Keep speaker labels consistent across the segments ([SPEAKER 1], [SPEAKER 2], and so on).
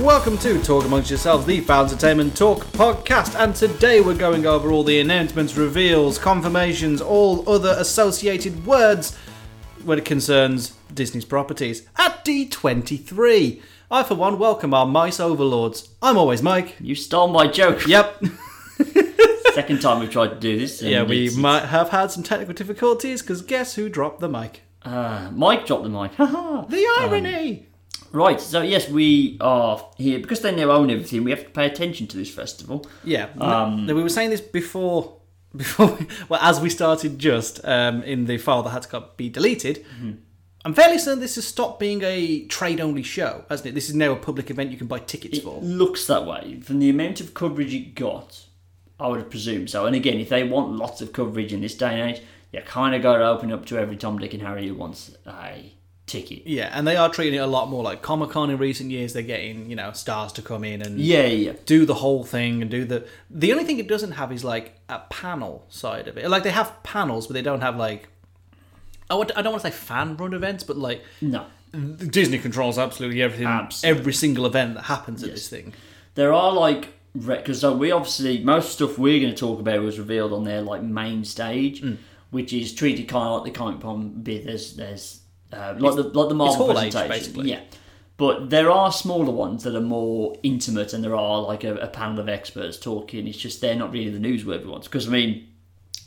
[SPEAKER 1] Welcome to Talk Amongst Yourselves, the Found Entertainment Talk podcast, and today we're going over all the announcements, reveals, confirmations, all other associated words when it concerns Disney's properties at D23. I, for one, welcome our mice overlords. I'm always Mike.
[SPEAKER 2] You stole my joke.
[SPEAKER 1] Yep.
[SPEAKER 2] Second time we've tried to do this. and
[SPEAKER 1] Yeah, we
[SPEAKER 2] it's-
[SPEAKER 1] might have had some technical difficulties because guess who dropped the mic?
[SPEAKER 2] Uh, Mike dropped the mic.
[SPEAKER 1] The irony!
[SPEAKER 2] right, so yes, we are here because they now own everything. We have to pay attention to this festival.
[SPEAKER 1] Yeah, no, we were saying this before. Before, we, well, as we started just um, in the file that had to got- be deleted, I'm fairly certain this has stopped being a trade-only show, hasn't it? This is now a public event you can buy tickets
[SPEAKER 2] It
[SPEAKER 1] for.
[SPEAKER 2] looks that way from the amount of coverage it got. I would presume so. And again, if they want lots of coverage in this day and age, you kind of got to open up to every Tom, Dick, and Harry who wants a ticket.
[SPEAKER 1] Yeah, and they are treating it a lot more like Comic Con in recent years. They're getting you know stars to come in and
[SPEAKER 2] Yeah, yeah.
[SPEAKER 1] do the whole thing and do the. The only thing it doesn't have is like a panel side of it. Like they have panels, but they don't have like. I, want, I don't want to say fan-run events, but like
[SPEAKER 2] No,
[SPEAKER 1] Disney controls absolutely everything,
[SPEAKER 2] Absolutely.
[SPEAKER 1] every single event that happens at this thing.
[SPEAKER 2] there are like because so we obviously most stuff we're going to talk about was revealed on their like main stage, which is treated kind of like the comic con bit. There's there's uh, like the like the Marvel
[SPEAKER 1] hall age,
[SPEAKER 2] presentation,
[SPEAKER 1] basically.
[SPEAKER 2] yeah. But there are smaller ones that are more intimate, and there are like a, a panel of experts talking. It's just they're not really the newsworthy ones because I mean,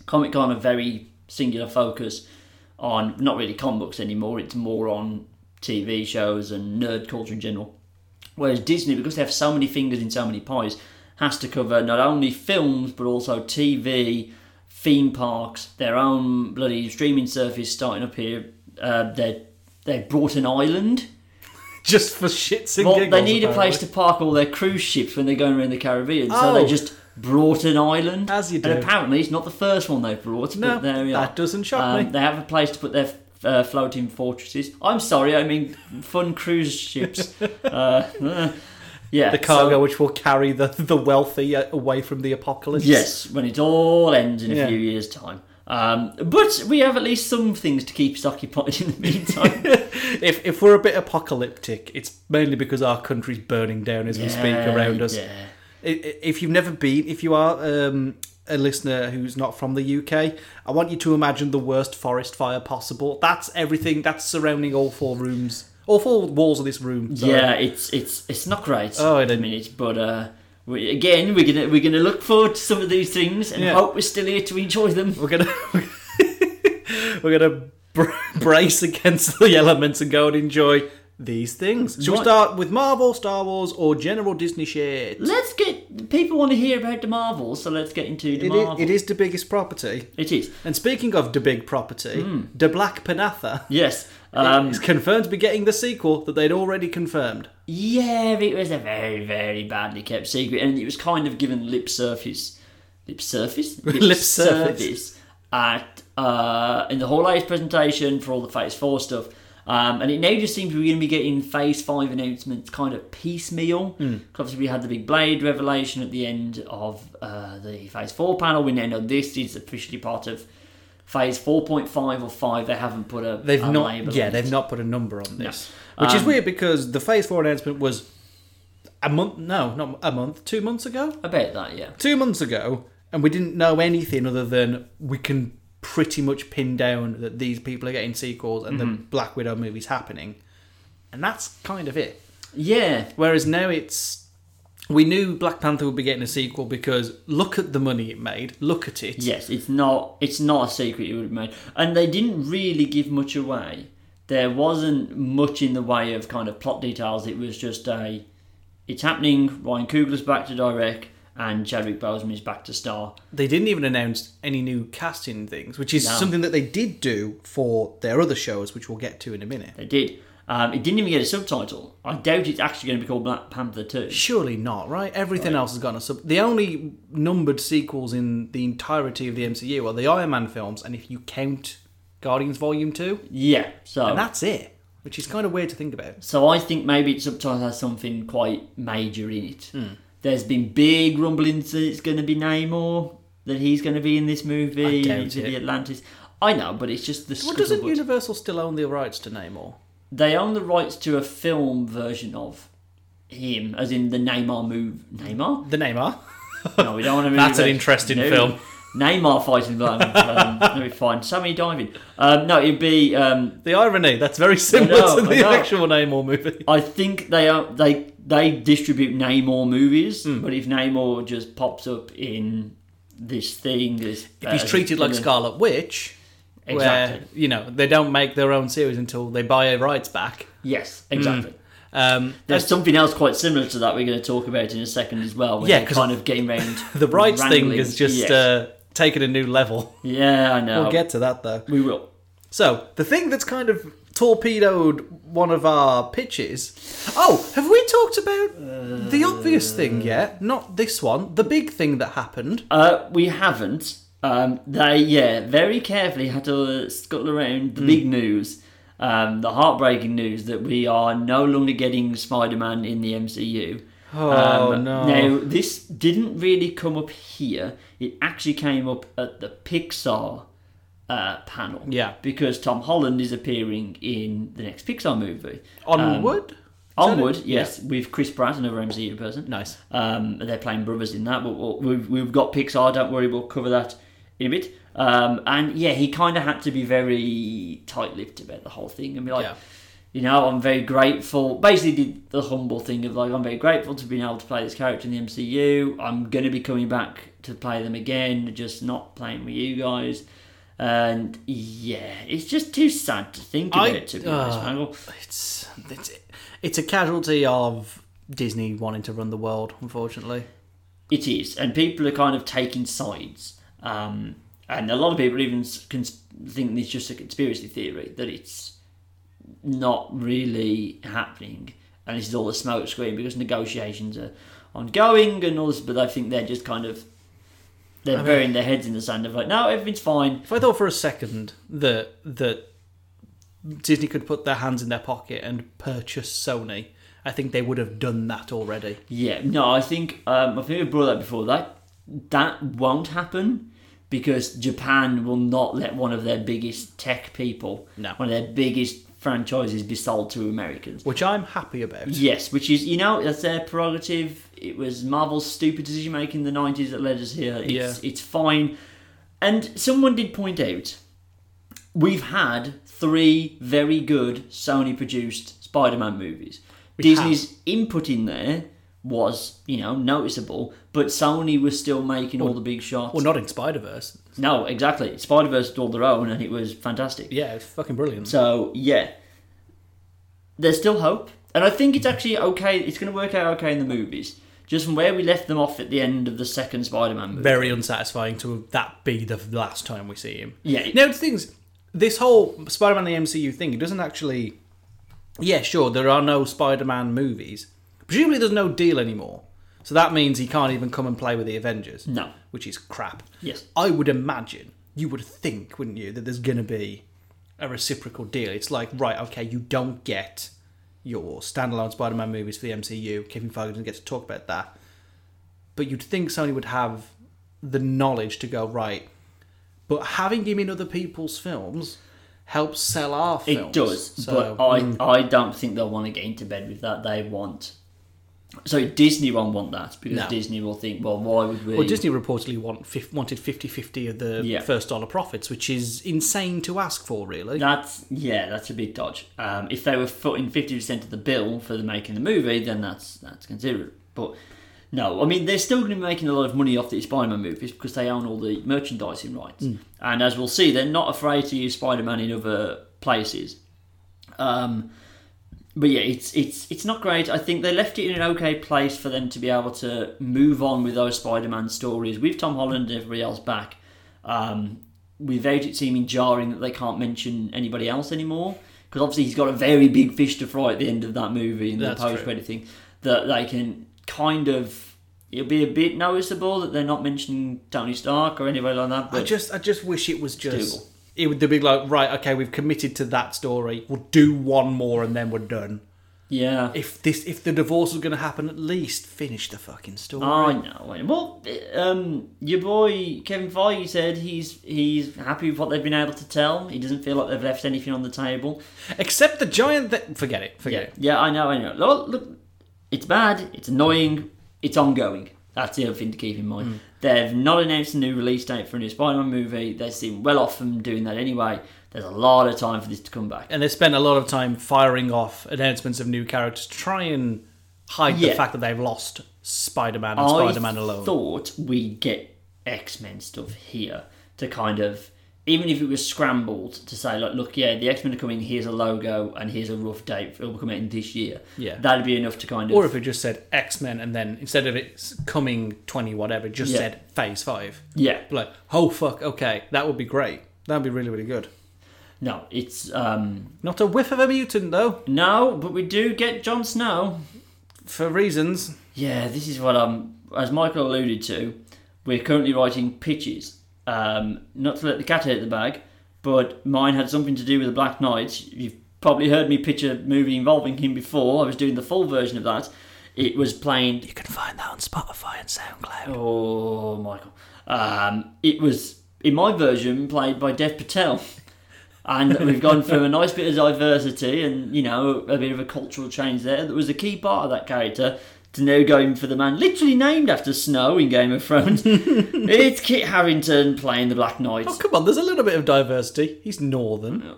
[SPEAKER 2] Comic Con a very singular focus on not really comic books anymore. It's more on TV shows and nerd culture in general. Whereas Disney, because they have so many fingers in so many pies, has to cover not only films but also TV, theme parks, their own bloody streaming service starting up here. Uh, they they brought an island.
[SPEAKER 1] Just for shits and
[SPEAKER 2] Well,
[SPEAKER 1] giggles.
[SPEAKER 2] they need a
[SPEAKER 1] apparently.
[SPEAKER 2] place to park all their cruise ships when they're going around the Caribbean, so
[SPEAKER 1] Oh.
[SPEAKER 2] they just brought an island.
[SPEAKER 1] As you do.
[SPEAKER 2] And apparently, it's not the first one they've brought.
[SPEAKER 1] No,
[SPEAKER 2] but there we
[SPEAKER 1] that
[SPEAKER 2] are.
[SPEAKER 1] doesn't shock
[SPEAKER 2] Um,
[SPEAKER 1] me.
[SPEAKER 2] They have a place to put their uh, floating fortresses. I'm sorry, I mean fun cruise ships. uh, uh, yeah,
[SPEAKER 1] The cargo which will carry the, the wealthy uh, away from the apocalypse.
[SPEAKER 2] Yes, when it all ends in a
[SPEAKER 1] Yeah.
[SPEAKER 2] few years' time. Um, but we have at least some things to keep us occupied in the meantime.
[SPEAKER 1] If, if we're a bit apocalyptic, it's mainly because our country's burning down as we speak
[SPEAKER 2] Yeah,
[SPEAKER 1] around us.
[SPEAKER 2] yeah.
[SPEAKER 1] I- i- If you've never been, if you are um, a listener who's not from the UK, I want you to imagine the worst forest fire possible. That's everything that's surrounding all four rooms, all four walls of this room. sorry.
[SPEAKER 2] Yeah, it's it's it's not great
[SPEAKER 1] Oh, I
[SPEAKER 2] at the
[SPEAKER 1] didn't-
[SPEAKER 2] minute, but uh, we, again, we're gonna we're gonna look forward to some of these things and
[SPEAKER 1] Yeah.
[SPEAKER 2] hope we're still here to enjoy them.
[SPEAKER 1] We're gonna we're gonna br- brace against the elements and go and enjoy these things. Should we
[SPEAKER 2] Right.
[SPEAKER 1] start with Marvel, Star Wars, or general Disney shit?
[SPEAKER 2] Let's get people want to hear about the Marvels, so let's get into the
[SPEAKER 1] It
[SPEAKER 2] Marvels.
[SPEAKER 1] is, it is the biggest property.
[SPEAKER 2] It is.
[SPEAKER 1] And speaking of the big property, the Black Panatha
[SPEAKER 2] Yes. Um,
[SPEAKER 1] is confirmed to be getting the sequel that they'd already confirmed.
[SPEAKER 2] yeah, it was a very, very badly kept secret, and it was kind of given lip service, lip service,
[SPEAKER 1] Lip service.
[SPEAKER 2] at uh, in the whole age presentation for all the Phase Four stuff, um, and it now just seems we're going to be getting Phase Five announcements kind of piecemeal.
[SPEAKER 1] Hmm.
[SPEAKER 2] 'Cause Obviously, we had the big Blade revelation at the end of uh, the Phase Four panel. We now know this is officially part of Phase Four point five or five. They haven't put a
[SPEAKER 1] They've
[SPEAKER 2] a
[SPEAKER 1] not
[SPEAKER 2] label
[SPEAKER 1] yeah,
[SPEAKER 2] on
[SPEAKER 1] they've
[SPEAKER 2] it.
[SPEAKER 1] not put a number on this. Which is weird because the phase four announcement was a month no, not a month, two months ago?
[SPEAKER 2] about that. Yeah,
[SPEAKER 1] two months ago, and we didn't know anything other than we can pretty much pin down that these people are getting sequels and the Black Widow movie's happening, and that's kind of it.
[SPEAKER 2] yeah.
[SPEAKER 1] Whereas now it's we knew Black Panther would be getting a sequel because look at the money it made, look at it.
[SPEAKER 2] Yes, it's not it's not a secret it would have made. And they didn't really give much away. There wasn't much in the way of kind of plot details. It was just a it's happening, Ryan Coogler's back to direct and Chadwick Boseman is back to star.
[SPEAKER 1] They didn't even announce any new casting things, which is
[SPEAKER 2] No.
[SPEAKER 1] something that they did do for their other shows, which we'll get to in a minute.
[SPEAKER 2] They did. Um, it didn't even get a subtitle. I doubt it's actually going to be called Black Panther 2.
[SPEAKER 1] Surely not, right? Everything else has gotten a sub. The only numbered sequels in the entirety of the MCU are the Iron Man films, and if you count Guardians Volume 2,
[SPEAKER 2] Yeah, so
[SPEAKER 1] and that's it. Which is kind of weird to think about.
[SPEAKER 2] So I think maybe it sometimes has something quite major in it.
[SPEAKER 1] Hmm.
[SPEAKER 2] There's been big rumblings that it's going to be Namor, that he's going to be in this movie,
[SPEAKER 1] I doubt
[SPEAKER 2] and it's gonna be
[SPEAKER 1] it.
[SPEAKER 2] Atlantis. I know, but it's just the
[SPEAKER 1] Well, doesn't
[SPEAKER 2] scuttlebutt.
[SPEAKER 1] Universal still own the rights to Namor?
[SPEAKER 2] They own the rights to a film version of him, as in the Neymar move. Neymar?
[SPEAKER 1] The Neymar.
[SPEAKER 2] No, we don't want to.
[SPEAKER 1] That's
[SPEAKER 2] move
[SPEAKER 1] an
[SPEAKER 2] it.
[SPEAKER 1] interesting
[SPEAKER 2] No.
[SPEAKER 1] film.
[SPEAKER 2] Neymar fighting Vernon. Um, that'd be fine. Sammy diving. Um, no, it'd be. Um,
[SPEAKER 1] The irony, that's very similar
[SPEAKER 2] know,
[SPEAKER 1] to
[SPEAKER 2] I
[SPEAKER 1] the
[SPEAKER 2] know.
[SPEAKER 1] actual Namor movie.
[SPEAKER 2] I think they are they they distribute Namor movies,
[SPEAKER 1] Hmm.
[SPEAKER 2] but if Namor just pops up in this thing, this, uh,
[SPEAKER 1] If he's treated like Scarlet Witch, where,
[SPEAKER 2] Exactly.
[SPEAKER 1] you know, they don't make their own series until they buy rights back.
[SPEAKER 2] Yes,
[SPEAKER 1] Hmm.
[SPEAKER 2] exactly.
[SPEAKER 1] Um,
[SPEAKER 2] There's something else quite similar to that we're going to talk about in a second as well. When
[SPEAKER 1] Yeah,
[SPEAKER 2] they
[SPEAKER 1] 'cause
[SPEAKER 2] kind of game round.
[SPEAKER 1] the rights thing
[SPEAKER 2] wrangling.
[SPEAKER 1] is just
[SPEAKER 2] Yes.
[SPEAKER 1] uh, taken a new level.
[SPEAKER 2] yeah, I know.
[SPEAKER 1] We'll get to that though.
[SPEAKER 2] we will.
[SPEAKER 1] So, the thing that's kind of torpedoed one of our pitches. Oh, have we talked about the obvious thing yet? Not this one, the big thing that happened.
[SPEAKER 2] Uh, we haven't. Um, they yeah, very carefully had to scuttle around
[SPEAKER 1] Hmm.
[SPEAKER 2] the big news, um, the heartbreaking news that we are no longer getting Spider-Man in the MCU.
[SPEAKER 1] Oh, no.
[SPEAKER 2] Um, Now this didn't really come up here. It actually came up at the Pixar uh, panel.
[SPEAKER 1] Yeah.
[SPEAKER 2] because Tom Holland is appearing in the next Pixar movie.
[SPEAKER 1] Onward?
[SPEAKER 2] Um,
[SPEAKER 1] that
[SPEAKER 2] onward,
[SPEAKER 1] it?
[SPEAKER 2] yes, with Chris Pratt, another MCU person.
[SPEAKER 1] nice.
[SPEAKER 2] Um, they're playing brothers in that, but we'll, we've, we've got Pixar. Don't worry, we'll cover that in a bit. Um, and yeah, he kind of had to be very tight-lipped about the whole thing and be like,
[SPEAKER 1] Yeah.
[SPEAKER 2] you know, I'm very grateful. Basically, did the humble thing of like, I'm very grateful to being able to play this character in the MCU. I'm going to be coming back to play them again, just not playing with you guys. And yeah, it's just too sad to think about.
[SPEAKER 1] I-
[SPEAKER 2] it, to be honest,
[SPEAKER 1] uh,
[SPEAKER 2] Mangle.
[SPEAKER 1] It's, it's it's a casualty of Disney wanting to run the world, unfortunately.
[SPEAKER 2] It is, and people are kind of taking sides, um, and a lot of people even s- cons- think it's just a conspiracy theory that it's not really happening, and this is all a smokescreen because negotiations are ongoing and all this. But I think they're just kind of they're burying their heads in the sand of like, no, everything's fine.
[SPEAKER 1] If I thought for a second that that Disney could put their hands in their pocket and purchase Sony, I think they would have done that already.
[SPEAKER 2] Yeah, no, I think um, I think we brought that before that that won't happen because Japan will not let one of their biggest tech people,
[SPEAKER 1] No.
[SPEAKER 2] one of their biggest franchises, be sold to Americans.
[SPEAKER 1] Which I'm happy about.
[SPEAKER 2] Yes, which is you know that's their prerogative. It was Marvel's stupid decision making in the nineties that led us here. It's,
[SPEAKER 1] Yeah.
[SPEAKER 2] it's fine. And someone did point out we've had three very good Sony produced Spider Man movies. Disney's input in there was you know noticeable, but Sony was still making all the big shots.
[SPEAKER 1] Well, not in Spider Verse.
[SPEAKER 2] no, exactly. Spider Verse did all their own, and it was fantastic.
[SPEAKER 1] Yeah, it's fucking brilliant.
[SPEAKER 2] So yeah, there's still hope, and I think it's actually okay. It's going to work out okay in the movies. Just from where we left them off at the end of the second Spider-Man movie.
[SPEAKER 1] Very unsatisfying to that be the last time we see him.
[SPEAKER 2] Yeah.
[SPEAKER 1] Now, the thing's this whole Spider-Man the MCU thing. It doesn't actually. Yeah, sure. There are no Spider-Man movies. Presumably, there's no deal anymore. So that means he can't even come and play with the Avengers.
[SPEAKER 2] No.
[SPEAKER 1] Which is crap.
[SPEAKER 2] Yes.
[SPEAKER 1] I would imagine you would think, wouldn't you, that there's gonna be a reciprocal deal. It's like, right, okay, you don't get your standalone Spider-Man movies for the MCU. Kevin Feige doesn't get to talk about that. But you'd think Sony would have the knowledge to go right. But having him in other people's films helps sell our
[SPEAKER 2] it
[SPEAKER 1] films.
[SPEAKER 2] does,
[SPEAKER 1] So, mm.
[SPEAKER 2] but I I don't think they'll want to get into bed with that. They want. So Disney won't want that because
[SPEAKER 1] No.
[SPEAKER 2] Disney will think, well, why would we?
[SPEAKER 1] well, Disney reportedly want, fif- wanted 50-50 of the
[SPEAKER 2] Yeah.
[SPEAKER 1] first dollar profits, which is insane to ask for, really.
[SPEAKER 2] That's yeah, that's a big dodge. Um, if they were footing fifty percent of the bill for the making of the movie, then that's that's considerable. But no, I mean they're still going to be making a lot of money off the Spider-Man movies because they own all the merchandising rights. And as we'll see, they're not afraid to use Spider-Man in other places. Um, but yeah, it's it's it's not great. I think they left it in an okay place for them to be able to move on with those Spider-Man stories with Tom Holland and everybody else back, um, without it seeming jarring that they can't mention anybody else anymore. Because obviously he's got a very big fish to fry at the end of that movie and
[SPEAKER 1] That's
[SPEAKER 2] the
[SPEAKER 1] true.
[SPEAKER 2] post-credit thing that they can kind of. It'll be a bit noticeable that they're not mentioning Tony Stark or anybody like that.
[SPEAKER 1] I
[SPEAKER 2] But
[SPEAKER 1] just, I just wish it was just.
[SPEAKER 2] doable.
[SPEAKER 1] It would they'd be like, right, okay, we've committed to that story. We'll do one more, and then we're done.
[SPEAKER 2] yeah,
[SPEAKER 1] If this, if the divorce was going to happen, at least finish the fucking story.
[SPEAKER 2] Oh, I know. Well, um, your boy Kevin Feige said he's he's happy with what they've been able to tell. He doesn't feel like they've left anything on the table.
[SPEAKER 1] Except the giant. Th- forget it. Forget
[SPEAKER 2] Yeah, I know, I know. Look, look, It's bad. It's annoying. It's ongoing. That's the other thing to keep in mind. They've not announced a new release date for a new Spider-Man movie. They seem well off from doing that anyway. There's a lot of time for this to come back.
[SPEAKER 1] And they spent a lot of time firing off announcements of new characters to try and hide
[SPEAKER 2] Yeah.
[SPEAKER 1] the fact that they've lost Spider Man and Spider Man alone.
[SPEAKER 2] thought we'd get X Men stuff here to kind of, even if it was scrambled to say, like, look, yeah, the X Men are coming. Here's a logo and here's a rough date. It'll be coming out in this year.
[SPEAKER 1] Yeah.
[SPEAKER 2] that'd be enough to kind of.
[SPEAKER 1] or if it just said X Men and then instead of it coming 20 whatever, it just
[SPEAKER 2] Yeah.
[SPEAKER 1] said Phase 5.
[SPEAKER 2] yeah,
[SPEAKER 1] Like, oh fuck, okay, that would be great. That would be really, really good.
[SPEAKER 2] no, it's um
[SPEAKER 1] Not a whiff of a mutant though,
[SPEAKER 2] no, but we do get Jon Snow.
[SPEAKER 1] for reasons.
[SPEAKER 2] Yeah, this is what I'm. As Michael alluded to, we're currently writing pitches. Um, not to let the cat out of the bag, but mine had something to do with the Black Knight. You've probably heard me pitch a movie involving him before. I was doing the full version of that. It was playing
[SPEAKER 1] You can find that on Spotify and SoundCloud.
[SPEAKER 2] Oh, Michael. Um, it was, in my version, played by Dev Patel. And we've gone through a nice bit of diversity and, you know, a bit of a cultural change there. That was a key part of that character to now going for the man literally named after Snow in Game of Thrones. it's Kit Harrington playing the Black Knight.
[SPEAKER 1] Oh, come on, there's a little bit of diversity. He's northern.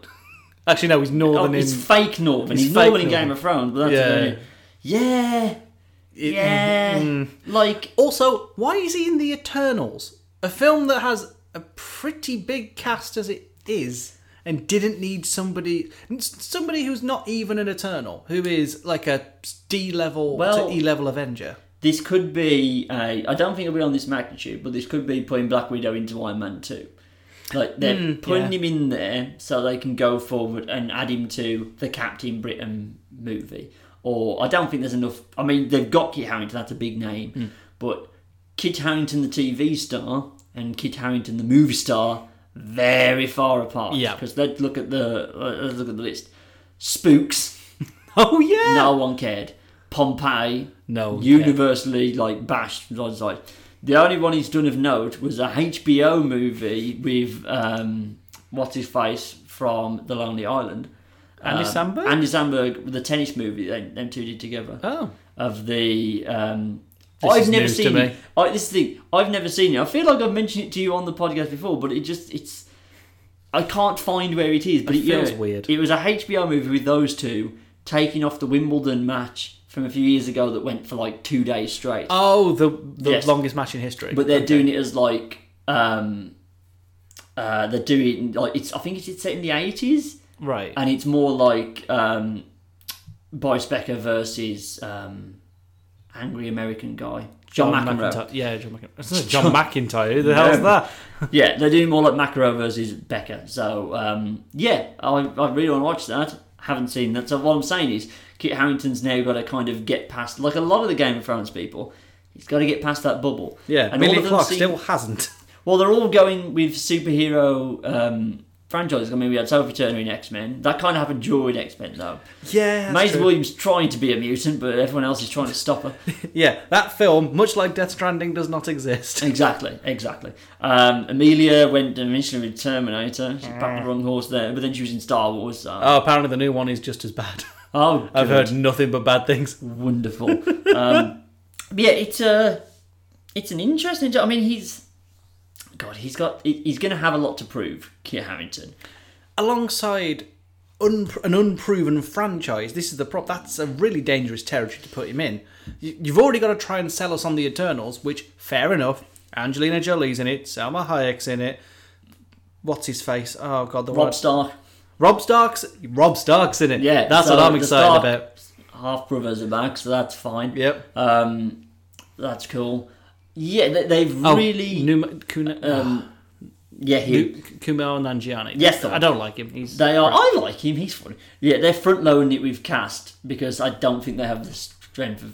[SPEAKER 1] Actually, no, he's
[SPEAKER 2] Oh,
[SPEAKER 1] northern in.
[SPEAKER 2] he's fake Northern.
[SPEAKER 1] He's
[SPEAKER 2] He's,
[SPEAKER 1] fake
[SPEAKER 2] Northern in Game
[SPEAKER 1] Northern.
[SPEAKER 2] of Thrones, but that's
[SPEAKER 1] Yeah.
[SPEAKER 2] about it. Yeah.
[SPEAKER 1] It- mm.
[SPEAKER 2] yeah. Like,
[SPEAKER 1] Also, why is he in The Eternals? A film that has a pretty big cast as it is, and didn't need somebody somebody who's not even an Eternal, who is like a D level
[SPEAKER 2] Well-
[SPEAKER 1] to E level Avenger.
[SPEAKER 2] this could be a, I don't think it'll be on this magnitude, but this could be putting Black Widow into Iron Man 2. Like they're putting
[SPEAKER 1] Hmm, yeah.
[SPEAKER 2] him in there so they can go forward and add him to the Captain Britain movie. Or I don't think there's enough. I mean, they've got Kit Harrington, that's a big name,
[SPEAKER 1] Hmm.
[SPEAKER 2] but Kit Harrington, the TV star, and Kit Harrington, the movie star, very far apart.
[SPEAKER 1] Yeah.
[SPEAKER 2] Because let's look at the uh, let's look at the list. Spooks,
[SPEAKER 1] Oh yeah.
[SPEAKER 2] no one cared. Pompeii,
[SPEAKER 1] No.
[SPEAKER 2] universally like bashed. I was like, the only one he's done of note was a HBO movie with um, what's his face from The Lonely Island.
[SPEAKER 1] Andy
[SPEAKER 2] Um,
[SPEAKER 1] Samberg?
[SPEAKER 2] Andy Samberg, the tennis movie they them two did together
[SPEAKER 1] Oh.
[SPEAKER 2] of the. Um,
[SPEAKER 1] This
[SPEAKER 2] I've
[SPEAKER 1] is
[SPEAKER 2] never
[SPEAKER 1] news to
[SPEAKER 2] seen
[SPEAKER 1] me.
[SPEAKER 2] it. I, this is the I've never seen it. I feel like I've mentioned it to you on the podcast before, but it just it's I can't find where it is. But
[SPEAKER 1] It
[SPEAKER 2] it,
[SPEAKER 1] feels
[SPEAKER 2] yeah,
[SPEAKER 1] weird.
[SPEAKER 2] It was a HBO movie with those two taking off the Wimbledon match from a few years ago that went for like two days straight.
[SPEAKER 1] Oh, the the
[SPEAKER 2] Yes.
[SPEAKER 1] longest match in history.
[SPEAKER 2] But they're doing it as like um, uh, they're doing like it's I think it's set in the eighties
[SPEAKER 1] right.
[SPEAKER 2] and it's more like um, Boris Becker versus um, angry American guy John, McEnroe.
[SPEAKER 1] McIntyre. Yeah, John McIntyre. It's not John McIntyre. Who the hell's that?
[SPEAKER 2] yeah, they're doing more like Macro versus Becker. So um, yeah, I, I really want to watch that. Haven't seen that. So what I'm saying is, Kit Harrington's now got to kind of get past, like a lot of the Game of Thrones people. He's got to get past that bubble.
[SPEAKER 1] Yeah,
[SPEAKER 2] and all
[SPEAKER 1] Billy
[SPEAKER 2] of them
[SPEAKER 1] Clark
[SPEAKER 2] seem-
[SPEAKER 1] still hasn't.
[SPEAKER 2] Well, they're all going with superhero um, franchises. I mean, we had Sophie Turner in X Men. That kind of happened during X Men, though.
[SPEAKER 1] Yeah. that's
[SPEAKER 2] Maisie
[SPEAKER 1] true.
[SPEAKER 2] Williams trying to be a mutant, but everyone else is trying to stop her.
[SPEAKER 1] Yeah, that film, much like Death Stranding, does not exist.
[SPEAKER 2] exactly, exactly. Um, Amelia went initially with Terminator. She backed the wrong horse there, but then she was in Star Wars. So.
[SPEAKER 1] Oh, apparently the new one is just as bad.
[SPEAKER 2] oh,
[SPEAKER 1] I've
[SPEAKER 2] good.
[SPEAKER 1] heard nothing but bad things.
[SPEAKER 2] Wonderful. um, but yeah, it's a, it's an interesting. jo- I mean, he's, God, he's got, he- he's going to have a lot to prove, Kit Harrington.
[SPEAKER 1] Alongside un- an unproven franchise, this is the prop. That's a really dangerous territory to put him in. You- You've already got to try and sell us on the Eternals, which fair enough. Angelina Jolie's in it. Salma Hayek's in it. What's his face? Oh god, the
[SPEAKER 2] Rob
[SPEAKER 1] one-
[SPEAKER 2] Stark,
[SPEAKER 1] Rob Stark's. Rob Stark's in it.
[SPEAKER 2] Yeah,
[SPEAKER 1] that's
[SPEAKER 2] so
[SPEAKER 1] what I'm
[SPEAKER 2] the
[SPEAKER 1] excited
[SPEAKER 2] Stark-
[SPEAKER 1] about.
[SPEAKER 2] half brothers are back, so that's fine.
[SPEAKER 1] Yep.
[SPEAKER 2] Um, that's cool. Yeah, they, they've
[SPEAKER 1] Oh,
[SPEAKER 2] really.
[SPEAKER 1] Numa, Kuna,
[SPEAKER 2] um, yeah, he,
[SPEAKER 1] Nu- Kumail Nanjiani.
[SPEAKER 2] Yes, the
[SPEAKER 1] I
[SPEAKER 2] one.
[SPEAKER 1] don't like him. He's
[SPEAKER 2] They are. I like him. He's funny. Yeah, they're front loading it with cast because I don't think they have the strength of.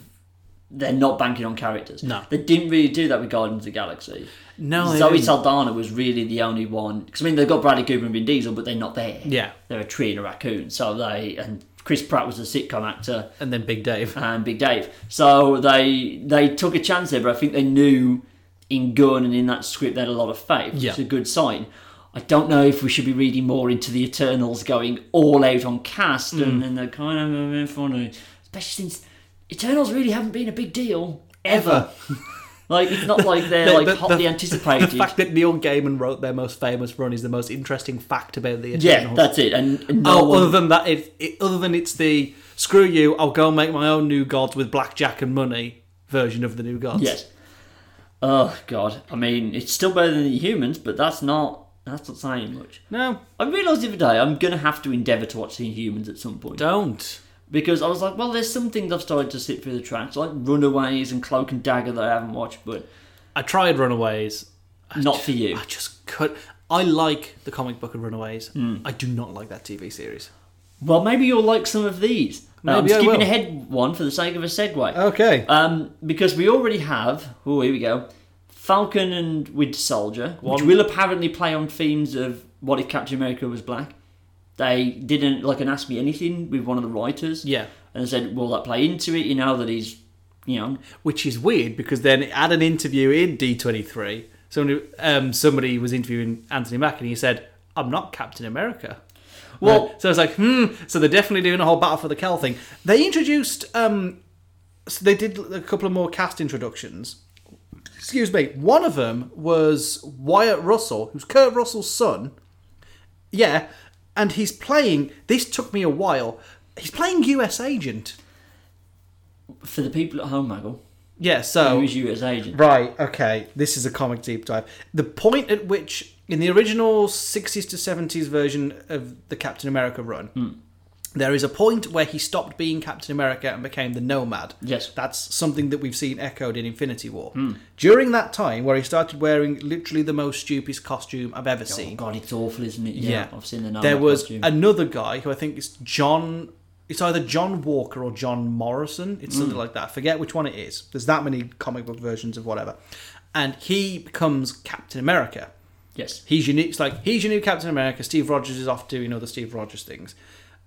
[SPEAKER 2] They're not banking on characters.
[SPEAKER 1] No.
[SPEAKER 2] they didn't really do that with Guardians of the Galaxy.
[SPEAKER 1] no. they
[SPEAKER 2] Zoe
[SPEAKER 1] didn't.
[SPEAKER 2] Saldana was really the only one because I mean they've got Bradley Cooper and Vin Diesel, but they're not there.
[SPEAKER 1] Yeah,
[SPEAKER 2] they're a tree and a raccoon. So they and Chris Pratt was the sitcom actor
[SPEAKER 1] and then Big Dave.
[SPEAKER 2] and Big Dave. So they they took a chance there, but I think they knew in Gunn and in that script they had a lot of faith.
[SPEAKER 1] Yeah.
[SPEAKER 2] It's a good sign. I don't know if we should be reading more into the
[SPEAKER 1] Mm.
[SPEAKER 2] Eternals going all out on cast and, and they're kind of a bit funny. Especially since Eternals really haven't been a big deal
[SPEAKER 1] Ever.
[SPEAKER 2] ever. like it's not like they're
[SPEAKER 1] The-
[SPEAKER 2] like
[SPEAKER 1] the-
[SPEAKER 2] hotly
[SPEAKER 1] the- The
[SPEAKER 2] anticipated.
[SPEAKER 1] fact that Neil Gaiman wrote their most famous run is the most interesting fact about the Eternals.
[SPEAKER 2] yeah, that's it. And and no
[SPEAKER 1] Oh,
[SPEAKER 2] one-
[SPEAKER 1] other than that, it, it, other than it's the screw you, I'll go make my own new gods with blackjack and money version of the new gods.
[SPEAKER 2] yes. Oh god. I mean, it's still better than the humans, but that's not that's not saying much.
[SPEAKER 1] No,
[SPEAKER 2] I realised the other day I'm gonna have to endeavour to watch the humans at some point.
[SPEAKER 1] don't.
[SPEAKER 2] Because I was like, well, there's some things I've started to sit through the tracks, like Runaways and Cloak and Dagger that I haven't watched, but
[SPEAKER 1] I tried Runaways.
[SPEAKER 2] not for you.
[SPEAKER 1] I just could. I like the comic book of Runaways. I do not like that TV series.
[SPEAKER 2] Well, maybe you'll like some of these. Uh, I'm
[SPEAKER 1] Maybe I
[SPEAKER 2] skipping
[SPEAKER 1] will. Oh.
[SPEAKER 2] ahead one for the sake of a segue.
[SPEAKER 1] Okay.
[SPEAKER 2] Um, because we already have. Oh, here we go. Falcon and Winter Soldier, which
[SPEAKER 1] One.
[SPEAKER 2] will apparently play on themes of what if Captain America was black. They didn't like an ask me anything with one of the writers,
[SPEAKER 1] yeah.
[SPEAKER 2] and said, "Will that play into it?" You know that he's, you know,
[SPEAKER 1] Which is weird because then at an interview in D23, somebody, um, somebody was interviewing Anthony Mack and he said, I'm not Captain America.
[SPEAKER 2] Well-
[SPEAKER 1] Right. so it's like, hmm. So they're definitely doing a whole battle for the Cal thing. They introduced, um, so they did a couple of more cast introductions. Excuse me. One of them was Wyatt Russell, who's Kurt Russell's son. Yeah, and he's playing. This took me a while. He's playing U.S. agent.
[SPEAKER 2] for the people at home, Maggle,
[SPEAKER 1] Yeah. So
[SPEAKER 2] who is you as agent?
[SPEAKER 1] Right, okay. This is a comic deep dive. The point at which, in the original 60s to 70s version of the Captain America run,
[SPEAKER 2] Hmm.
[SPEAKER 1] there is a point where he stopped being Captain America and became the Nomad.
[SPEAKER 2] Yes. Hmm.
[SPEAKER 1] That's something that we've seen echoed in Infinity War. During that time, where he started wearing literally the most stupidest costume I've ever
[SPEAKER 2] Oh
[SPEAKER 1] seen,
[SPEAKER 2] God, it's awful, isn't it? Yeah,
[SPEAKER 1] yeah.
[SPEAKER 2] I've seen the.
[SPEAKER 1] There
[SPEAKER 2] Nomad
[SPEAKER 1] was
[SPEAKER 2] costume.
[SPEAKER 1] another guy who I think is John. It's either John Walker or John Morrison. It's
[SPEAKER 2] Mm.
[SPEAKER 1] something like that. I forget which one it is. There's that many comic book versions of whatever. And he becomes Captain America.
[SPEAKER 2] yes,
[SPEAKER 1] He's your new, it's like he's your new Captain America. Steve Rogers is off doing other Steve Rogers things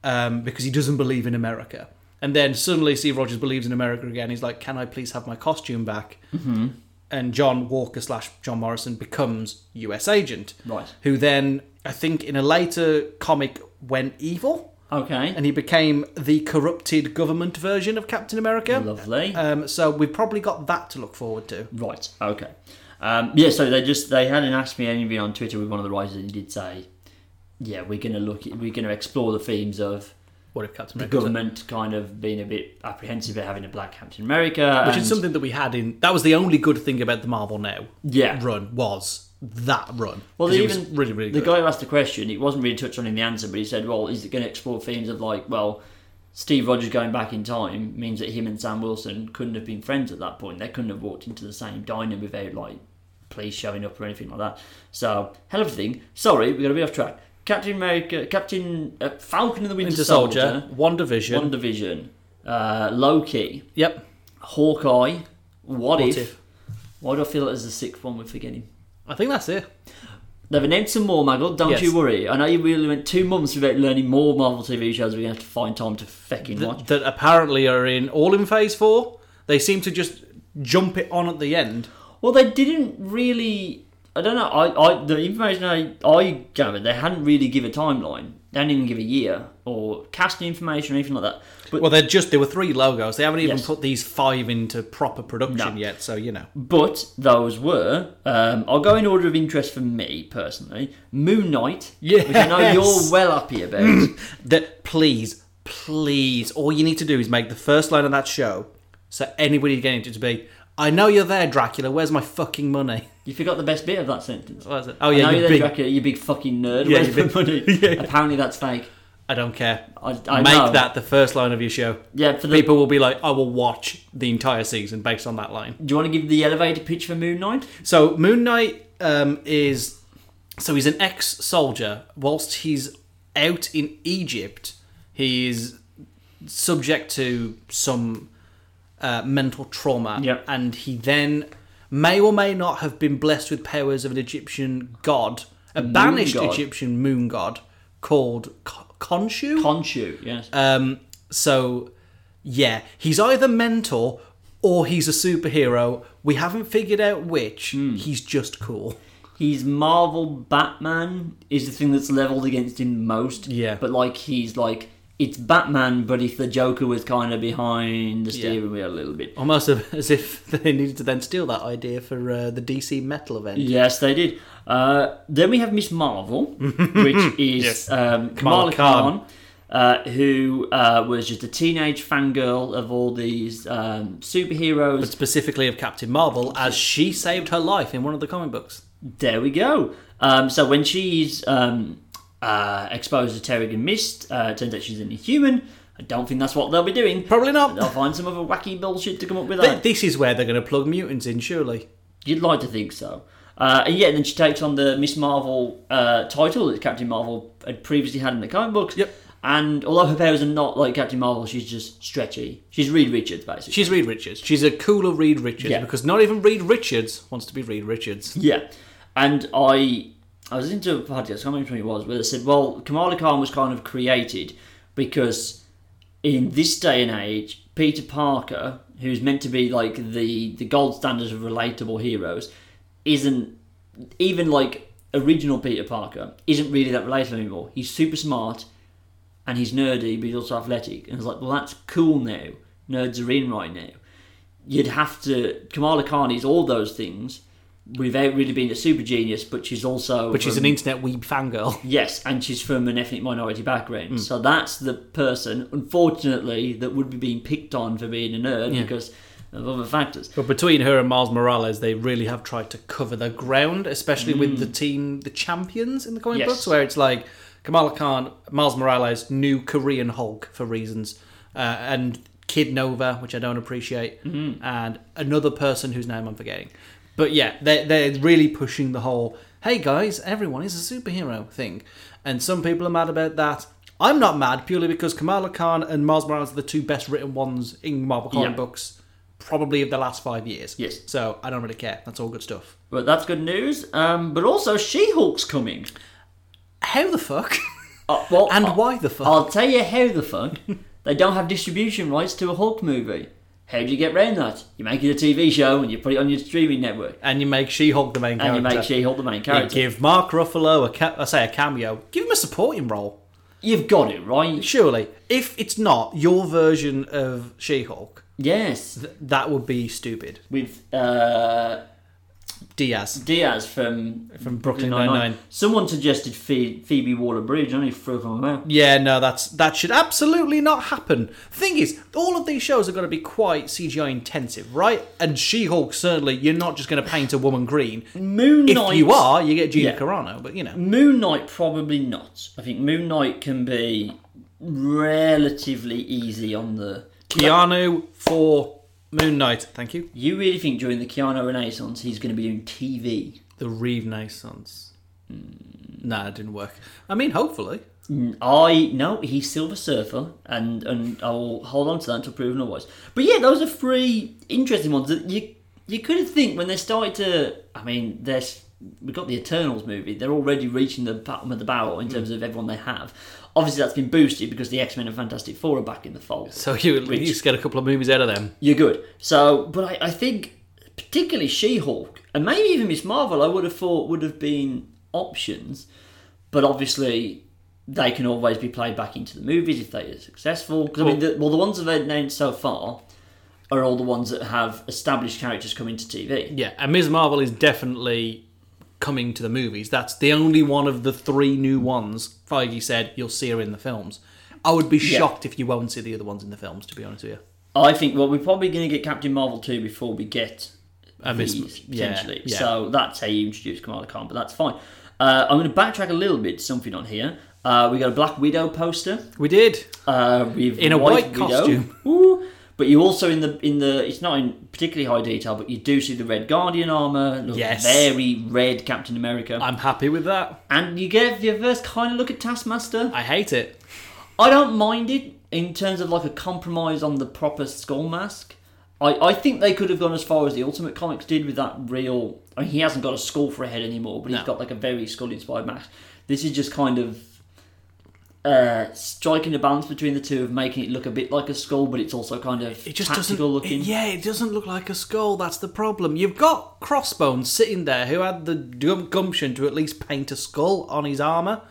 [SPEAKER 1] um, because he doesn't believe in America. And then suddenly Steve Rogers believes in America again. He's like, "Can I please have my costume back?" Mm-hmm. And John Walker slash John Morrison becomes U.S. agent,
[SPEAKER 2] Right.
[SPEAKER 1] Who then I think in a later comic went evil,
[SPEAKER 2] okay,
[SPEAKER 1] and he became the corrupted government version of Captain America.
[SPEAKER 2] lovely.
[SPEAKER 1] Um, so we've probably got that to look forward to.
[SPEAKER 2] Right. Okay. Um, yeah. So they just they hadn't asked me anything on Twitter with one of the writers and he did say, yeah, we're gonna look, we're gonna explore the themes of
[SPEAKER 1] What if Captain
[SPEAKER 2] the
[SPEAKER 1] America?
[SPEAKER 2] government kind of being a bit apprehensive at having a black Captain America,
[SPEAKER 1] Which
[SPEAKER 2] and-
[SPEAKER 1] is something that we had in. That was the only good thing about the Marvel Now
[SPEAKER 2] Yeah.
[SPEAKER 1] run was that run.
[SPEAKER 2] Well,
[SPEAKER 1] 'Cause
[SPEAKER 2] they
[SPEAKER 1] it was
[SPEAKER 2] even-
[SPEAKER 1] really really
[SPEAKER 2] The
[SPEAKER 1] good.
[SPEAKER 2] guy who asked the question, it wasn't really touched on in the answer, but he said, well, is it going to explore themes of like, well, Steve Rogers going back in time means that him and Sam Wilson couldn't have been friends at that point. They couldn't have walked into the same diner without like police showing up or anything like that. So hell of a thing. Sorry, we're going to be off track. Captain America, Captain uh, Falcon and the Winter,
[SPEAKER 1] Winter
[SPEAKER 2] Soldier,
[SPEAKER 1] Soldier, One Division.
[SPEAKER 2] One Division, uh, Loki,
[SPEAKER 1] Yep.
[SPEAKER 2] Hawkeye. What, if?
[SPEAKER 1] If-
[SPEAKER 2] Why do I feel like there's a sixth one we're forgetting?
[SPEAKER 1] I think that's it.
[SPEAKER 2] They've announced some more, Maggle. Don't
[SPEAKER 1] Yes.
[SPEAKER 2] you worry. I know you really went two months without learning more Marvel TV shows. We're going to have to find time to fecking
[SPEAKER 1] Th-
[SPEAKER 2] watch.
[SPEAKER 1] that apparently are in all in Phase Four. They seem to just jump it on at the end.
[SPEAKER 2] Well, they didn't really. I don't know. I, I the information I I gathered, they hadn't really give a timeline. They didn't even give a year or casting information or anything like that. But
[SPEAKER 1] Well, they're just there were three logos. They haven't even
[SPEAKER 2] Yes.
[SPEAKER 1] put these five into proper production
[SPEAKER 2] No.
[SPEAKER 1] yet. So you know.
[SPEAKER 2] but those were. Um, I'll go in order of interest for me personally. Moon Knight, which I know
[SPEAKER 1] Yes.
[SPEAKER 2] you're well happy about.
[SPEAKER 1] that please, please, all you need to do is make the first line of that show so anybody getting into it to be, I know you're there, Dracula, where's my fucking money?
[SPEAKER 2] you forgot the best bit of that sentence.
[SPEAKER 1] What is it? Oh
[SPEAKER 2] I
[SPEAKER 1] yeah,
[SPEAKER 2] know
[SPEAKER 1] you
[SPEAKER 2] you're
[SPEAKER 1] big,
[SPEAKER 2] Dracula, you big fucking nerd.
[SPEAKER 1] Yeah,
[SPEAKER 2] Where's
[SPEAKER 1] you
[SPEAKER 2] the money? Apparently that's fake.
[SPEAKER 1] I don't care.
[SPEAKER 2] I, I
[SPEAKER 1] make
[SPEAKER 2] know.
[SPEAKER 1] that the first line of your show.
[SPEAKER 2] Yeah, for the.
[SPEAKER 1] People will be like, I will watch the entire season based on that line.
[SPEAKER 2] Do you want to give the elevator pitch for Moon Knight?
[SPEAKER 1] So Moon Knight um, is so he's an ex-soldier. Whilst he's out in Egypt, he is subject to some uh, mental trauma,
[SPEAKER 2] Yep.
[SPEAKER 1] and he then may or may not have been blessed with powers of an Egyptian god, a banished
[SPEAKER 2] god.
[SPEAKER 1] Egyptian moon god called K- Khonshu.
[SPEAKER 2] Conchu, yes.
[SPEAKER 1] Um, so, yeah, he's either mentor or he's a superhero. We haven't figured out which. He's just cool.
[SPEAKER 2] he's Marvel Batman is the thing that's leveled against him most.
[SPEAKER 1] Yeah.
[SPEAKER 2] But like he's like it's Batman, but if the Joker was kind of behind the
[SPEAKER 1] Yeah.
[SPEAKER 2] steering wheel a little bit.
[SPEAKER 1] Almost as if they needed to then steal that idea for uh, the DC Metal event.
[SPEAKER 2] Yes, they did. Uh, then we have Miss Marvel, which is
[SPEAKER 1] Yes.
[SPEAKER 2] um,
[SPEAKER 1] Kamala
[SPEAKER 2] Kamala
[SPEAKER 1] Khan.
[SPEAKER 2] Khan, uh, who uh, was just a teenage fangirl of all these um, superheroes.
[SPEAKER 1] But specifically of Captain Marvel, as she saved her life in one of the comic books.
[SPEAKER 2] There we go. Um, so when she's um, uh, exposed to Terrigen Mist, uh, it turns out she's an inhuman. I don't think that's what they'll be doing.
[SPEAKER 1] Probably not.
[SPEAKER 2] They'll find some other wacky bullshit to come up with
[SPEAKER 1] Th-
[SPEAKER 2] that.
[SPEAKER 1] This is where they're going to plug mutants in, surely.
[SPEAKER 2] You'd like to think so. Uh, and yeah, then she takes on the Miss Marvel uh, title that Captain Marvel had previously had in the comic books.
[SPEAKER 1] Yep.
[SPEAKER 2] And although her powers are not like Captain Marvel, she's just stretchy. She's Reed Richards, basically.
[SPEAKER 1] She's Reed Richards. She's a cooler Reed Richards
[SPEAKER 2] Yeah.
[SPEAKER 1] because not even Reed Richards wants to be Reed Richards.
[SPEAKER 2] Yeah, and I I was into a podcast. I can't remember which one it was, where they said, "Well, Kamala Khan was kind of created because in this day and age, Peter Parker, who's meant to be like the the gold standard of relatable heroes, isn't even like original Peter Parker isn't really that relatable anymore. He's super smart." And he's nerdy, but he's also athletic. And it's like, well, that's cool now. Nerds are in right now. You'd have to. Kamala Khan is all those things, without really being a super genius, but she's also
[SPEAKER 1] But she's
[SPEAKER 2] from-
[SPEAKER 1] an internet weeb fangirl.
[SPEAKER 2] yes, and she's from an ethnic minority background.
[SPEAKER 1] Mm.
[SPEAKER 2] So that's the person, unfortunately, that would be being picked on for being a nerd because of other factors.
[SPEAKER 1] But between her and Miles Morales, they really have tried to cover the ground, especially with the team, the champions in the comic
[SPEAKER 2] Yes.
[SPEAKER 1] books, where it's like Kamala Khan, Miles Morales, new Korean Hulk for reasons, uh, and Kid Nova, which I don't appreciate,
[SPEAKER 2] Mm-hmm.
[SPEAKER 1] and another person whose name I'm forgetting. But yeah, they're, they're really pushing the whole, hey guys, everyone is a superhero thing. And some people are mad about that. I'm not mad purely because Kamala Khan and Miles Morales are the two best written ones in Marvel comic
[SPEAKER 2] Yeah.
[SPEAKER 1] books probably of the last five years.
[SPEAKER 2] Yes.
[SPEAKER 1] So I don't really care. That's all good stuff.
[SPEAKER 2] But that's good news. Um, but also, She Hulk's coming.
[SPEAKER 1] How the fuck?
[SPEAKER 2] Uh, well,
[SPEAKER 1] and
[SPEAKER 2] I-
[SPEAKER 1] why the fuck?
[SPEAKER 2] I'll tell you how the fuck. they don't have distribution rights to a Hulk movie. How do you get round that? You make it a TV show and you put it on your streaming network,
[SPEAKER 1] and you make She-Hulk the main
[SPEAKER 2] and
[SPEAKER 1] character.
[SPEAKER 2] you make She Hulk the main
[SPEAKER 1] You
[SPEAKER 2] character.
[SPEAKER 1] give Mark Ruffalo a ca- I say a cameo. Give him a supporting role.
[SPEAKER 2] You've got it right.
[SPEAKER 1] Surely, if it's not your version of She-Hulk,
[SPEAKER 2] Yes,
[SPEAKER 1] th- that would be stupid.
[SPEAKER 2] with uh,
[SPEAKER 1] Diaz.
[SPEAKER 2] Diaz from from
[SPEAKER 1] Brooklyn Nine-Nine.
[SPEAKER 2] Someone suggested Phe- Phoebe Waller Bridge. I only threw it on my mouth.
[SPEAKER 1] Yeah, no, that's that should absolutely not happen. Thing is, all of these shows are going to be quite CGI intensive, right? And She-Hulk certainly, you're not just going to paint a woman green.
[SPEAKER 2] Moon
[SPEAKER 1] If
[SPEAKER 2] Knight.
[SPEAKER 1] you are, you get Gina
[SPEAKER 2] Yeah.
[SPEAKER 1] Carano, but you know.
[SPEAKER 2] Moon Knight, probably not. I think Moon Knight can be relatively easy on the.
[SPEAKER 1] Keanu for Moon Knight. Thank you.
[SPEAKER 2] You really think during the Keanu Renaissance he's going to be doing TV?
[SPEAKER 1] The Renaissance. Nah, it didn't work. I mean, hopefully.
[SPEAKER 2] I no, he's Silver Surfer, and and I'll hold on to that until proven otherwise. But yeah, those are three interesting ones that you you couldn't think when they started to. I mean, there's we got the Eternals movie. They're already reaching the bottom of the barrel in terms of everyone they have. Obviously, that's been boosted because the X Men and Fantastic Four are back in the fold.
[SPEAKER 1] So you at least get a couple of movies out of them.
[SPEAKER 2] You're good. So, but I, I think particularly She-Hulk and maybe even Miss Marvel, I would have thought would have been options, but obviously they can always be played back into the movies if they are successful. 'Cause I mean, the, well, the ones that they've named so far are all the ones that have established characters coming to TV.
[SPEAKER 1] Yeah, and Ms. Marvel is definitely coming to the movies. That's the only one of the three new ones Feige said you'll see her in the films. I would be shocked if you won't see the other ones in the films, to be honest with you.
[SPEAKER 2] I think well, we're probably going to get Captain Marvel two before we get
[SPEAKER 1] A Miss-
[SPEAKER 2] these
[SPEAKER 1] yeah,
[SPEAKER 2] potentially.
[SPEAKER 1] yeah.
[SPEAKER 2] So that's how you introduce Kamala Khan, but that's fine. Uh, I'm going to backtrack a little bit to something on here. Uh, we got a Black Widow poster.
[SPEAKER 1] We did.
[SPEAKER 2] Uh, with
[SPEAKER 1] In a white
[SPEAKER 2] Widow.
[SPEAKER 1] costume.
[SPEAKER 2] Ooh. But you also in the in the it's not in particularly high detail, but you do see the Red Guardian armor. Looks
[SPEAKER 1] Yes.
[SPEAKER 2] very red Captain America,
[SPEAKER 1] I'm happy with that.
[SPEAKER 2] and you get your first kind of look at Taskmaster.
[SPEAKER 1] I hate it.
[SPEAKER 2] I don't mind it in terms of like a compromise on the proper skull mask. I, I think they could have gone as far as the Ultimate Comics did with that real. I mean, he hasn't got a skull for a head anymore, but
[SPEAKER 1] No.
[SPEAKER 2] he's got like a very skull inspired mask. This is just kind of uh, striking a balance between the two of making it look a bit like a skull, but it's also kind of
[SPEAKER 1] It just
[SPEAKER 2] tactical
[SPEAKER 1] doesn't.
[SPEAKER 2] looking.
[SPEAKER 1] it- yeah, it doesn't look like a skull. That's the problem. You've got Crossbones sitting there who had the gum- gumption to at least paint a skull on his armor,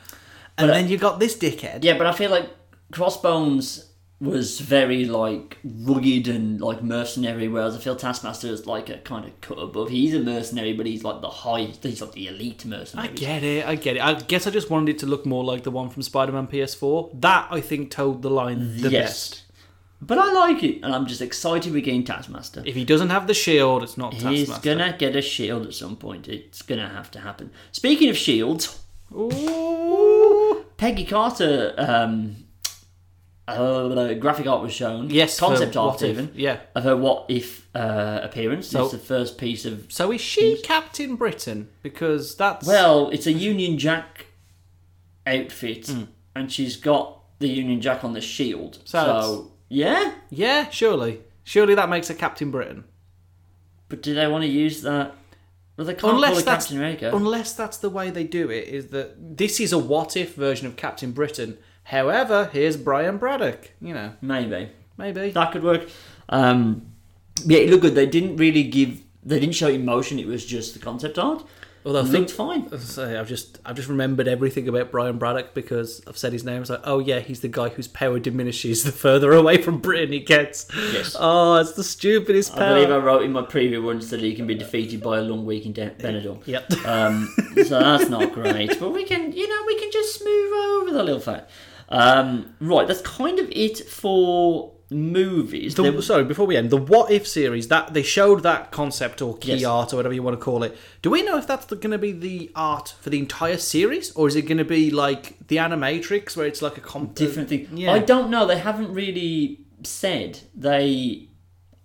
[SPEAKER 1] and then you got this dickhead.
[SPEAKER 2] Yeah, but I feel like Crossbones was very like rugged and like mercenary, whereas I feel Taskmaster is like a kind of cut above. He's a mercenary, but he's like the high, he's like the elite
[SPEAKER 1] I
[SPEAKER 2] mercenary.
[SPEAKER 1] get it. I get it. I guess I just wanted it to look more like the one from Spider-Man PS4. That I think told the line the best.
[SPEAKER 2] But I like it, and I'm just excited we're getting Taskmaster.
[SPEAKER 1] If he doesn't have the shield, it's not
[SPEAKER 2] He's
[SPEAKER 1] Taskmaster.
[SPEAKER 2] gonna get a shield at some point. It's gonna have to happen. Speaking of shields,
[SPEAKER 1] Ooh.
[SPEAKER 2] Peggy Carter um, uh, graphic art was shown.
[SPEAKER 1] Yes, for
[SPEAKER 2] concept art
[SPEAKER 1] what if.
[SPEAKER 2] even
[SPEAKER 1] Yeah.
[SPEAKER 2] of her "What If" uh, appearance.
[SPEAKER 1] So-
[SPEAKER 2] it's the first piece of
[SPEAKER 1] So is she Captain Britain? Because that's
[SPEAKER 2] Well, it's a Union Jack outfit,
[SPEAKER 1] Hmm.
[SPEAKER 2] and she's got the Union Jack on the shield. So,
[SPEAKER 1] that's-
[SPEAKER 2] yeah,
[SPEAKER 1] yeah, surely, surely that makes her Captain Britain.
[SPEAKER 2] but do they want to use that? Well, they can't
[SPEAKER 1] Unless
[SPEAKER 2] call it
[SPEAKER 1] that's
[SPEAKER 2] Captain America.
[SPEAKER 1] unless that's the way they do it, is that this is a what if version of Captain Britain. However, here's Brian Braddock. You know,
[SPEAKER 2] Maybe
[SPEAKER 1] maybe.
[SPEAKER 2] that could work. Um, yeah, it looked good. They didn't really give. They didn't show emotion. It was just the concept art.
[SPEAKER 1] Although I
[SPEAKER 2] looked
[SPEAKER 1] think
[SPEAKER 2] fine.
[SPEAKER 1] I was gonna say, I've just I've just remembered everything about Brian Braddock because I've said his name. It's like, oh yeah, he's the guy whose power diminishes the further away from Britain he gets.
[SPEAKER 2] Yes.
[SPEAKER 1] Oh, it's the stupidest
[SPEAKER 2] I believe I
[SPEAKER 1] power.
[SPEAKER 2] wrote in my preview once that he can be defeated by a long week in Den- Benidorm.
[SPEAKER 1] Yep.
[SPEAKER 2] Um, so that's not great, but we can, you know, we can just smooth over the little fact. Um, right, that's kind of it for movies.
[SPEAKER 1] The,
[SPEAKER 2] There was-
[SPEAKER 1] sorry, before we end, the What If series that they showed that concept or key
[SPEAKER 2] Yes.
[SPEAKER 1] art or whatever you want to call it. Do we know if that's going to be the art for the entire series, or is it going to be like the Animatrix, where it's like a comp-
[SPEAKER 2] different thing.
[SPEAKER 1] Yeah.
[SPEAKER 2] I don't know. They haven't really said they.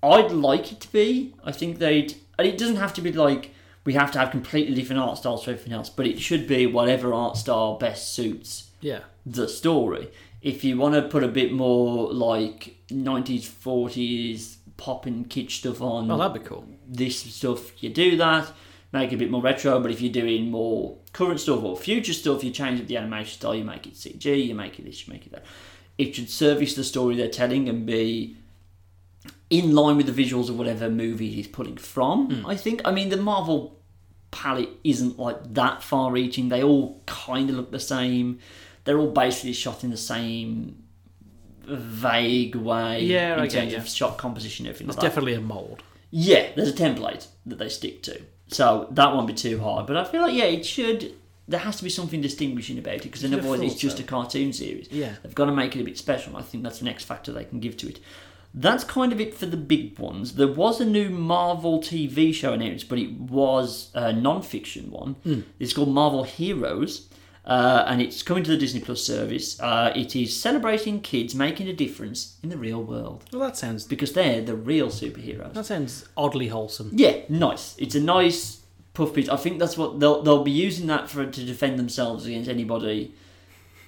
[SPEAKER 2] I'd like it to be. I think they'd. And it doesn't have to be like we have to have completely different art styles for everything else, but it should be whatever art style best suits
[SPEAKER 1] Yeah,
[SPEAKER 2] the story. If you want to put a bit more like 90s, 40s pop and kitsch stuff on
[SPEAKER 1] well, that'd be cool.
[SPEAKER 2] this stuff, you do that, make it a bit more retro. But if you're doing more current stuff or future stuff, you change up the animation style, you make it CG, you make it this, you make it that. It should service the story they're telling and be in line with the visuals of whatever movie he's pulling from.
[SPEAKER 1] Hmm.
[SPEAKER 2] I think. I mean, the Marvel palette isn't like that far reaching. They all kind of look the same. They're all basically shot in the same vague way
[SPEAKER 1] Yeah,
[SPEAKER 2] in
[SPEAKER 1] I
[SPEAKER 2] terms
[SPEAKER 1] get you.
[SPEAKER 2] of shot composition and everything
[SPEAKER 1] It's
[SPEAKER 2] like that.
[SPEAKER 1] definitely a mold.
[SPEAKER 2] Yeah, there's a template that they stick to. So that won't be too hard. But I feel like, yeah, it should. There has to be something distinguishing about it because
[SPEAKER 1] You'd have
[SPEAKER 2] otherwise it's
[SPEAKER 1] thought
[SPEAKER 2] just
[SPEAKER 1] so.
[SPEAKER 2] a cartoon series.
[SPEAKER 1] Yeah.
[SPEAKER 2] They've got to make it a bit special. and I think that's the next factor they can give to it. That's kind of it for the big ones. There was a new Marvel TV show announced, but it was a non fiction one. It's called Marvel Heroes. Uh, and it's coming to the Disney Plus service. Uh, it is celebrating kids making a difference in the real world
[SPEAKER 1] Well, that sounds
[SPEAKER 2] because they're the real superheroes.
[SPEAKER 1] that sounds oddly wholesome.
[SPEAKER 2] Yeah, nice. It's a nice puff piece. I think that's what they'll they'll be using that for to defend themselves against anybody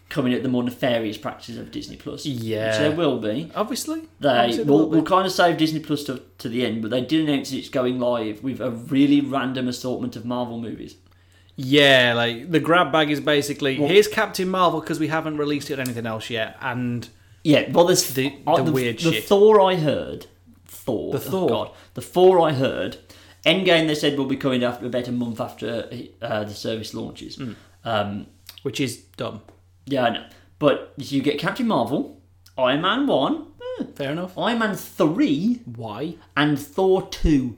[SPEAKER 2] coming at the more nefarious practices of Disney Plus.
[SPEAKER 1] Yeah.
[SPEAKER 2] which there will be.
[SPEAKER 1] Obviously,
[SPEAKER 2] They
[SPEAKER 1] Obviously there
[SPEAKER 2] we'll,
[SPEAKER 1] will be.
[SPEAKER 2] we'll kind of save Disney Plus stuff to the end, but they did announce it's going live with a really random assortment of Marvel movies.
[SPEAKER 1] yeah, like the grab bag is basically
[SPEAKER 2] Well-
[SPEAKER 1] here's Captain Marvel because we haven't released it on anything else yet, and
[SPEAKER 2] Yeah, well, there's
[SPEAKER 1] The-
[SPEAKER 2] uh,
[SPEAKER 1] the weird
[SPEAKER 2] the
[SPEAKER 1] shit.
[SPEAKER 2] Thor I heard, Thor,
[SPEAKER 1] The
[SPEAKER 2] oh
[SPEAKER 1] Thor.
[SPEAKER 2] God, the Thor I heard. Endgame they said will be coming after about a month after uh, the service launches.
[SPEAKER 1] Hmm.
[SPEAKER 2] Um,
[SPEAKER 1] which is dumb.
[SPEAKER 2] Yeah, I know. But you get Captain Marvel, Iron Man 1, eh,
[SPEAKER 1] Fair enough.
[SPEAKER 2] Iron Man 3,
[SPEAKER 1] Why?
[SPEAKER 2] and Thor 2.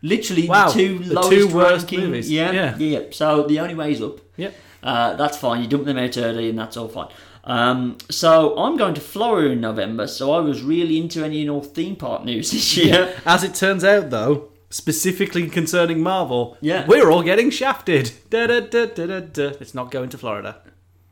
[SPEAKER 2] Literally
[SPEAKER 1] Wow,
[SPEAKER 2] the two
[SPEAKER 1] the
[SPEAKER 2] lowest
[SPEAKER 1] two worst
[SPEAKER 2] ranking-
[SPEAKER 1] movies.
[SPEAKER 2] Yeah,
[SPEAKER 1] Yeah.
[SPEAKER 2] yeah, So the only way is up.
[SPEAKER 1] Yep.
[SPEAKER 2] Uh, that's fine. You dump them out early, and that's all fine. Um, so I'm going to Florida in November. So I was really into any and all theme park news this year.
[SPEAKER 1] As it turns out, though, specifically concerning Marvel,
[SPEAKER 2] Yeah.
[SPEAKER 1] we're all getting shafted. Da, da, da, da, da, da. It's not going to Florida.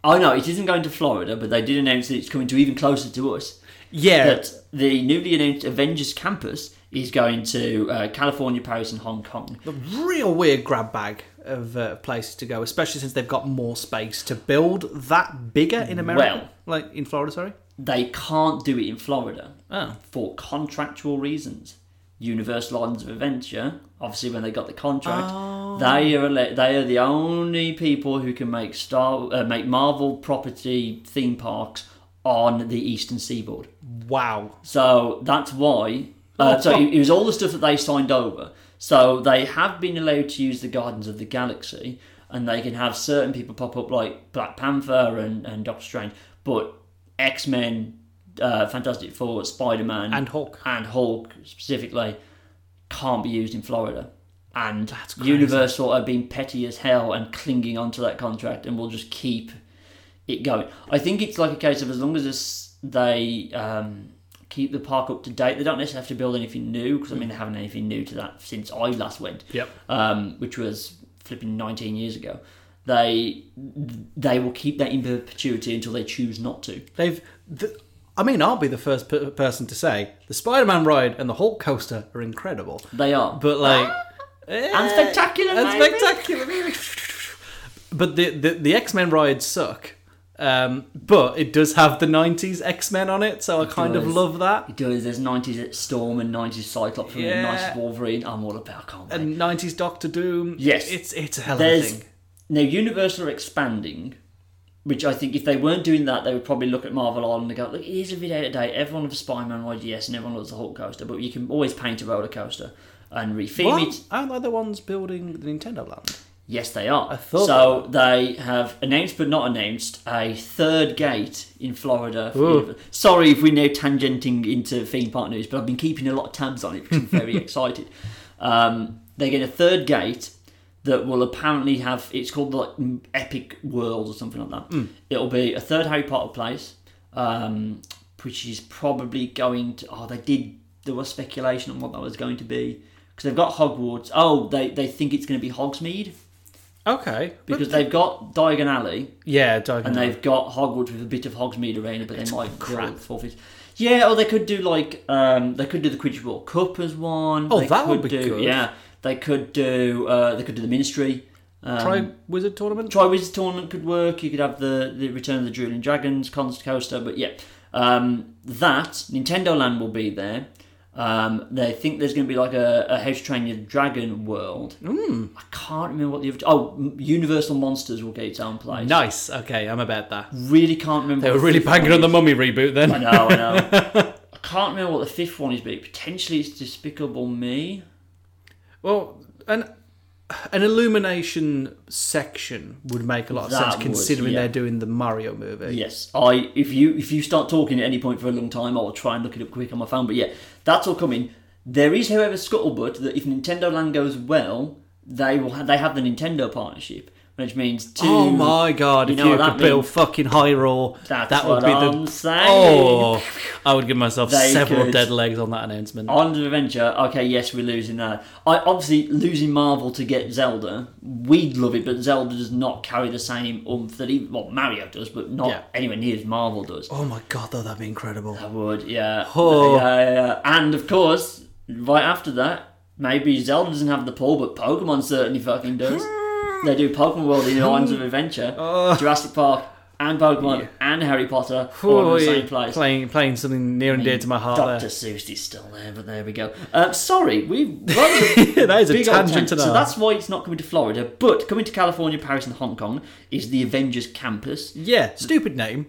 [SPEAKER 2] Oh no, it isn't going to Florida, but they did announce that it's coming to even closer to us.
[SPEAKER 1] Yeah,
[SPEAKER 2] that the newly announced Avengers campus is going to uh, California, Paris, and Hong Kong.
[SPEAKER 1] a real weird grab bag of uh, places to go, especially since they've got more space to build that bigger in America. like in Florida, sorry.
[SPEAKER 2] They can't do it in Florida
[SPEAKER 1] Oh,
[SPEAKER 2] for contractual reasons. Universal Islands of Adventure, obviously, when they got the contract,
[SPEAKER 1] Oh.
[SPEAKER 2] they are ele- they are the only people who can make Star uh, make Marvel property theme parks on the Eastern Seaboard.
[SPEAKER 1] wow.
[SPEAKER 2] So that's why. Uh,
[SPEAKER 1] Oh,
[SPEAKER 2] so
[SPEAKER 1] fuck.
[SPEAKER 2] it, it was all the stuff that they signed over. So they have been allowed to use the Gardens of the Galaxy, and they can have certain people pop up like Black Panther and, and Doctor Strange. But X Men, uh, Fantastic Four, Spider Man,
[SPEAKER 1] And Hulk.
[SPEAKER 2] and Hulk specifically can't be used in Florida. And
[SPEAKER 1] crazy.
[SPEAKER 2] Universal are being petty as hell and clinging onto that contract, and will just keep it going. I think it's like a case of as long as it's- they um, keep the park up to date, they don't necessarily have to build anything new because I mean they haven't anything new to that since I last went
[SPEAKER 1] Yep.
[SPEAKER 2] um, which was flipping 19 years ago. They they will keep that in perpetuity until they choose not to.
[SPEAKER 1] They've. Th- I mean, I'll be the first per- person to say the Spider-Man ride and the Hulk coaster are incredible,
[SPEAKER 2] They are.
[SPEAKER 1] but like, eh,
[SPEAKER 2] Ah! and spectacular.
[SPEAKER 1] and
[SPEAKER 2] maybe?
[SPEAKER 1] spectacular. maybe. but the the, the X Men rides suck. Um, but it does have the '90s X Men on it, so I kind of
[SPEAKER 2] does.
[SPEAKER 1] love that.
[SPEAKER 2] It does. There's 90s Storm and 90s Cyclops and
[SPEAKER 1] Yeah.
[SPEAKER 2] 90s Wolverine. I'm all about. I can't wait.
[SPEAKER 1] And '90s Doctor Doom.
[SPEAKER 2] Yes.
[SPEAKER 1] it's it's a hell of a
[SPEAKER 2] There's
[SPEAKER 1] thing.
[SPEAKER 2] now Universal are expanding, which I think if they weren't doing that, they would probably look at Marvel Island and go, "Look, it is a video today. Everyone loves Spider-Man ride, yes, and everyone loves the Hulk coaster, but you can always paint a roller coaster and refilm
[SPEAKER 1] What?
[SPEAKER 2] it."
[SPEAKER 1] Aren't they the ones building the Nintendo Land?
[SPEAKER 2] Yes, they are.
[SPEAKER 1] I thought
[SPEAKER 2] so. They have announced, but not announced, a third gate in Florida. for
[SPEAKER 1] Ooh.
[SPEAKER 2] Universal. Sorry if we're now tangenting into theme park news, but I've been keeping a lot of tabs on it because I'm very excited. Um, they get a third gate that will apparently have. It's called like m- Epic World or something like that.
[SPEAKER 1] Hmm.
[SPEAKER 2] It'll be a third Harry Potter place, um, which is probably going to. Oh, they did. There was speculation on what that was going to be. Because they've got Hogwarts. Oh, they, they think it's going to be Hogsmeade
[SPEAKER 1] Okay,
[SPEAKER 2] because they've got Diagon Alley
[SPEAKER 1] yeah,
[SPEAKER 2] and
[SPEAKER 1] Diagon Alley.
[SPEAKER 2] they've got Hogwarts with a bit of Hogsmeade Arena, but they might build fourth. is- Yeah, or they could do like um, they could do the Quidditch World Cup as one.
[SPEAKER 1] Oh,
[SPEAKER 2] They
[SPEAKER 1] that would
[SPEAKER 2] could
[SPEAKER 1] be
[SPEAKER 2] do,
[SPEAKER 1] good.
[SPEAKER 2] Yeah, they could do uh, they could do the Ministry. Um,
[SPEAKER 1] Try Wizard Tournament.
[SPEAKER 2] Try Wizard Tournament could work. You could have the, the Return of the Drooling Dragons, Constant Coaster, but yeah. Um, that, Nintendo Land will be there. Um, they think there's going to be like a, a House Train Your Dragon world.
[SPEAKER 1] Hmm.
[SPEAKER 2] I can't remember what the other. Oh, Universal Monsters will get its own place.
[SPEAKER 1] Nice. Okay, I'm about that.
[SPEAKER 2] Really can't remember.
[SPEAKER 1] They were
[SPEAKER 2] what the
[SPEAKER 1] really
[SPEAKER 2] fifth one
[SPEAKER 1] banging on the
[SPEAKER 2] is.
[SPEAKER 1] Mummy reboot then.
[SPEAKER 2] I know, I know. I can't remember what the fifth one is, but potentially it's Despicable Me.
[SPEAKER 1] Well, an an illumination section would make a lot of
[SPEAKER 2] That
[SPEAKER 1] sense
[SPEAKER 2] would,
[SPEAKER 1] considering
[SPEAKER 2] yeah.
[SPEAKER 1] they're doing the Mario movie.
[SPEAKER 2] Yes, I. If you if you start talking at any point for a long time, I will try and look it up quick on my phone. But yeah, that's all coming. There is, however, scuttlebutt that if Nintendo Land goes well, they will ha- they have the Nintendo partnership, which means two.
[SPEAKER 1] Oh my god!
[SPEAKER 2] You
[SPEAKER 1] if
[SPEAKER 2] know
[SPEAKER 1] you
[SPEAKER 2] what
[SPEAKER 1] could
[SPEAKER 2] that
[SPEAKER 1] build fucking Hyrule,
[SPEAKER 2] That's
[SPEAKER 1] that would
[SPEAKER 2] what
[SPEAKER 1] be
[SPEAKER 2] I'm
[SPEAKER 1] the.
[SPEAKER 2] saying.
[SPEAKER 1] Oh, I would give myself
[SPEAKER 2] They
[SPEAKER 1] several
[SPEAKER 2] could- Oh.
[SPEAKER 1] dead legs on that announcement.
[SPEAKER 2] Island of Adventure. Okay, yes, we're losing that. I obviously losing Marvel to get Zelda. We'd love it, but Zelda does not carry the same oomph that even well Mario does, but not
[SPEAKER 1] Yeah.
[SPEAKER 2] anywhere near as Marvel does.
[SPEAKER 1] Oh my god, though that'd be incredible.
[SPEAKER 2] I would, yeah.
[SPEAKER 1] Oh.
[SPEAKER 2] Yeah, yeah, yeah. And of course, right after that, maybe Zelda doesn't have the pull, but Pokemon certainly fucking does. they do Pokemon World in Islands of Adventure,
[SPEAKER 1] Oh.
[SPEAKER 2] Jurassic Park, and Pokemon, and Harry Potter, all in
[SPEAKER 1] Oh,
[SPEAKER 2] the
[SPEAKER 1] yeah,
[SPEAKER 2] same place.
[SPEAKER 1] Playing playing something near and dear to my heart.
[SPEAKER 2] Dr.
[SPEAKER 1] There.
[SPEAKER 2] Seuss is still there, but there we go. Uh, sorry, we've run
[SPEAKER 1] That is a
[SPEAKER 2] big old
[SPEAKER 1] tangent
[SPEAKER 2] tan-
[SPEAKER 1] to that.
[SPEAKER 2] So that's why it's not coming to Florida, but coming to California, Paris, and Hong Kong is the Avengers campus.
[SPEAKER 1] Yeah, stupid name.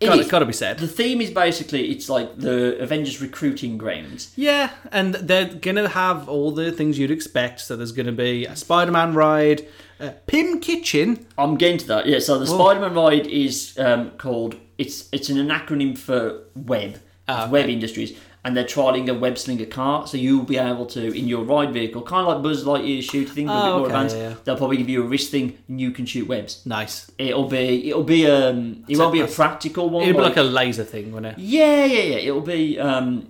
[SPEAKER 2] It
[SPEAKER 1] Got
[SPEAKER 2] is-
[SPEAKER 1] got to be said.
[SPEAKER 2] The theme is basically it's like the Avengers recruiting grounds.
[SPEAKER 1] Yeah, and they're gonna have all the things you'd expect. So there's gonna be a Spider-Man ride, uh, Pim Kitchen.
[SPEAKER 2] I'm getting to that. Yeah. So
[SPEAKER 1] Oh.
[SPEAKER 2] the Spider-Man ride is um, called it's it's an acronym for Web,
[SPEAKER 1] Ah,
[SPEAKER 2] It's Web Industries, and they're trialing a web slinger car. So you'll be able to in your ride vehicle, kind of like Buzz Lightyear shoot thing, but a
[SPEAKER 1] Oh,
[SPEAKER 2] bit more
[SPEAKER 1] okay,
[SPEAKER 2] advanced.
[SPEAKER 1] yeah, yeah.
[SPEAKER 2] They'll probably give you a wrist thing, and you can shoot webs.
[SPEAKER 1] Nice.
[SPEAKER 2] It'll be it'll be um it won't be a
[SPEAKER 1] that's-
[SPEAKER 2] practical one.
[SPEAKER 1] It'd be
[SPEAKER 2] like-
[SPEAKER 1] like a laser thing, wouldn't it?
[SPEAKER 2] yeah, yeah, yeah. It'll be um,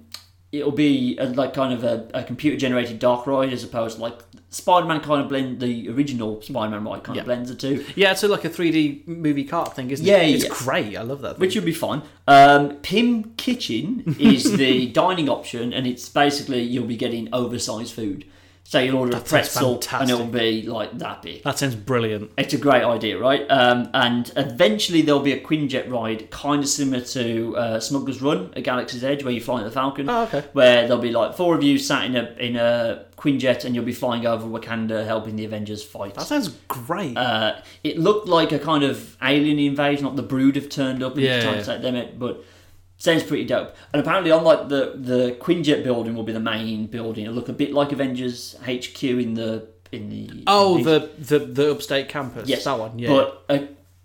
[SPEAKER 2] it'll be a, like kind of a, a computer generated dark ride as opposed to like Spider Man kind of blend the original Spider Man ride kind
[SPEAKER 1] Yeah.
[SPEAKER 2] of blends the two,
[SPEAKER 1] Yeah, it's like a 3D movie cart thing, isn't
[SPEAKER 2] Yeah,
[SPEAKER 1] it? It's
[SPEAKER 2] yeah.
[SPEAKER 1] great. I love that. Thing.
[SPEAKER 2] which would be fun. Um, Pim Kitchen is the dining option, and it's basically you'll be getting oversized food. So you'll order a
[SPEAKER 1] sounds
[SPEAKER 2] pretzel, and
[SPEAKER 1] fantastic.
[SPEAKER 2] it'll be like that big.
[SPEAKER 1] That sounds brilliant.
[SPEAKER 2] It's a great idea, right? Um, and eventually there'll be a Quinjet ride, kind of similar to uh, Smuggler's Run at Galaxy's Edge, where you fly in the Falcon.
[SPEAKER 1] Oh, okay.
[SPEAKER 2] Where there'll be like four of you sat in a in a Quinjet, and you'll be flying over Wakanda, helping the Avengers fight.
[SPEAKER 1] That sounds great.
[SPEAKER 2] uh, it looked like a kind of alien invasion, like the Brood have turned up and
[SPEAKER 1] Yeah,
[SPEAKER 2] trying
[SPEAKER 1] yeah.
[SPEAKER 2] to take them out, but. Sounds pretty dope, and apparently, unlike the the Quinjet building, will be the main building. It'll look a bit like Avengers HQ in the in the
[SPEAKER 1] oh,
[SPEAKER 2] in
[SPEAKER 1] the, the the upstate campus.
[SPEAKER 2] Yes,
[SPEAKER 1] that one. Yeah.
[SPEAKER 2] But uh,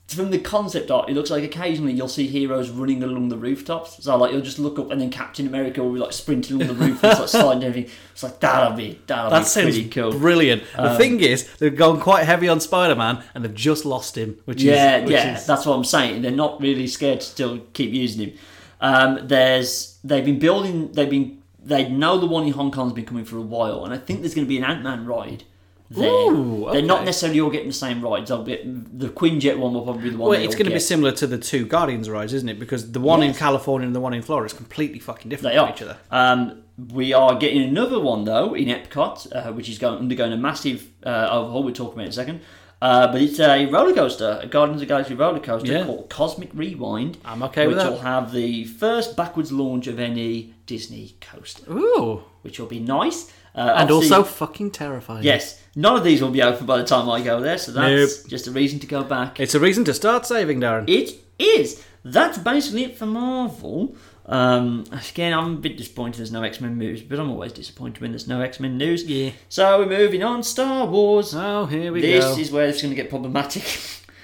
[SPEAKER 2] from the concept art, it looks like occasionally you'll see heroes running along the rooftops. So like you'll just look up and then Captain America will be like sprinting along the roof and it's like sliding and everything. It's like that'll be that'll
[SPEAKER 1] That
[SPEAKER 2] be
[SPEAKER 1] sounds
[SPEAKER 2] pretty cool. Um,
[SPEAKER 1] brilliant. The thing is, they've gone quite heavy on Spider-Man, and they've just lost him, which
[SPEAKER 2] yeah,
[SPEAKER 1] is which
[SPEAKER 2] yeah,
[SPEAKER 1] is-
[SPEAKER 2] that's what I'm saying. They're not really scared to still keep using him. Um, there's they've been building, they've been they know the one in Hong Kong's been coming for a while, and I think there's going to be an Ant Man ride. There.
[SPEAKER 1] Ooh,
[SPEAKER 2] They're not
[SPEAKER 1] okay.
[SPEAKER 2] necessarily all getting the same rides. I'll get the Quinjet one will probably be the one.
[SPEAKER 1] Well,
[SPEAKER 2] they
[SPEAKER 1] it's
[SPEAKER 2] all
[SPEAKER 1] going to be
[SPEAKER 2] get.
[SPEAKER 1] similar to the two Guardians rides, isn't it? Because the one in
[SPEAKER 2] Yes.
[SPEAKER 1] California and the one in Florida is completely fucking different
[SPEAKER 2] They
[SPEAKER 1] from
[SPEAKER 2] are.
[SPEAKER 1] each other.
[SPEAKER 2] Um, we are getting another one though in Epcot, uh, which is going undergoing a massive uh, overhaul. We'll talk about it in a second. Uh, but it's a roller coaster, a Guardians of the Galaxy roller coaster
[SPEAKER 1] Yeah.
[SPEAKER 2] called Cosmic Rewind.
[SPEAKER 1] I'm okay with
[SPEAKER 2] which
[SPEAKER 1] that.
[SPEAKER 2] will have the first backwards launch of any Disney coaster,
[SPEAKER 1] Ooh,
[SPEAKER 2] which will be nice. Uh,
[SPEAKER 1] and
[SPEAKER 2] obviously-
[SPEAKER 1] also fucking terrifying.
[SPEAKER 2] yes, none of these will be open by the time I go there, so that's just a reason to go back.
[SPEAKER 1] it's a reason to start saving, Darren.
[SPEAKER 2] It is. That's basically it for Marvel. Um, again, I'm a bit disappointed there's no X Men news, but I'm always disappointed when there's no X Men news.
[SPEAKER 1] Yeah.
[SPEAKER 2] So we're moving on. Star Wars.
[SPEAKER 1] Oh, here we
[SPEAKER 2] this
[SPEAKER 1] go.
[SPEAKER 2] is where it's going to get problematic.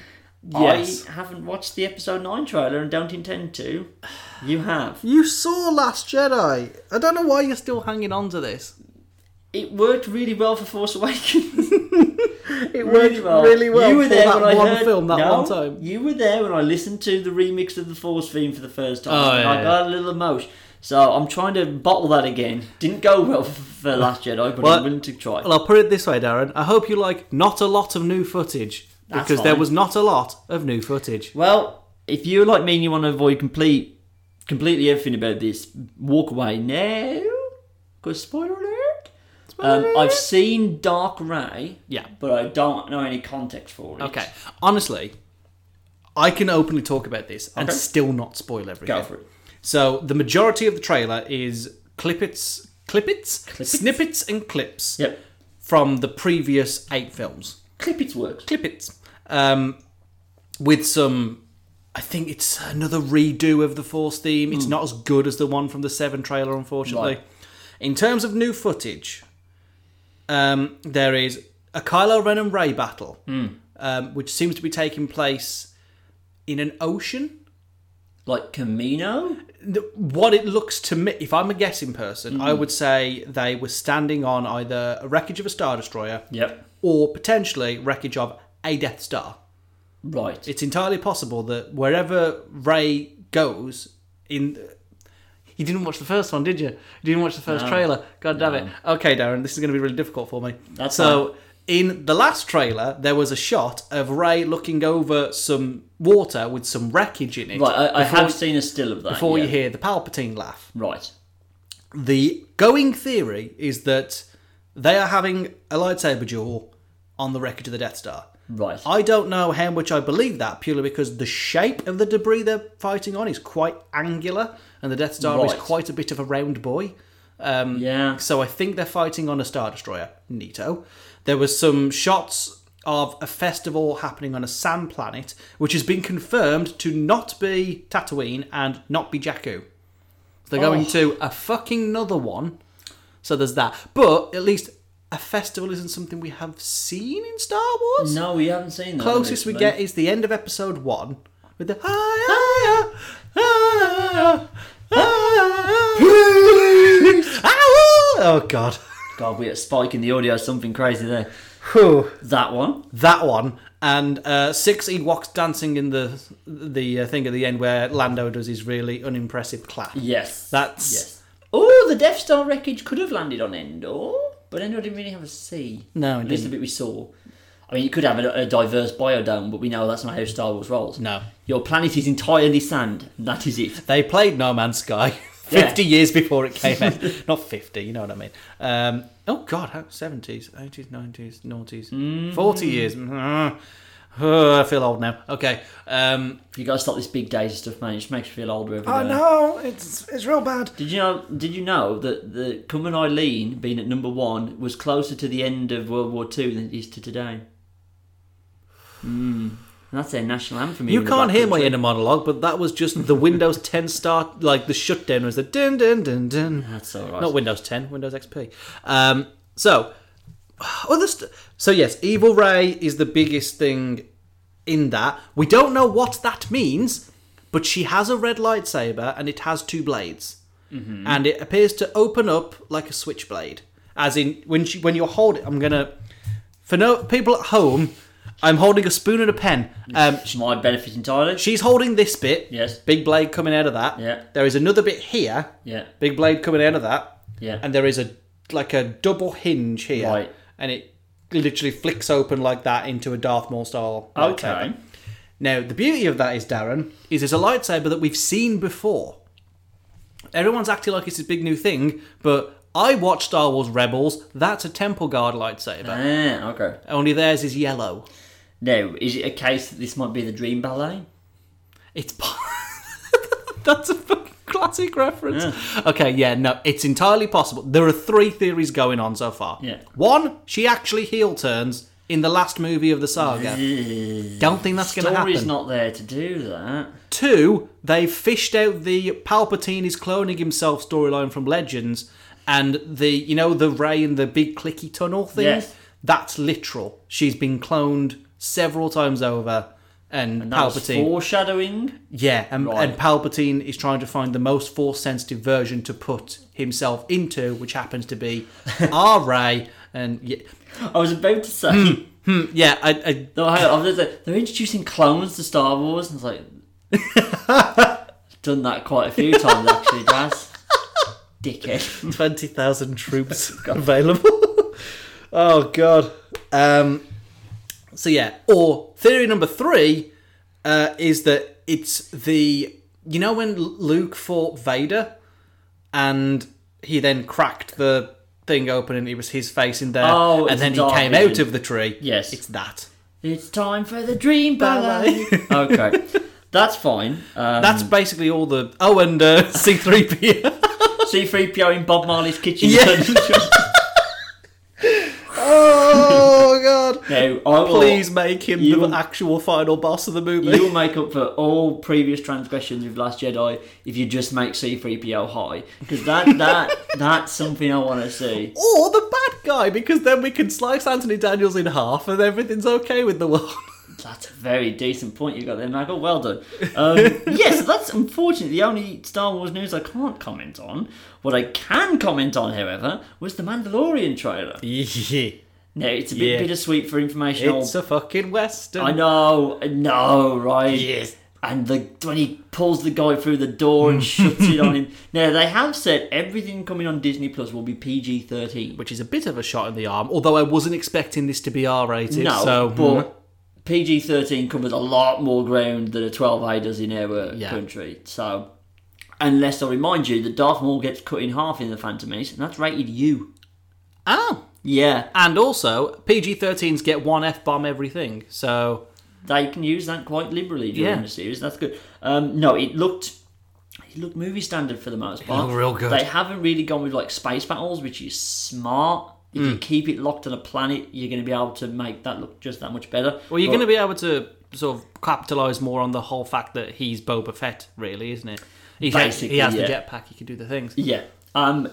[SPEAKER 1] Yes.
[SPEAKER 2] I haven't watched the Episode 9 trailer and don't intend to. You have.
[SPEAKER 1] You saw Last Jedi. I don't know why you're still hanging on to this.
[SPEAKER 2] It worked really well for Force Awakens.
[SPEAKER 1] It worked really well for that one film, that
[SPEAKER 2] no,
[SPEAKER 1] one time.
[SPEAKER 2] You were there when I listened to the remix of the Force theme for the first time.
[SPEAKER 1] Oh,
[SPEAKER 2] and
[SPEAKER 1] yeah,
[SPEAKER 2] I got a little emotion. So I'm trying to bottle that again. Didn't go well for, for Last Jedi, but
[SPEAKER 1] Well,
[SPEAKER 2] I'm willing to try.
[SPEAKER 1] Well, I'll put it this way, Darren. I hope you like not a lot of new footage
[SPEAKER 2] That's
[SPEAKER 1] because there
[SPEAKER 2] fine.
[SPEAKER 1] was not a lot of new footage.
[SPEAKER 2] Well, if you're like me and you want to avoid complete, completely everything about this, walk away now. Because spoiler alert. Um, I've seen Dark Ray,
[SPEAKER 1] Yeah.
[SPEAKER 2] but I don't know any context for it.
[SPEAKER 1] Okay. Honestly, I can openly talk about this and
[SPEAKER 2] Okay.
[SPEAKER 1] still not spoil everything.
[SPEAKER 2] go for it.
[SPEAKER 1] So the majority of the trailer is clippets, clippets,
[SPEAKER 2] Clippets?
[SPEAKER 1] snippets, and clips
[SPEAKER 2] Yep,
[SPEAKER 1] from the previous eight films.
[SPEAKER 2] clip its works.
[SPEAKER 1] Clippets, um, with some. I think it's another redo of the Force theme. It's not as good as the one from the Seven trailer, unfortunately.
[SPEAKER 2] Right.
[SPEAKER 1] In terms of new footage, um, there is a Kylo Ren and Ray battle, um, which seems to be taking place in an ocean.
[SPEAKER 2] Like Camino.
[SPEAKER 1] the- what it looks to me, if I'm a guessing person, I would say they were standing on either a wreckage of a Star Destroyer
[SPEAKER 2] Yep.
[SPEAKER 1] or potentially wreckage of a Death Star.
[SPEAKER 2] Right.
[SPEAKER 1] It's entirely possible that wherever Ray goes, in. You didn't watch the first one, did you? You didn't watch the first trailer. God damn it. Okay, Darren, this is going to be really difficult for me.
[SPEAKER 2] That's
[SPEAKER 1] so, in the last trailer, there was a shot of Ray looking over some water with some wreckage in it
[SPEAKER 2] right. I, I
[SPEAKER 1] before-
[SPEAKER 2] have seen a still of that.
[SPEAKER 1] before
[SPEAKER 2] yeah.
[SPEAKER 1] you hear the Palpatine laugh.
[SPEAKER 2] Right.
[SPEAKER 1] The going theory is that they are having a lightsaber duel on the wreckage of the Death Star.
[SPEAKER 2] Right.
[SPEAKER 1] I don't know how much I believe that purely because the shape of the debris they're fighting on is quite angular and the Death Star is
[SPEAKER 2] Right.
[SPEAKER 1] quite a bit of a round boy.
[SPEAKER 2] yeah.
[SPEAKER 1] So I think they're fighting on a Star Destroyer. Neato. There was some shots of a festival happening on a sand planet, which has been confirmed to not be Tatooine and not be Jakku. They're going
[SPEAKER 2] Oh.
[SPEAKER 1] to a fucking another one. So there's that. But at least a festival isn't something we have seen in Star Wars.
[SPEAKER 2] No, we haven't seen that.
[SPEAKER 1] Closest we
[SPEAKER 2] recently.
[SPEAKER 1] get is the end of episode one with the higher, higher, higher, higher. Oh god.
[SPEAKER 2] God, we had a spike in the audio. Something crazy there.
[SPEAKER 1] Whew.
[SPEAKER 2] That one.
[SPEAKER 1] That one and uh, six Ewoks dancing in the the uh, thing at the end where Lando does his really unimpressive clap.
[SPEAKER 2] Yes.
[SPEAKER 1] That's
[SPEAKER 2] Yes. Oh, the Death Star wreckage could have landed on Endor, but Endor didn't really have a sea.
[SPEAKER 1] No, it
[SPEAKER 2] at least the bit we saw. I mean, you could have a, a diverse biodome, but we know that's not how Star Wars rolls.
[SPEAKER 1] No.
[SPEAKER 2] your planet is entirely sand. That is it.
[SPEAKER 1] They played No Man's Sky 50 years before it came out. Not 50, you know what I mean. Um, oh, God, how 70s, 80s, 90s, noughties, 40 years. Mm. Oh, I feel old now. Okay. Um, uh,
[SPEAKER 2] You got to stop this big days stuff, man. It just makes you feel older every day.
[SPEAKER 1] I know, it's, it's real bad.
[SPEAKER 2] Did you know? Did you know that the Come and Eileen being at number one was closer to the end of World War Two than it is to today? Hmm. That's their national anthem.
[SPEAKER 1] You
[SPEAKER 2] in the
[SPEAKER 1] can't
[SPEAKER 2] Black
[SPEAKER 1] hear my
[SPEAKER 2] Country.
[SPEAKER 1] inner monologue, but that was just the Windows 10 start, like the shutdown was the dun dun dun dun.
[SPEAKER 2] That's all right.
[SPEAKER 1] Not Windows 10, Windows XP. Um, so, other st- so yes, Evil Ray is the biggest thing in that. We don't know what that means, but she has a red lightsaber and it has two blades.
[SPEAKER 2] Mm-hmm.
[SPEAKER 1] And it appears to open up like a switchblade. As in, when, she, when you hold it, I'm going to. For no people at home, I'm holding a spoon and a pen. Um,
[SPEAKER 2] Which might benefit entirely.
[SPEAKER 1] she's holding this bit.
[SPEAKER 2] Yes.
[SPEAKER 1] Big blade coming out of that.
[SPEAKER 2] Yeah.
[SPEAKER 1] There is another bit here.
[SPEAKER 2] Yeah.
[SPEAKER 1] Big blade coming out of that.
[SPEAKER 2] Yeah.
[SPEAKER 1] And there is a like a double hinge here.
[SPEAKER 2] Right.
[SPEAKER 1] And it literally flicks open like that into a Darth Maul style.
[SPEAKER 2] okay.
[SPEAKER 1] lightsaber. Now the beauty of that is Darren is it's a lightsaber that we've seen before. Everyone's acting like it's this big new thing, but I watched Star Wars Rebels. That's a Temple Guard lightsaber.
[SPEAKER 2] Ah, okay.
[SPEAKER 1] Only theirs is yellow.
[SPEAKER 2] Now, is it a case that this might be the dream ballet?
[SPEAKER 1] It's po- that's a fucking classic reference. Okay, yeah, no, it's entirely possible. There are three theories going on so far.
[SPEAKER 2] Yeah.
[SPEAKER 1] One, she actually heel turns in the last movie of the saga.
[SPEAKER 2] Ugh.
[SPEAKER 1] Don't think that's going to
[SPEAKER 2] Story's
[SPEAKER 1] happen.
[SPEAKER 2] not there to do that.
[SPEAKER 1] Two, they fished out the Palpatine is cloning himself storyline from Legends, and the you know the Ray in the big clicky tunnel thing.
[SPEAKER 2] Yes.
[SPEAKER 1] That's literal. She's been cloned several times over, and,
[SPEAKER 2] And that was
[SPEAKER 1] Palpatine.
[SPEAKER 2] foreshadowing.
[SPEAKER 1] Yeah, and,
[SPEAKER 2] Right.
[SPEAKER 1] and Palpatine is trying to find the most force sensitive version to put himself into, which happens to be our Ray. And yeah,
[SPEAKER 2] I was about to say.
[SPEAKER 1] hmm, yeah, I, I,
[SPEAKER 2] No, I, I was like, they're introducing clones to Star Wars, and it's like done that quite a few times actually, Daz. Dickhead.
[SPEAKER 1] twenty thousand troops available. oh god. Um, so yeah, or theory number three uh, is that it's the you know when L- Luke fought Vader, and he then cracked the thing open and it was his face in there,
[SPEAKER 2] Oh, it's
[SPEAKER 1] and then he
[SPEAKER 2] Darth
[SPEAKER 1] came
[SPEAKER 2] Vision.
[SPEAKER 1] out of the tree.
[SPEAKER 2] Yes.
[SPEAKER 1] it's that.
[SPEAKER 2] It's time for the dream ballet. okay, that's fine. Um,
[SPEAKER 1] That's basically all the. Oh, and uh, C3PO.
[SPEAKER 2] C3PO in Bob Marley's kitchen.
[SPEAKER 1] Yeah. oh, God.
[SPEAKER 2] no, I will.
[SPEAKER 1] Please make him
[SPEAKER 2] You-
[SPEAKER 1] the actual final boss of the movie.
[SPEAKER 2] You'll make up for all previous transgressions with Last Jedi if you just make C3PO high. Because that, that, that's something I want to see.
[SPEAKER 1] or the bad guy, because then we can slice Anthony Daniels in half and everything's okay with the world.
[SPEAKER 2] That's a very decent point you got there, Michael. Well done. Um, yes, that's unfortunately the only Star Wars news I can't comment on. What I can comment on, however, was the Mandalorian trailer.
[SPEAKER 1] yeah.
[SPEAKER 2] No, it's a bit
[SPEAKER 1] Yeah.
[SPEAKER 2] bittersweet for informational.
[SPEAKER 1] It's a fucking Western.
[SPEAKER 2] I know, no, right?
[SPEAKER 1] Yes.
[SPEAKER 2] And the when he pulls the guy through the door and shuts it on him. Now they have said everything coming on Disney Plus will be PG thirteen.
[SPEAKER 1] Which is a bit of a shot in the arm, although I wasn't expecting this to be R rated.
[SPEAKER 2] No,
[SPEAKER 1] so, hmm. Mm-hmm.
[SPEAKER 2] but PG thirteen covers a lot more ground than a twelve A does in our
[SPEAKER 1] Yeah.
[SPEAKER 2] country. So, unless I remind you that Darth Maul gets cut in half in the Phantom Menace, and that's rated U.
[SPEAKER 1] Oh.
[SPEAKER 2] Yeah,
[SPEAKER 1] And also, PG 13s get one F bomb everything. So,
[SPEAKER 2] they can use that quite liberally during
[SPEAKER 1] Yeah.
[SPEAKER 2] the series. That's good. Um, no, it looked. It looked movie standard for the most part.
[SPEAKER 1] looked real good.
[SPEAKER 2] They haven't really gone with like space battles, which is smart. If
[SPEAKER 1] Hmm.
[SPEAKER 2] you keep it locked on a planet, you're going to be able to make that look just that much better.
[SPEAKER 1] well, you're
[SPEAKER 2] But-
[SPEAKER 1] going to be able to sort of capitalize more on the whole fact that he's Boba Fett, really, isn't it? He's
[SPEAKER 2] Basically,
[SPEAKER 1] he has
[SPEAKER 2] yeah.
[SPEAKER 1] the jetpack; he can do the things.
[SPEAKER 2] Yeah. Um,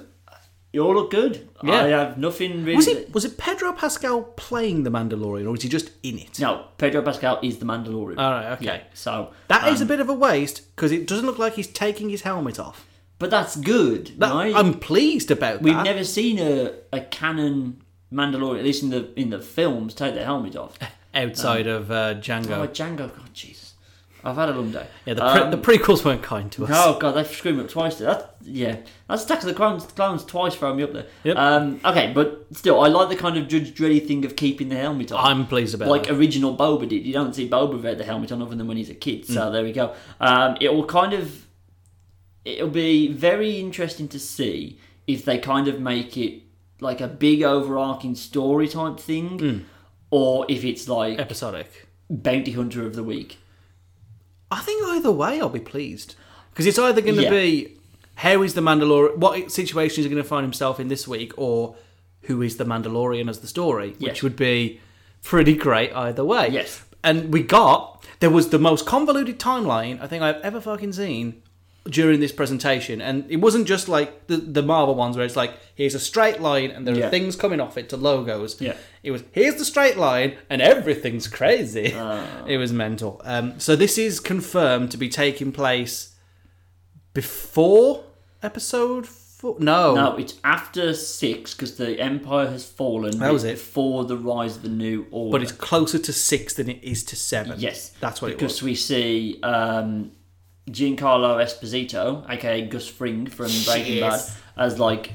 [SPEAKER 2] you all look good.
[SPEAKER 1] Yeah.
[SPEAKER 2] I have nothing really.
[SPEAKER 1] Was it was it Pedro Pascal playing the Mandalorian, or is he just in it?
[SPEAKER 2] No, Pedro Pascal is the Mandalorian.
[SPEAKER 1] All right, okay.
[SPEAKER 2] Yeah, so
[SPEAKER 1] That is a bit of a waste because it doesn't look like he's taking his helmet off.
[SPEAKER 2] but that's good,
[SPEAKER 1] That-
[SPEAKER 2] right?
[SPEAKER 1] I'm pleased about
[SPEAKER 2] We've
[SPEAKER 1] that.
[SPEAKER 2] never seen a, a canon Mandalorian, at least in the in the films, take their helmet off.
[SPEAKER 1] Outside of uh, Django,
[SPEAKER 2] Oh, Django, God, Jesus, I've had a long day.
[SPEAKER 1] yeah, the, pre-
[SPEAKER 2] Um,
[SPEAKER 1] the prequels weren't kind to us.
[SPEAKER 2] Oh god, they've screwed me up twice. There. That yeah, that's Attack of the Clones, Clones twice throwing me up there.
[SPEAKER 1] Yep.
[SPEAKER 2] Um, okay, but still, I like the kind of Judge Dreddy thing of keeping the helmet on.
[SPEAKER 1] I'm pleased about
[SPEAKER 2] like
[SPEAKER 1] that.
[SPEAKER 2] original Boba did. You don't see Boba without the helmet on other than when he's a kid. So
[SPEAKER 1] Mm.
[SPEAKER 2] there we go. Um, it will kind of it'll be very interesting to see if they kind of make it like a big overarching story type thing,
[SPEAKER 1] Mm.
[SPEAKER 2] or if it's like
[SPEAKER 1] episodic.
[SPEAKER 2] bounty hunter of the week.
[SPEAKER 1] I think either way, I'll be pleased because it's either going to
[SPEAKER 2] Yeah.
[SPEAKER 1] be how is the Mandalorian, what situation is he going to find himself in this week, or who is the Mandalorian as the story,
[SPEAKER 2] Yes.
[SPEAKER 1] which would be pretty great either way.
[SPEAKER 2] Yes.
[SPEAKER 1] and we got there was the most convoluted timeline I think I've ever fucking seen during this presentation, and it wasn't just like the the Marvel ones where it's like here's a straight line and there are
[SPEAKER 2] Yeah.
[SPEAKER 1] things coming off it to logos.
[SPEAKER 2] Yeah.
[SPEAKER 1] it was here's the straight line and everything's crazy.
[SPEAKER 2] Oh.
[SPEAKER 1] It was mental. Um, so this is confirmed to be taking place before episode four. No,
[SPEAKER 2] No, it's after six because the empire has fallen.
[SPEAKER 1] That was it.
[SPEAKER 2] Before the rise of the new order.
[SPEAKER 1] but it's closer to six than it is to seven.
[SPEAKER 2] yes,
[SPEAKER 1] that's what it was.
[SPEAKER 2] because we see um, Giancarlo Esposito, aka Gus Fring from Breaking
[SPEAKER 1] Yes.
[SPEAKER 2] Bad, as like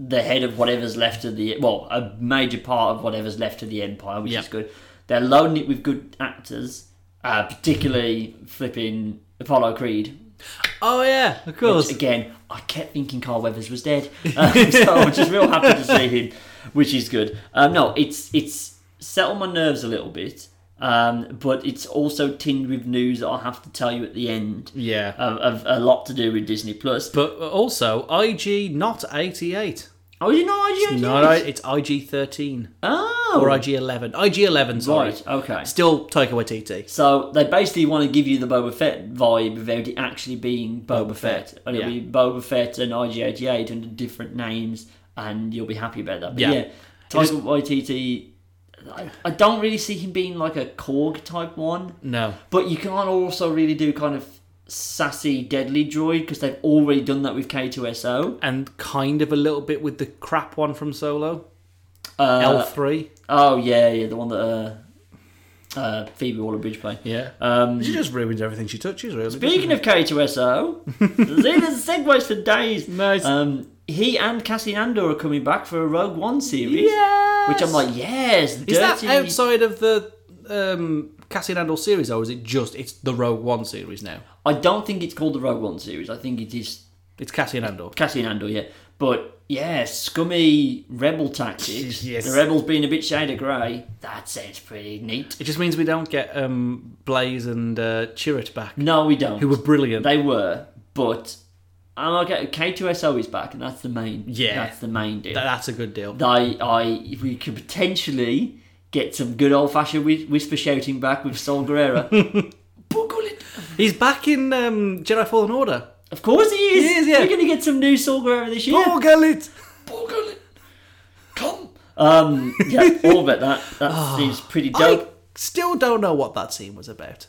[SPEAKER 2] the head of whatever's left of the well, a major part of whatever's left of the empire, which
[SPEAKER 1] Yeah.
[SPEAKER 2] is good. They're loading it with good actors, uh, particularly flipping Apollo Creed.
[SPEAKER 1] Oh yeah, of
[SPEAKER 2] Which,
[SPEAKER 1] course.
[SPEAKER 2] again, I kept thinking Carl Weathers was dead, um, so I'm just real happy to see him, which is good. Um, no, it's it's settled my nerves a little bit, um, but it's also tinged with news that I'll have to tell you at the end.
[SPEAKER 1] Yeah.
[SPEAKER 2] Of, of a lot to do with Disney Plus.
[SPEAKER 1] But also IG not eighty eight.
[SPEAKER 2] Oh, is it not IGN?
[SPEAKER 1] No, no, it's IG thirteen
[SPEAKER 2] Oh,
[SPEAKER 1] or IG eleven. IG eleven, sorry.
[SPEAKER 2] right. Okay.
[SPEAKER 1] Still Taika Waititi.
[SPEAKER 2] So they basically want to give you the Boba Fett vibe without it actually being Boba, Fett. And it'll
[SPEAKER 1] yeah.
[SPEAKER 2] be Boba Fett and IG88 under different names, and you'll be happy about that. But
[SPEAKER 1] Yeah.
[SPEAKER 2] yeah, Taika Waititi, I, I don't really see him being like a Korg type one,
[SPEAKER 1] No.
[SPEAKER 2] but you can't also really do kind of sassy, deadly droid because they've already done that with K2SO.
[SPEAKER 1] And kind of a little bit with the crap one from Solo.
[SPEAKER 2] Uh,
[SPEAKER 1] L three.
[SPEAKER 2] Oh, yeah, yeah, the one that uh, uh, Phoebe Waller Bridge played.
[SPEAKER 1] Yeah.
[SPEAKER 2] Um,
[SPEAKER 1] She just ruins everything she touches, really.
[SPEAKER 2] Speaking of K2SO, there's segues for days.
[SPEAKER 1] Nice.
[SPEAKER 2] Um, he and Cassian Andor are coming back for a Rogue One series.
[SPEAKER 1] Yes!
[SPEAKER 2] Which I'm like, yes, dirty.
[SPEAKER 1] Is that outside of the um Cassian Andor series or is it just it's the Rogue One series now?
[SPEAKER 2] I don't think it's called the Rogue One series. I think it is
[SPEAKER 1] It's Cassian Andor.
[SPEAKER 2] Cassian Andor, yeah. But yeah, scummy rebel tactics.
[SPEAKER 1] Yes.
[SPEAKER 2] The rebels being a bit shade of grey. That sounds pretty neat.
[SPEAKER 1] It just means we don't get um Blaze and uh Chirrut back.
[SPEAKER 2] No, we don't.
[SPEAKER 1] Who were brilliant.
[SPEAKER 2] They were, but I'm okay. K2SO is back, and that's the main.
[SPEAKER 1] Yeah.
[SPEAKER 2] that's the main deal.
[SPEAKER 1] Th- That's a good deal.
[SPEAKER 2] I, I, if we could potentially get some good old fashioned whi- whisper shouting back with Sol Guerrero. Buckle it.
[SPEAKER 1] He's back in um, Jedi Fallen Order.
[SPEAKER 2] Of course he is.
[SPEAKER 1] He is, yeah.
[SPEAKER 2] We're going to get some new Sol Guerrero this year.
[SPEAKER 1] Gallit!
[SPEAKER 2] Buckle it. Come. Um, yeah, all about that. That seems pretty
[SPEAKER 1] Ah, I
[SPEAKER 2] dope.
[SPEAKER 1] still don't know what that scene was about.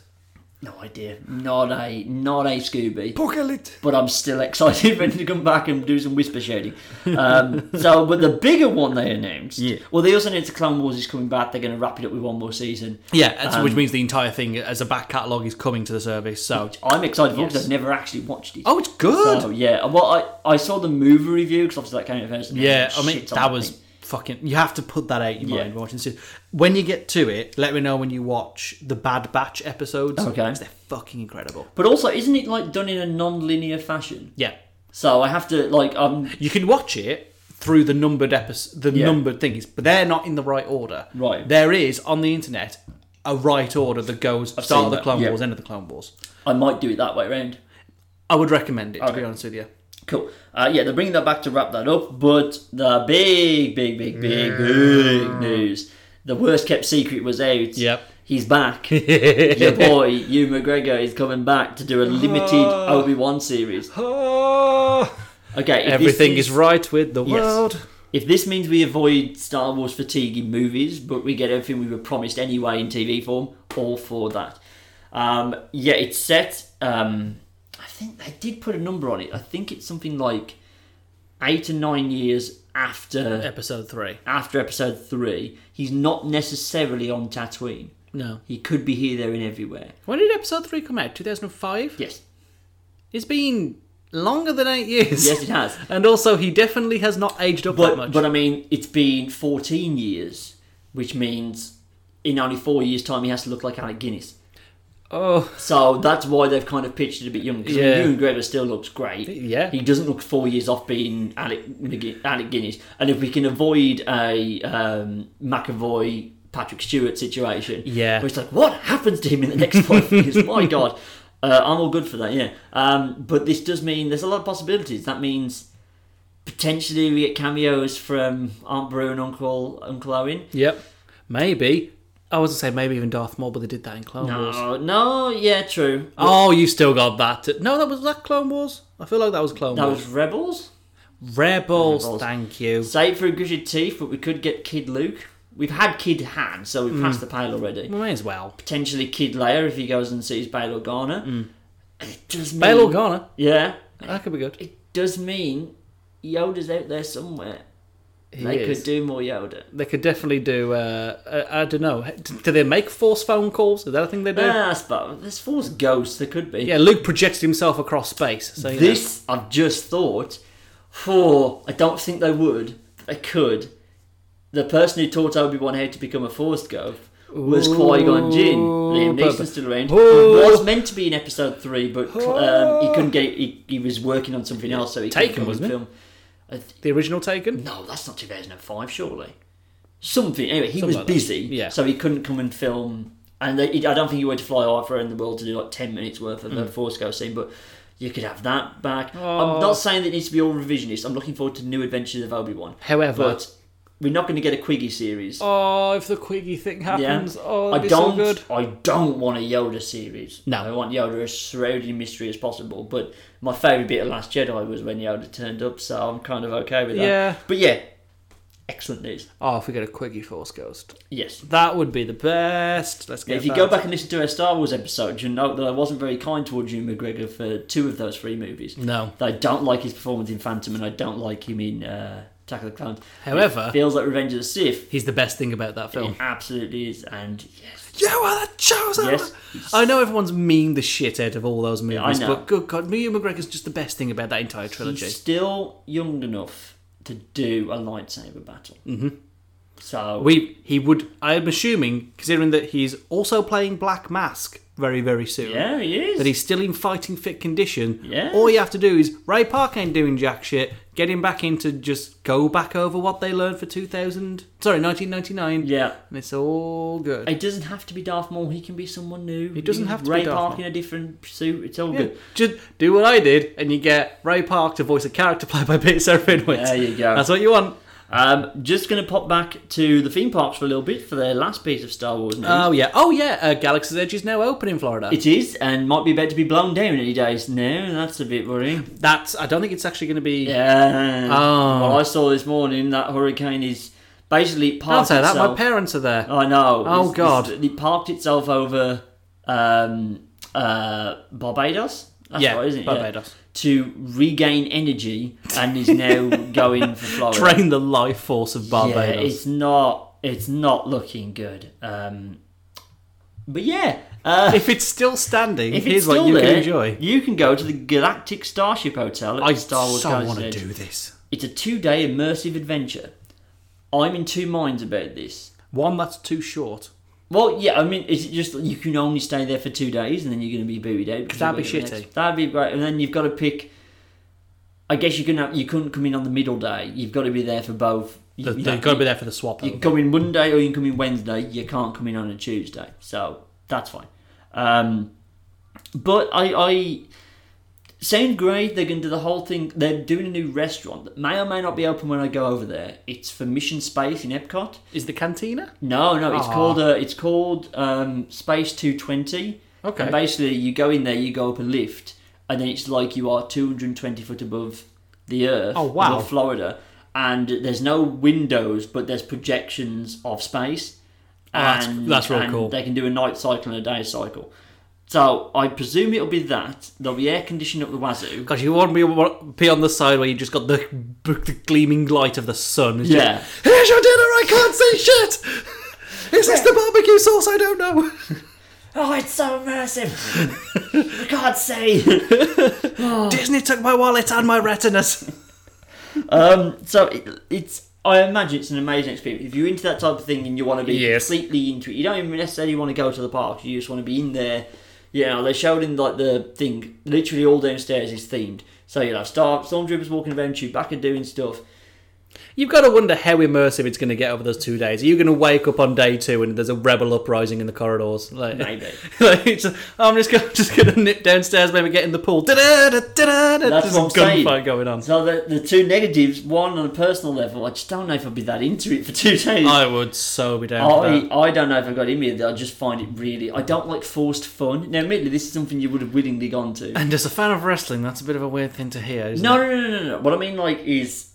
[SPEAKER 2] No idea. Not a, not a Scooby.
[SPEAKER 1] Pogalit!
[SPEAKER 2] but I'm still excited when to come back and do some whisper shading. Um, so, but the bigger one they announced.
[SPEAKER 1] Yeah.
[SPEAKER 2] Well, they also announced Clone Wars is coming back. They're going to wrap it up with one more season.
[SPEAKER 1] Yeah, that's- which means the entire thing as a back catalogue is coming to the service, so.
[SPEAKER 2] I'm excited for it because
[SPEAKER 1] Yes.
[SPEAKER 2] I've never actually watched it.
[SPEAKER 1] Oh, it's good!
[SPEAKER 2] So, yeah. Well, I, I saw the movie review because obviously that came out first. and
[SPEAKER 1] yeah, I
[SPEAKER 2] shit
[SPEAKER 1] mean,
[SPEAKER 2] on
[SPEAKER 1] that was
[SPEAKER 2] thing.
[SPEAKER 1] fucking. You have to put that out in your
[SPEAKER 2] Yeah.
[SPEAKER 1] mind watching this. When you get to it, let me know when you watch the Bad Batch episodes.
[SPEAKER 2] Okay.
[SPEAKER 1] 'cause They're fucking incredible.
[SPEAKER 2] But also, isn't it like done in a non-linear fashion?
[SPEAKER 1] Yeah.
[SPEAKER 2] So I have to like um
[SPEAKER 1] You can watch it through the numbered episode, the
[SPEAKER 2] Yeah.
[SPEAKER 1] numbered things, but they're not in the right order.
[SPEAKER 2] Right.
[SPEAKER 1] There is on the internet a right order that goes start
[SPEAKER 2] seen
[SPEAKER 1] of the
[SPEAKER 2] that,
[SPEAKER 1] Clone
[SPEAKER 2] yeah.
[SPEAKER 1] Wars, end of the Clone Wars.
[SPEAKER 2] I might do it that way around.
[SPEAKER 1] I would recommend it to be
[SPEAKER 2] Okay.
[SPEAKER 1] honest with you.
[SPEAKER 2] Cool. Uh, yeah, they're bringing that back to wrap that up. But the big, big, big, big, big news. The worst kept secret was out.
[SPEAKER 1] Mm. Yep.
[SPEAKER 2] He's back. Your boy, Hugh McGregor, is coming back to do a limited
[SPEAKER 1] Ah.
[SPEAKER 2] Obi Wan series. Okay, if this
[SPEAKER 1] Everything is right with the
[SPEAKER 2] Yes.
[SPEAKER 1] world.
[SPEAKER 2] If this means we avoid Star Wars fatigue in movies, but we get everything we were promised anyway in TV form, all for that. Um, yeah, it's set. Um, I think they did put a number on it. I think it's something like eight or nine years after
[SPEAKER 1] Episode three.
[SPEAKER 2] after episode three. He's not necessarily on Tatooine.
[SPEAKER 1] No.
[SPEAKER 2] He could be here, there, and everywhere.
[SPEAKER 1] When did episode three come out? Two thousand and five.
[SPEAKER 2] Yes,
[SPEAKER 1] It's been longer than eight years.
[SPEAKER 2] yes, it has.
[SPEAKER 1] And also, he definitely has not aged up that
[SPEAKER 2] But
[SPEAKER 1] much.
[SPEAKER 2] but I mean, it's been 14 years, which means in only four years' time, he has to look like Alec Guinness.
[SPEAKER 1] oh,
[SPEAKER 2] So that's why they've kind of pitched it a bit younger. Because
[SPEAKER 1] Yeah.
[SPEAKER 2] yeah. Ewan McGregor still looks great.
[SPEAKER 1] Yeah.
[SPEAKER 2] he doesn't look four years off being Alec, McGi- Alec Guinness. And if we can avoid a um, McAvoy Patrick Stewart situation,
[SPEAKER 1] Yeah.
[SPEAKER 2] where it's like what happens to him in the next five years? My God, uh, I'm all good for that. Yeah, um, but this does mean there's a lot of possibilities. That means. Potentially, we get cameos from Aunt Brew and Uncle Uncle Owen.
[SPEAKER 1] yep. Maybe I was gonna say maybe even Darth Maul, but they did that in Clone Wars.
[SPEAKER 2] No, no, yeah, true.
[SPEAKER 1] Oh, you still got that? to- no, that was that Clone Wars. I feel like that was Clone
[SPEAKER 2] That
[SPEAKER 1] Wars.
[SPEAKER 2] was Rebels.
[SPEAKER 1] Rebels,
[SPEAKER 2] Rebels.
[SPEAKER 1] Thank you.
[SPEAKER 2] Save for a gritted teeth, but we could get Kid Luke. We've had Kid Han, so we've
[SPEAKER 1] Mm.
[SPEAKER 2] passed the pale already.
[SPEAKER 1] We may as well.
[SPEAKER 2] Potentially Kid Leia if he goes and sees Bail Organa. It does mean,
[SPEAKER 1] Mm. Bail Organa.
[SPEAKER 2] Yeah.
[SPEAKER 1] That could be good.
[SPEAKER 2] It does mean Yoda's out there somewhere.
[SPEAKER 1] He
[SPEAKER 2] they
[SPEAKER 1] is.
[SPEAKER 2] could do more Yoda.
[SPEAKER 1] They could definitely do. Uh, uh, I don't know. Do do they make force phone calls? Is that a thing they do?
[SPEAKER 2] Ah, I suppose. There's Force Ghosts, there could be.
[SPEAKER 1] yeah, Luke projects himself across space. So you know.
[SPEAKER 2] This I've just thought. For I don't think they would. but They could. The person who taught Obi Wan how to become a Force Ghost was Qui Gon Jinn. Liam
[SPEAKER 1] Ooh,
[SPEAKER 2] Neeson's
[SPEAKER 1] but-
[SPEAKER 2] still around.
[SPEAKER 1] Ooh.
[SPEAKER 2] Was meant to be in Episode Three, but um, he couldn't get. He, he was working on something else, so he
[SPEAKER 1] Taken,
[SPEAKER 2] couldn't
[SPEAKER 1] wasn't it?
[SPEAKER 2] film. I th-
[SPEAKER 1] the original Taken.
[SPEAKER 2] no, that's not 2005, surely. Something. Anyway, he
[SPEAKER 1] Something
[SPEAKER 2] was
[SPEAKER 1] like that.
[SPEAKER 2] busy,
[SPEAKER 1] Yeah.
[SPEAKER 2] so he couldn't come and film. And they, I don't think he went to fly halfway around the world to do like 10 minutes worth
[SPEAKER 1] Mm.
[SPEAKER 2] of the Force Ghost scene, but you could have that back.
[SPEAKER 1] Oh.
[SPEAKER 2] I'm not saying that it needs to be all revisionist. I'm looking forward to new adventures of Obi Wan.
[SPEAKER 1] However-
[SPEAKER 2] but we're not going to get a Quiggy series.
[SPEAKER 1] Oh, if the Quiggy thing
[SPEAKER 2] yeah,
[SPEAKER 1] happens, oh,
[SPEAKER 2] I
[SPEAKER 1] that'd be so
[SPEAKER 2] don't.
[SPEAKER 1] good.
[SPEAKER 2] I don't want a Yoda series.
[SPEAKER 1] No.
[SPEAKER 2] I want Yoda as shrouded in mystery as possible. But my favorite bit of Last Jedi was when Yoda turned up, so I'm kind of okay with that.
[SPEAKER 1] Yeah.
[SPEAKER 2] but yeah, excellent news.
[SPEAKER 1] Oh, if we get a Quiggy Force Ghost,
[SPEAKER 2] Yes.
[SPEAKER 1] that would be the best. Let's get.
[SPEAKER 2] If you go back and listen to our Star Wars episode, you'll note that I wasn't very kind towards Ewan McGregor for two of those three movies.
[SPEAKER 1] No.
[SPEAKER 2] I don't like his performance in Phantom and I don't like him in uh, Attack of the Clowns.
[SPEAKER 1] However-
[SPEAKER 2] It feels like Revenge of the Sith.
[SPEAKER 1] He's the best thing about that film.
[SPEAKER 2] It absolutely is. And yes,
[SPEAKER 1] You are the chosen.
[SPEAKER 2] Yes.
[SPEAKER 1] I know everyone's mean the shit out of all those movies,
[SPEAKER 2] know.
[SPEAKER 1] but good God, Ewan McGregor's just the best thing about that entire trilogy.
[SPEAKER 2] he's still young enough to do a lightsaber battle. Mm-hmm. So,
[SPEAKER 1] We he would. I'm assuming, considering that he's also playing Black Mask very very soon.
[SPEAKER 2] yeah, he is.
[SPEAKER 1] That he's still in fighting fit condition.
[SPEAKER 2] Yeah.
[SPEAKER 1] All you have to do is Ray Park ain't doing jack shit. Get him back in to just go back over what they learned for 2000. Sorry, 1999.
[SPEAKER 2] yeah.
[SPEAKER 1] And it's all good.
[SPEAKER 2] It doesn't have to be Darth Maul. He can be someone new. He
[SPEAKER 1] doesn't have to be
[SPEAKER 2] Ray
[SPEAKER 1] Darth
[SPEAKER 2] Park
[SPEAKER 1] Maul.
[SPEAKER 2] in a different suit. It's all
[SPEAKER 1] Yeah.
[SPEAKER 2] good.
[SPEAKER 1] Just do what I did, and you get Ray Park to voice a character played by Peter Serafinowicz.
[SPEAKER 2] There you go.
[SPEAKER 1] That's what you want.
[SPEAKER 2] Um, just going to pop back to the theme parks for a little bit for their last piece of Star Wars news.
[SPEAKER 1] Oh yeah, oh yeah. Uh, Galaxy's Edge is now open in Florida.
[SPEAKER 2] it is, and might be about to be blown down any days now. That's a bit worrying.
[SPEAKER 1] That's. I don't think it's actually going to be.
[SPEAKER 2] Yeah.
[SPEAKER 1] Oh.
[SPEAKER 2] Well, I saw this morning that hurricane is basically
[SPEAKER 1] I'll
[SPEAKER 2] parked
[SPEAKER 1] say that.
[SPEAKER 2] itself.
[SPEAKER 1] My parents are there.
[SPEAKER 2] I know.
[SPEAKER 1] Oh,
[SPEAKER 2] It's-
[SPEAKER 1] God.
[SPEAKER 2] it's- it parked itself over um, uh, Barbados. That's
[SPEAKER 1] yeah,
[SPEAKER 2] right, isn't it? Yeah.
[SPEAKER 1] Barbados.
[SPEAKER 2] To regain energy and is now going for Florida.
[SPEAKER 1] Train the life force of
[SPEAKER 2] Yeah,
[SPEAKER 1] Barbados.
[SPEAKER 2] it's not. It's not looking good. Um, but yeah, uh,
[SPEAKER 1] if it's still standing,
[SPEAKER 2] if
[SPEAKER 1] here's
[SPEAKER 2] it's still
[SPEAKER 1] what you
[SPEAKER 2] there,
[SPEAKER 1] can enjoy.
[SPEAKER 2] You can go to the Galactic Starship Hotel at
[SPEAKER 1] I
[SPEAKER 2] Star Wars.
[SPEAKER 1] so
[SPEAKER 2] Galaxy's
[SPEAKER 1] want to
[SPEAKER 2] Edge.
[SPEAKER 1] do this.
[SPEAKER 2] It's a two-day immersive adventure. I'm in two minds about this.
[SPEAKER 1] One that's too short.
[SPEAKER 2] Well, yeah, I mean, is it just that you can only stay there for two days and then you're going to be booted out? because
[SPEAKER 1] That'd
[SPEAKER 2] you've
[SPEAKER 1] be
[SPEAKER 2] got to go
[SPEAKER 1] shitty.
[SPEAKER 2] next- That'd be great. And then you've got to pick. I guess you can have, you couldn't come in on the middle day. You've got to be there for both. You-
[SPEAKER 1] You've
[SPEAKER 2] you know,
[SPEAKER 1] got to be there for the swap.
[SPEAKER 2] You
[SPEAKER 1] over.
[SPEAKER 2] can come in Monday or you can come in Wednesday. You can't come in on a Tuesday, so that's fine. Um, but I, I sound great. They're going to do the whole thing. They're doing a new restaurant that may or may not be open when I go over there. It's for Mission Space in Epcot.
[SPEAKER 1] Is the cantina?
[SPEAKER 2] No, no, it's
[SPEAKER 1] Aw.
[SPEAKER 2] called uh, it's called um, Space Two Twenty.
[SPEAKER 1] Okay.
[SPEAKER 2] And basically, you go in there, you go up a lift, and then it's like you are two hundred and twenty foot above the Earth.
[SPEAKER 1] Oh, wow.
[SPEAKER 2] Above Florida, and there's no windows, but there's projections of space.
[SPEAKER 1] Oh, that's- that's real
[SPEAKER 2] and
[SPEAKER 1] cool.
[SPEAKER 2] They can do a night cycle and a day cycle. So I presume it'll be that there'll be air conditioning up the wazoo.
[SPEAKER 1] Gosh, you want to be, be on the side where you just got the, the gleaming light of the sun. It's just,
[SPEAKER 2] Yeah.
[SPEAKER 1] Here's your dinner. I can't see shit. Is this the barbecue sauce? I don't know.
[SPEAKER 2] Oh, it's so immersive. I can't see.
[SPEAKER 1] Oh. Disney took my wallet and my retinas.
[SPEAKER 2] Um, so it, it's. I imagine it's an amazing experience. If you're into that type of thing and you want to be
[SPEAKER 1] Yes.
[SPEAKER 2] completely into it, you don't even necessarily want to go to the park. You just want to be in there. You know, they showed in like the thing. Literally, all downstairs is themed. So you'll have star stormtroopers walking around, Chewbacca doing stuff.
[SPEAKER 1] You've got to wonder how immersive it's going to get over those two days. Are you going to wake up on day two and there's a rebel uprising in the corridors? Like,
[SPEAKER 2] Maybe.
[SPEAKER 1] like, it's just, "Oh, I'm just going, just going to nip downstairs, maybe get in the pool. That's
[SPEAKER 2] That's
[SPEAKER 1] there's a
[SPEAKER 2] what I'm
[SPEAKER 1] gunfight
[SPEAKER 2] saying.
[SPEAKER 1] going on.
[SPEAKER 2] So the, the two negatives, one on a personal level, I just don't know if I'd be that into it for two days.
[SPEAKER 1] I would so be down for
[SPEAKER 2] I,
[SPEAKER 1] that.
[SPEAKER 2] I don't know if I got in with it. I just find it really. I don't like forced fun. Now, admittedly, this is something you would have willingly gone to.
[SPEAKER 1] And as a fan of wrestling, that's a bit of a weird thing to hear. Isn't
[SPEAKER 2] No,
[SPEAKER 1] it?
[SPEAKER 2] no, no, no, no, no. What I mean, like, is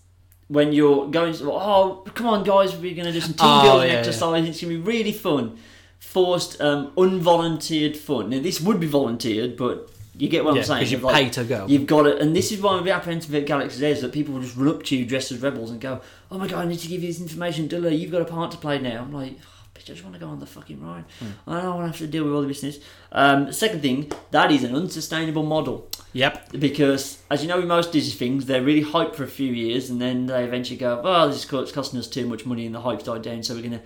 [SPEAKER 2] when you're going, to, oh, come on, guys, we're going to do some team
[SPEAKER 1] Oh,
[SPEAKER 2] building
[SPEAKER 1] yeah, yeah.
[SPEAKER 2] exercise. It's going to be really fun. Forced, um, unvolunteered fun. Now, this would be volunteered, but you get what
[SPEAKER 1] Yeah,
[SPEAKER 2] I'm saying.
[SPEAKER 1] 'cause you
[SPEAKER 2] of,
[SPEAKER 1] pay to go.
[SPEAKER 2] You've got it. And this is why I'm a bit apprehensive at Galaxy's Edge that people will just run up to you dressed as rebels and go, oh my god, I need to give you this information. Dilla, you've got a part to play now. I'm like, "Oh, bitch, I just want to go on the fucking ride.
[SPEAKER 1] Hmm.
[SPEAKER 2] I don't want to have to deal with all the business. Um, second thing, that is an unsustainable model
[SPEAKER 1] Yep.
[SPEAKER 2] because as you know with most Disney things they're really hyped for a few years and then they eventually go well this is co- it's costing us too much money and the hype's died down so we're going to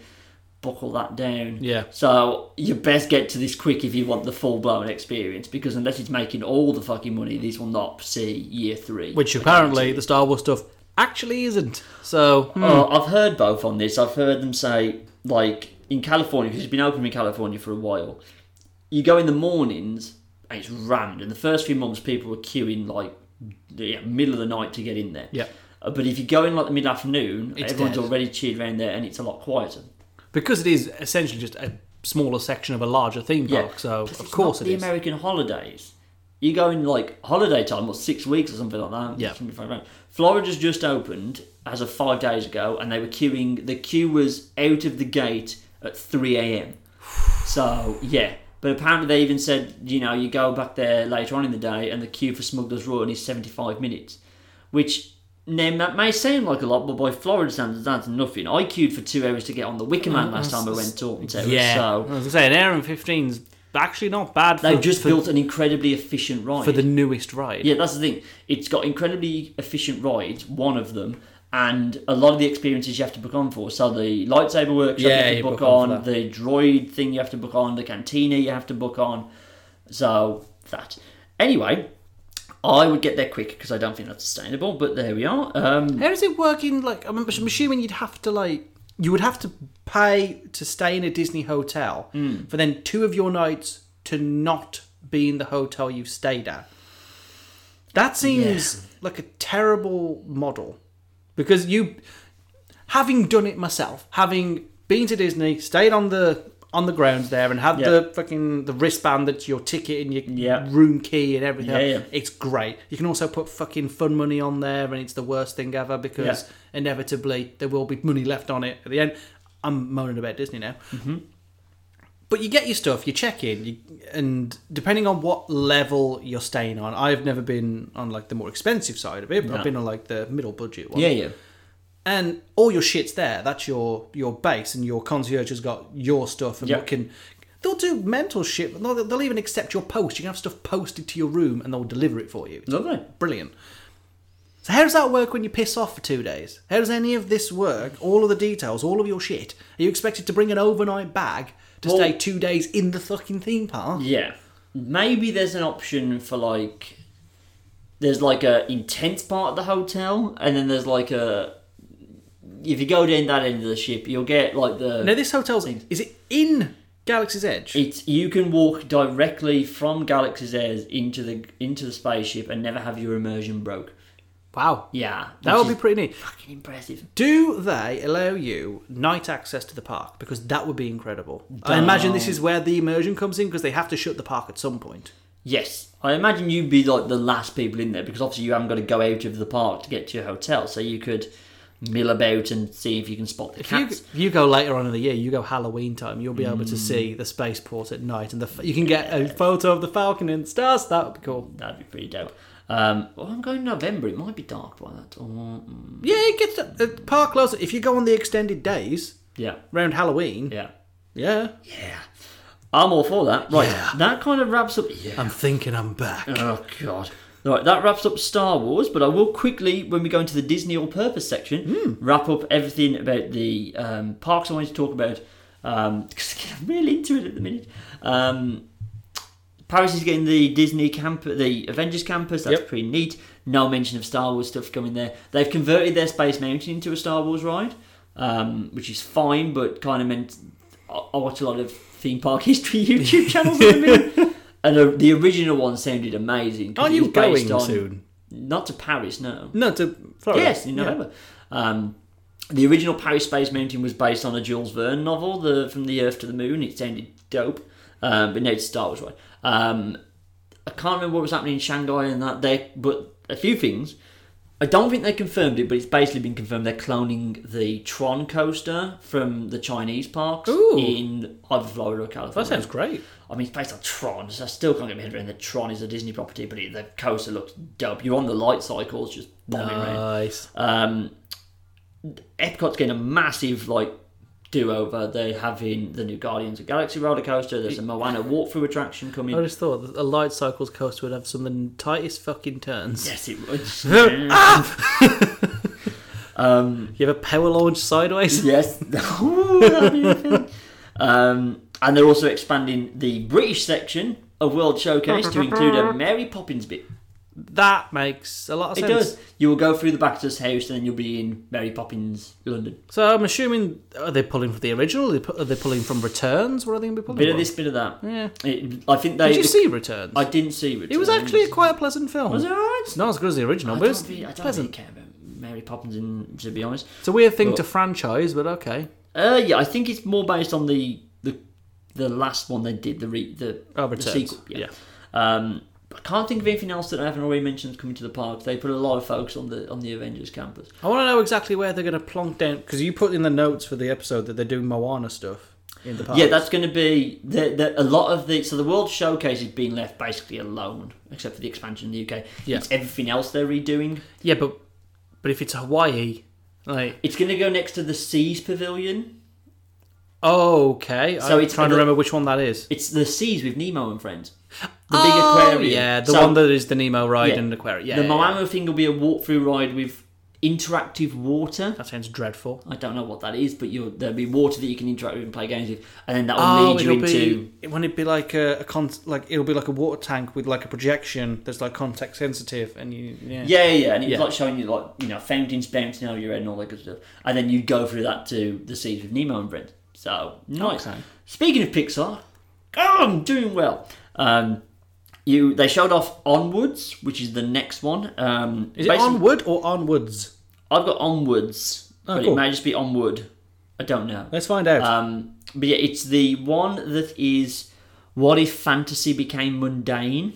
[SPEAKER 2] buckle that down
[SPEAKER 1] Yeah.
[SPEAKER 2] so you best get to this quick if you want the full blown experience because unless it's making all the fucking money this will not see year three
[SPEAKER 1] Which apparently the Star Wars stuff actually isn't. So hmm.
[SPEAKER 2] Oh, I've heard both on this. I've heard them say, like, in California, because it's been open in California for a while, you go in the mornings and it's rammed. And the first few months, people were queuing, like, the yeah, middle of the night to get in there.
[SPEAKER 1] Yeah.
[SPEAKER 2] Uh, But if you go in, like, the mid afternoon,
[SPEAKER 1] It's
[SPEAKER 2] everyone's
[SPEAKER 1] dead.
[SPEAKER 2] already cheered around there and it's a lot quieter.
[SPEAKER 1] because it is essentially just a smaller section of a larger theme
[SPEAKER 2] Yeah.
[SPEAKER 1] park. So
[SPEAKER 2] Plus,
[SPEAKER 1] of
[SPEAKER 2] it's
[SPEAKER 1] course
[SPEAKER 2] not
[SPEAKER 1] it
[SPEAKER 2] the
[SPEAKER 1] is.
[SPEAKER 2] American holidays. You go in like holiday time, or six weeks or something like that.
[SPEAKER 1] Yeah.
[SPEAKER 2] It can be fine, right? Florida's just opened as of five days ago, and they were queuing. The queue was out of the gate at three a.m. So yeah, but apparently they even said you know you go back there later on in the day, and the queue for Smuggler's Run is seventy-five minutes, which. Now that may sound like a lot, but by Florida standards, that's nothing. I queued for two hours to get on the Wicker Man last time I went to Alton Towers,
[SPEAKER 1] Mm, yeah.
[SPEAKER 2] so
[SPEAKER 1] I was gonna say an Aaron 15's actually not bad. For,
[SPEAKER 2] They've just
[SPEAKER 1] for,
[SPEAKER 2] built an incredibly efficient ride.
[SPEAKER 1] for the newest ride.
[SPEAKER 2] yeah, that's the thing. It's got incredibly efficient rides, one of them, and a lot of the experiences you have to book on for. So the lightsaber workshop you
[SPEAKER 1] Yeah,
[SPEAKER 2] have to
[SPEAKER 1] you
[SPEAKER 2] book,
[SPEAKER 1] book on for
[SPEAKER 2] on,
[SPEAKER 1] that.
[SPEAKER 2] the droid thing you have to book on, the cantina you have to book on. So that. Anyway, I would get there quick because I don't think that's sustainable. But there we are. Um,
[SPEAKER 1] How does it work in like? I'm I'm assuming you'd have to like you would have to pay to stay in a Disney hotel
[SPEAKER 2] Hmm.
[SPEAKER 1] for then two of your nights to not be in the hotel you've stayed at. That seems like a terrible model because you, having done it myself, having been to Disney, stayed on the on the grounds there and had
[SPEAKER 2] Yeah.
[SPEAKER 1] the fucking the wristband that's your ticket and your
[SPEAKER 2] Yeah.
[SPEAKER 1] room key and everything.
[SPEAKER 2] Yeah, yeah.
[SPEAKER 1] It's great. You can also put fucking fun money on there, and it's the worst thing ever because inevitably there will be money left on it at the end. I'm moaning about Disney now.
[SPEAKER 2] Mm-hmm.
[SPEAKER 1] But you get your stuff, you check in, you, and depending on what level you're staying on, I've never been on like the more expensive side of it, but
[SPEAKER 2] No.
[SPEAKER 1] I've been on like the middle budget one
[SPEAKER 2] yeah, yeah.
[SPEAKER 1] and all your shit's there. That's your your base, and your concierge has got your stuff, and
[SPEAKER 2] Yeah.
[SPEAKER 1] what can. They'll do mental shit. but They'll, they'll even accept your post. You can have stuff posted to your room, and they'll deliver it for you. It's
[SPEAKER 2] Lovely.
[SPEAKER 1] brilliant. So how does that work when you piss off for two days? How does any of this work? All of the details, all of your shit. Are you expected to bring an overnight bag to
[SPEAKER 2] Well-
[SPEAKER 1] stay two days in the fucking theme park?
[SPEAKER 2] Yeah. Maybe there's an option for like there's like a intense part of the hotel and then there's like a if you go down that end of the ship you'll get like the
[SPEAKER 1] Now this hotel's in. Is it in Galaxy's Edge?
[SPEAKER 2] it's you can walk directly from Galaxy's Edge into the into the spaceship and never have your immersion broke.
[SPEAKER 1] wow,
[SPEAKER 2] Yeah.
[SPEAKER 1] that
[SPEAKER 2] which
[SPEAKER 1] would be
[SPEAKER 2] is
[SPEAKER 1] pretty neat.
[SPEAKER 2] fucking impressive.
[SPEAKER 1] Do they allow you night access to the park? Because that would be incredible. I imagine this is where the immersion comes in because they have to shut the park at some point.
[SPEAKER 2] Yes. I imagine you'd be like the last people in there because obviously you haven't got to go out of the park to get to your hotel, so you could mill about and see if you can spot the
[SPEAKER 1] If you,
[SPEAKER 2] cats.
[SPEAKER 1] if you go later on in the year, you go Halloween time, you'll be able to see the spaceport at night and the, f- you can get a photo of the Falcon and stars. That would be cool.
[SPEAKER 2] That'd be pretty dope. Um, well, I'm going November. It might be dark by that. time. Mm.
[SPEAKER 1] Yeah, it gets the park closer. If you go on the extended days
[SPEAKER 2] Yeah,
[SPEAKER 1] around Halloween,
[SPEAKER 2] yeah,
[SPEAKER 1] yeah.
[SPEAKER 2] yeah. I'm all for that. Right, that kind of wraps up. Yeah.
[SPEAKER 1] I'm thinking I'm back.
[SPEAKER 2] Oh God. Right, that wraps up Star Wars. But I will quickly, when we go into the Disney All Purpose section, wrap up everything about the um, parks I Um, wanted to talk about because I'm really into it at the minute. Um, Paris is getting the Disney camp, the Avengers campus. That's
[SPEAKER 3] Yep.
[SPEAKER 2] pretty neat. No mention of Star Wars stuff coming there. They've converted their Space Mountain into a Star Wars ride, um, which is fine, but kind of meant I I watch a lot of theme park history YouTube channels at the minute. And the, the original one sounded amazing. 'cause
[SPEAKER 3] Aren't
[SPEAKER 2] it
[SPEAKER 3] you
[SPEAKER 2] was based
[SPEAKER 3] going
[SPEAKER 2] on-
[SPEAKER 3] soon?
[SPEAKER 2] Not to Paris, no.
[SPEAKER 3] No, to Florida.
[SPEAKER 2] Yes, in
[SPEAKER 3] Yeah.
[SPEAKER 2] November. Um, the original Paris Space Mountain was based on a Jules Verne novel, the From the Earth to the Moon. It sounded dope, um, but no, it's Star Wars one. Um, I can't remember what was happening in Shanghai and that day, but a few things. I don't think they confirmed it, but it's basically been confirmed they're cloning the Tron coaster from the Chinese parks
[SPEAKER 3] Ooh.
[SPEAKER 2] in either Florida or California.
[SPEAKER 3] That sounds great.
[SPEAKER 2] I mean, it's based on Tron, so I still can't get my head around that Tron is a Disney property, but it, the coaster looks dope. You're on the light cycles, just bombing around.
[SPEAKER 3] Nice.
[SPEAKER 2] Um, Epcot's getting a massive like do-over. They have in the new Guardians of the Galaxy roller coaster. There's a Moana walkthrough attraction coming.
[SPEAKER 1] I just thought that a light cycles coaster would have some of the tightest fucking turns.
[SPEAKER 2] Yes, it would.
[SPEAKER 1] Ah!
[SPEAKER 2] um,
[SPEAKER 1] You have a power launch sideways.
[SPEAKER 2] Yes. Ooh, that'd be a thing. um, and they're also expanding the British section of World Showcase to include a Mary Poppins bit.
[SPEAKER 1] That makes a lot of
[SPEAKER 2] It
[SPEAKER 1] sense.
[SPEAKER 2] does. You will go through the Baxter's house and then you'll be in Mary Poppins, London.
[SPEAKER 1] So I'm assuming are they pulling from the original? Are they, pu- are they pulling from returns? What are they going to be pulling?
[SPEAKER 2] Bit of
[SPEAKER 1] from?
[SPEAKER 2] this, bit of that.
[SPEAKER 1] Yeah.
[SPEAKER 2] It, I think they.
[SPEAKER 1] Did you see returns?
[SPEAKER 2] I didn't see Returns.
[SPEAKER 1] it was actually a quite a pleasant film.
[SPEAKER 2] Was it alright?
[SPEAKER 1] It's not as good as the original,
[SPEAKER 2] I
[SPEAKER 1] but
[SPEAKER 2] don't,
[SPEAKER 1] it's
[SPEAKER 2] think- I don't really
[SPEAKER 1] pleasant.
[SPEAKER 2] care about Mary Poppins, in, to be honest.
[SPEAKER 1] It's a weird thing
[SPEAKER 2] But-
[SPEAKER 1] to franchise, but okay.
[SPEAKER 2] Uh, yeah, I think it's more based on the the, the last one they did, the re, the,
[SPEAKER 1] Oh,
[SPEAKER 2] the
[SPEAKER 1] returns.
[SPEAKER 2] sequel. Yeah. Um, I can't think of anything else that I haven't already mentioned coming to the park. They put a lot of focus on the on the Avengers campus.
[SPEAKER 1] I want to know exactly where they're going to plonk down because you put in the notes for the episode that they're doing Moana stuff in the park.
[SPEAKER 2] Yeah, that's going to be the, the, a lot of the. So the World Showcase is being left basically alone, except for the expansion in the UK.
[SPEAKER 1] Yeah.
[SPEAKER 2] It's everything else they're redoing.
[SPEAKER 1] yeah, but but if it's Hawaii, like
[SPEAKER 2] It's going to go next to the Seas Pavilion.
[SPEAKER 1] oh, okay.
[SPEAKER 2] So
[SPEAKER 1] So I'm
[SPEAKER 2] it's
[SPEAKER 1] trying to
[SPEAKER 2] the-
[SPEAKER 1] remember which one that is.
[SPEAKER 2] It's the Seas with Nemo and friends. The
[SPEAKER 1] Oh,
[SPEAKER 2] big aquarium.
[SPEAKER 1] Yeah, the
[SPEAKER 2] So
[SPEAKER 1] one that is the Nemo ride
[SPEAKER 2] Yeah.
[SPEAKER 1] and aquarium. Yeah,
[SPEAKER 2] the
[SPEAKER 1] yeah, yeah.
[SPEAKER 2] Moana thing will be a walkthrough ride with interactive water.
[SPEAKER 1] That sounds dreadful.
[SPEAKER 2] I don't know what that is, but you'll, there'll be water that you can interact with and play games with, and then that will lead you
[SPEAKER 1] Oh, it'll
[SPEAKER 2] into.
[SPEAKER 1] be it- wouldn't it be like a, a con- like it'll be like a water tank with like a projection that's like context sensitive and you yeah.
[SPEAKER 2] Yeah, yeah, yeah, and it was
[SPEAKER 1] Yeah.
[SPEAKER 2] like showing you like you know fountains bouncing over your head and all that good stuff, and then you'd go through that to the seas with Nemo and Brent. So nice.
[SPEAKER 1] Okay.
[SPEAKER 2] Speaking of Pixar, oh, I'm doing well. Um, you they showed off Onwards, which is the next one. Um,
[SPEAKER 1] Is it
[SPEAKER 2] basically-
[SPEAKER 1] onward or onwards?
[SPEAKER 2] I've got Onwards,
[SPEAKER 1] Oh,
[SPEAKER 2] but
[SPEAKER 1] cool.
[SPEAKER 2] it may just be Onward. I don't know.
[SPEAKER 1] Let's find out.
[SPEAKER 2] Um, but yeah, it's the one that is what if fantasy became mundane?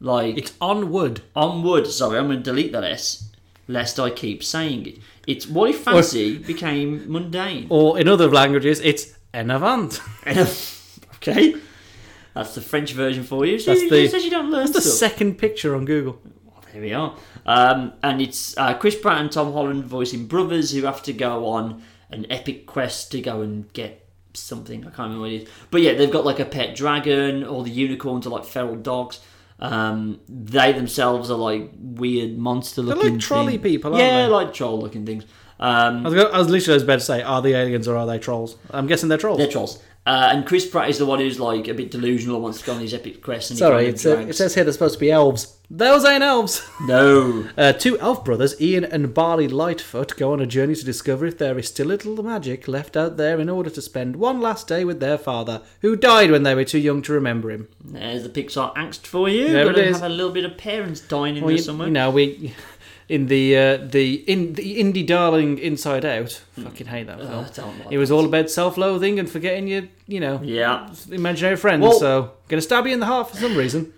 [SPEAKER 2] Like
[SPEAKER 1] it's onward.
[SPEAKER 2] onward. Sorry, I'm going to delete that S, lest I keep saying it. It's what if fantasy became mundane?
[SPEAKER 1] Or in other languages, it's en avant.
[SPEAKER 2] okay, that's the French version for you. So
[SPEAKER 1] That's
[SPEAKER 2] you
[SPEAKER 1] the-
[SPEAKER 2] it says you don't learn
[SPEAKER 1] That's the
[SPEAKER 2] stuff.
[SPEAKER 1] second picture on Google.
[SPEAKER 2] There we are. Um, and it's uh, Chris Pratt and Tom Holland voicing brothers who have to go on an epic quest to go and get something. I can't remember what it is. But yeah, they've got like a pet dragon. All the unicorns are like feral dogs. Um, they themselves are like weird monster looking.
[SPEAKER 1] like trolley people, aren't
[SPEAKER 2] yeah,
[SPEAKER 1] they?
[SPEAKER 2] like troll looking things. Um,
[SPEAKER 1] I was, go- I was literally about to say, are they aliens or are they trolls? I'm guessing they're trolls.
[SPEAKER 2] they're trolls. Uh, and Chris Pratt is the one who's like a bit delusional, wants to go on these epic quests. And he
[SPEAKER 1] Sorry,
[SPEAKER 2] kind of
[SPEAKER 1] it's, uh,
[SPEAKER 2] drags-
[SPEAKER 1] it says here they're supposed to be elves. Those ain't elves.
[SPEAKER 2] no.
[SPEAKER 1] Uh, two elf brothers, Ian and Barley Lightfoot, go on a journey to discover if there is still little magic left out there in order to spend one last day with their father, who died when they were too young to remember him.
[SPEAKER 2] There's the Pixar angst for you.
[SPEAKER 1] There
[SPEAKER 2] Gotta
[SPEAKER 1] it is.
[SPEAKER 2] have a little bit of parents dying in
[SPEAKER 1] Well,
[SPEAKER 2] there
[SPEAKER 1] you,
[SPEAKER 2] somewhere.
[SPEAKER 1] you know, we in the uh, the in the indie darling Inside Out. Fucking hate that
[SPEAKER 2] Oh,
[SPEAKER 1] film.
[SPEAKER 2] I don't like
[SPEAKER 1] it was all about self-loathing and forgetting your, you know,
[SPEAKER 2] Yeah,
[SPEAKER 1] imaginary friends.
[SPEAKER 2] Well-
[SPEAKER 1] so gonna stab you in the heart for some reason.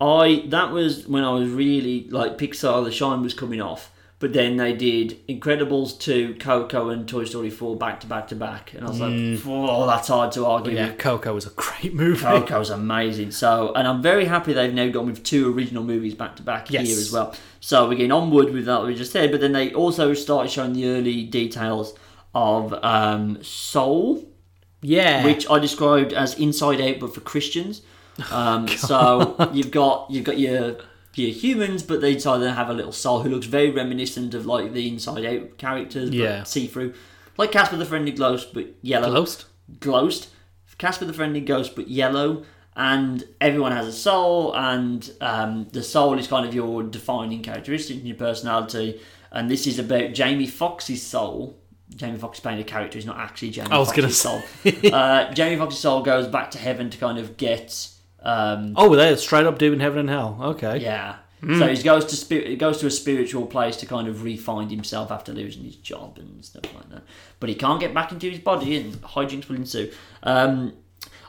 [SPEAKER 2] I that was when I was really like Pixar. The shine was coming off, but then they did Incredibles two, Coco, and Toy Story four back to back to back, and I was
[SPEAKER 1] Mm.
[SPEAKER 2] like, "Oh, that's hard to argue."
[SPEAKER 1] Yeah,
[SPEAKER 2] with.
[SPEAKER 1] Coco was a great movie.
[SPEAKER 2] Coco's amazing. So, and I'm very happy they've now gone with two original movies back to back here
[SPEAKER 1] Yes.
[SPEAKER 2] as well. So we're getting onward with that we just said, but then they also started showing the early details of um, Soul,
[SPEAKER 1] Yeah,
[SPEAKER 2] which I described as Inside Out, but for Christians.
[SPEAKER 1] Oh,
[SPEAKER 2] Um, so you've got you've got your your humans, but they decide to have a little soul who looks very reminiscent of like the Inside Out characters,
[SPEAKER 1] Yeah.
[SPEAKER 2] but see through, like Casper the Friendly Ghost, but yellow.
[SPEAKER 1] Ghost?
[SPEAKER 2] Ghost. Casper the Friendly Ghost, but yellow. and everyone has a soul, and um, the soul is kind of your defining characteristic in your personality. And this is about Jamie Foxx's soul. Jamie Foxx is playing a character who's not actually Jamie
[SPEAKER 1] I was gonna
[SPEAKER 2] Foxx's soul. uh, Jamie Foxx's soul goes back to heaven to kind of get. Um,
[SPEAKER 1] Oh, they're straight up doing heaven and hell. Okay.
[SPEAKER 2] yeah.
[SPEAKER 1] Hmm.
[SPEAKER 2] So he goes to spirit, he goes to a spiritual place to kind of refind himself after losing his job and stuff like that. But he can't get back into his body, and hijinks will ensue. Um,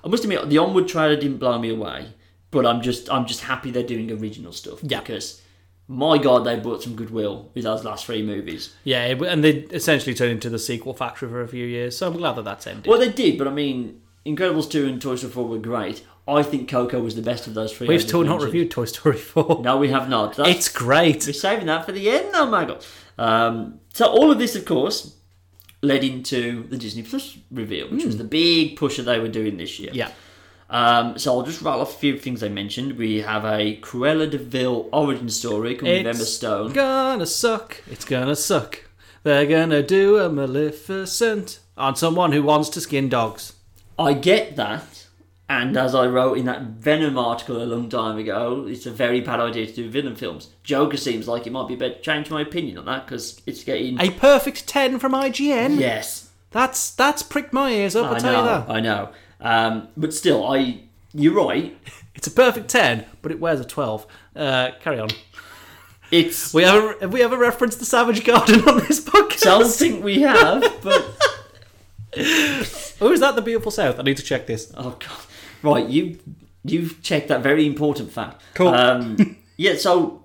[SPEAKER 2] I must admit, the onward trailer didn't blow me away, but I'm just I'm just happy they're doing original stuff
[SPEAKER 1] Yeah.
[SPEAKER 2] because my god, they brought some goodwill with those last three movies.
[SPEAKER 1] Yeah, it- and they essentially turned into the sequel factory for a few years, so I'm glad that that's ended.
[SPEAKER 2] Well, they did, but I mean, Incredibles two and Toy Story four were great. I think Coco was the best of those three. I
[SPEAKER 1] We've
[SPEAKER 2] just
[SPEAKER 1] still not
[SPEAKER 2] mentioned.
[SPEAKER 1] reviewed Toy Story 4.
[SPEAKER 2] No, we have not. That's
[SPEAKER 1] It's great.
[SPEAKER 2] We're saving that for the end, oh my god. Um, so all of this, of course, led into the Disney Plus reveal, which was the big push that they were doing this year.
[SPEAKER 1] Hmm. Yeah.
[SPEAKER 2] Um, so I'll just rattle off a few things I mentioned. We have a Cruella de Vil origin story called
[SPEAKER 1] It's
[SPEAKER 2] Emma Stone.
[SPEAKER 1] Gonna suck. It's gonna suck. They're gonna do a Maleficent on someone who wants to skin dogs.
[SPEAKER 2] I get that. And as I wrote in that Venom article a long time ago, it's a very bad idea to do villain films. Joker seems like it might be better. Change my opinion on that because it's getting.
[SPEAKER 1] A perfect 10 from IGN.
[SPEAKER 2] yes,
[SPEAKER 1] That's that's pricked my ears up, I'll
[SPEAKER 2] I
[SPEAKER 1] tell
[SPEAKER 2] know,
[SPEAKER 1] you that.
[SPEAKER 2] I know. Um, but still, I you're right.
[SPEAKER 1] It's a perfect 10, but it wears a 12. Uh, carry on.
[SPEAKER 2] It's
[SPEAKER 1] We ever have we ever referenced the Savage Garden on this podcast?
[SPEAKER 2] don't think we have, but
[SPEAKER 1] Or Oh, is that the beautiful South? I need to check this.
[SPEAKER 2] oh god, right? You you've checked that very important fact.
[SPEAKER 1] Cool.
[SPEAKER 2] Um, yeah, so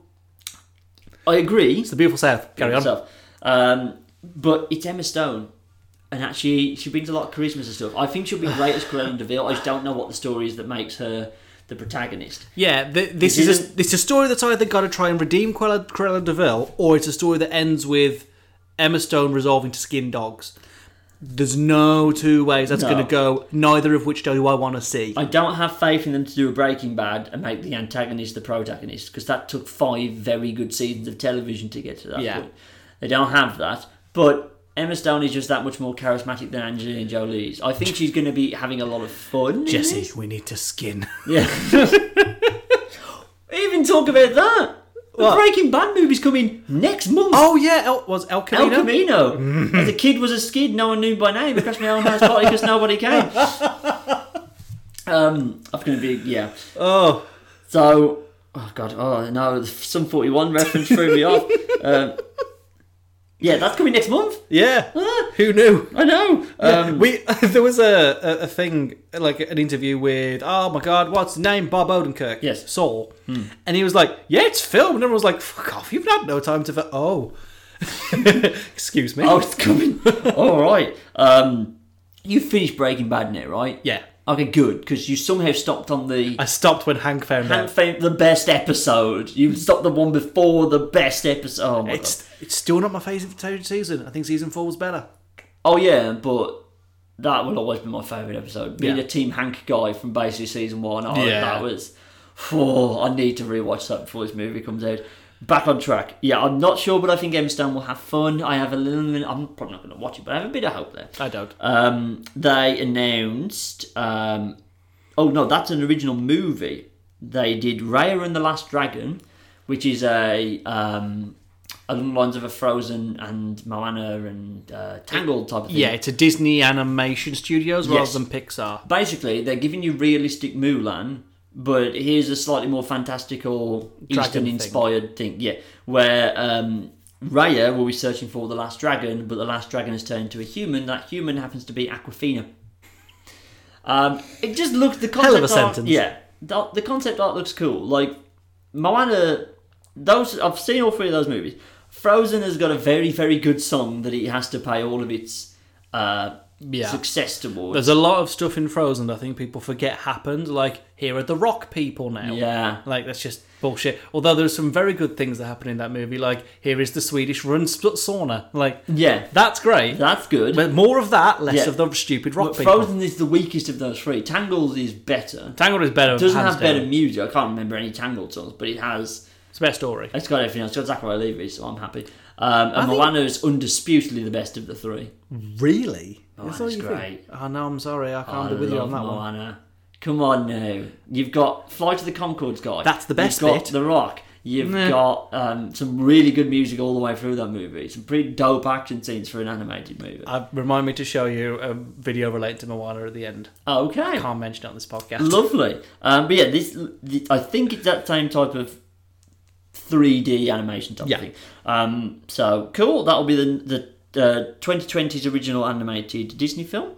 [SPEAKER 2] I agree.
[SPEAKER 1] It's the beautiful South. Carry on.
[SPEAKER 2] Stuff. Um, but it's Emma Stone, and actually she brings a lot of charisma and stuff. I think she'll be great as Cruella de Vil. I just don't know what the story is that makes her the protagonist.
[SPEAKER 1] Yeah, th- this
[SPEAKER 2] It
[SPEAKER 1] is a,
[SPEAKER 2] isn't-
[SPEAKER 1] this is a story that's either got to try and redeem Cruella, Cruella de Vil, or it's a story that ends with Emma Stone resolving to skin dogs. There's no two ways that's
[SPEAKER 2] No.
[SPEAKER 1] going to go. Neither of which do I want to see.
[SPEAKER 2] I don't have faith in them to do a Breaking Bad and make the antagonist the protagonist because that took five very good seasons of television to get to that
[SPEAKER 1] Yeah.
[SPEAKER 2] point. They don't have that, but Emma Stone is just that much more charismatic than Angelina Jolie is. I think she's going to be having a lot of fun. in
[SPEAKER 1] Jesse,
[SPEAKER 2] this.
[SPEAKER 1] we need to skin.
[SPEAKER 2] yeah. Even talk about that. The
[SPEAKER 1] What?
[SPEAKER 2] Breaking Bad movie's coming next month.
[SPEAKER 1] oh yeah, El, was El
[SPEAKER 2] El
[SPEAKER 1] Oh, Camino?
[SPEAKER 2] Camino. As a kid was a skid, no one knew by name. Across my own house party because nobody came. Um, I'm going to be yeah.
[SPEAKER 1] Oh,
[SPEAKER 2] So, oh god, oh no, some forty one reference threw me off. Um, yeah, that's coming next month.
[SPEAKER 1] yeah.
[SPEAKER 2] Ah,
[SPEAKER 1] Who knew?
[SPEAKER 2] I know. Um,
[SPEAKER 1] we there was a, a a thing like an interview with oh my god what's his name Bob Odenkirk
[SPEAKER 2] Yes.
[SPEAKER 1] Saul and he was like yeah it's filmed and everyone was like fuck off you've had no time to fi-" oh excuse me
[SPEAKER 2] oh, it's coming. All right. Um, you finished Breaking Bad now, right?
[SPEAKER 1] yeah
[SPEAKER 2] Okay, good, because you somehow stopped on the
[SPEAKER 1] I stopped when Hank found
[SPEAKER 2] Can't
[SPEAKER 1] out
[SPEAKER 2] think the best episode. You stopped the one before the best episode. Oh, my God.
[SPEAKER 1] it's it's still not my favourite season I think season four was better
[SPEAKER 2] oh yeah, but. That will always be my favourite episode. Being
[SPEAKER 1] Yeah.
[SPEAKER 2] a Team Hank guy from basically season one, oh,
[SPEAKER 1] Yeah.
[SPEAKER 2] that was. Oh, I need to rewatch that before this movie comes out. Back on track. Yeah, I'm not sure, but I think Emma Stone will have fun. I have a little. I'm probably not going to watch it, but I have a bit of hope there.
[SPEAKER 1] I don't
[SPEAKER 2] Um, they announced. Um, oh no, that's an original movie. They did Raya and the Last Dragon, which is a um, along the lines of a Frozen and Moana and uh, Tangled type of thing.
[SPEAKER 1] yeah it's a Disney Animation Studios
[SPEAKER 2] Yes.
[SPEAKER 1] rather than Pixar
[SPEAKER 2] Basically, they're giving you realistic Mulan, but here's a slightly more fantastical
[SPEAKER 1] Dragon
[SPEAKER 2] Eastern-inspired thing. Yeah, where um, Raya will be searching for the last dragon, but the last dragon has turned into a human. That human happens to be Aquafina. Um, it just looks the concept
[SPEAKER 1] Hell of a
[SPEAKER 2] art,
[SPEAKER 1] sentence.
[SPEAKER 2] Yeah, the, the concept art looks cool. Like Moana, those I've seen all three of those movies. Frozen has got a very very good song that it has to pay all of its uh,
[SPEAKER 1] Yeah.
[SPEAKER 2] success towards.
[SPEAKER 1] there's a lot of stuff in Frozen I think people forget happened like here are the rock people now
[SPEAKER 2] yeah,
[SPEAKER 1] Like that's just bullshit. Although there's some very good things that happen in that movie. Like here is the Swedish run split sauna. Like
[SPEAKER 2] yeah,
[SPEAKER 1] that's great.
[SPEAKER 2] that's good.
[SPEAKER 1] But more of that, less
[SPEAKER 2] Yeah.
[SPEAKER 1] of the stupid rock
[SPEAKER 2] But
[SPEAKER 1] people.
[SPEAKER 2] Frozen is the weakest of those three. Tangled is better.
[SPEAKER 1] Tangled is better.
[SPEAKER 2] Doesn't
[SPEAKER 1] hands
[SPEAKER 2] have better
[SPEAKER 1] down.
[SPEAKER 2] music. I can't remember any Tangled songs, but it has.
[SPEAKER 1] It's a better story.
[SPEAKER 2] It's got everything else. It's got Zachary Levi, so I'm happy. Um, and
[SPEAKER 1] think-
[SPEAKER 2] Moana is undisputedly the best of the three.
[SPEAKER 1] Really?
[SPEAKER 2] Moana's great.
[SPEAKER 1] Oh no, I'm sorry, I can't
[SPEAKER 2] I
[SPEAKER 1] be with you on
[SPEAKER 2] love
[SPEAKER 1] that one.
[SPEAKER 2] Moana. Come on now. You've got Flight of the Concords guy.
[SPEAKER 1] That's the best
[SPEAKER 2] You've got
[SPEAKER 1] bit.
[SPEAKER 2] The Rock. You've got um, some really good music all the way through that movie. Some pretty dope action scenes for an animated movie.
[SPEAKER 1] Uh, remind me to show you a video related to Moana at the end.
[SPEAKER 2] Okay.
[SPEAKER 1] Can't mention it on this podcast.
[SPEAKER 2] Lovely. Um, but yeah, this th- I think it's that same type of 3D animation type
[SPEAKER 1] Yeah.
[SPEAKER 2] thing. Um, so cool. That'll be the the uh, 2020's original animated Disney film.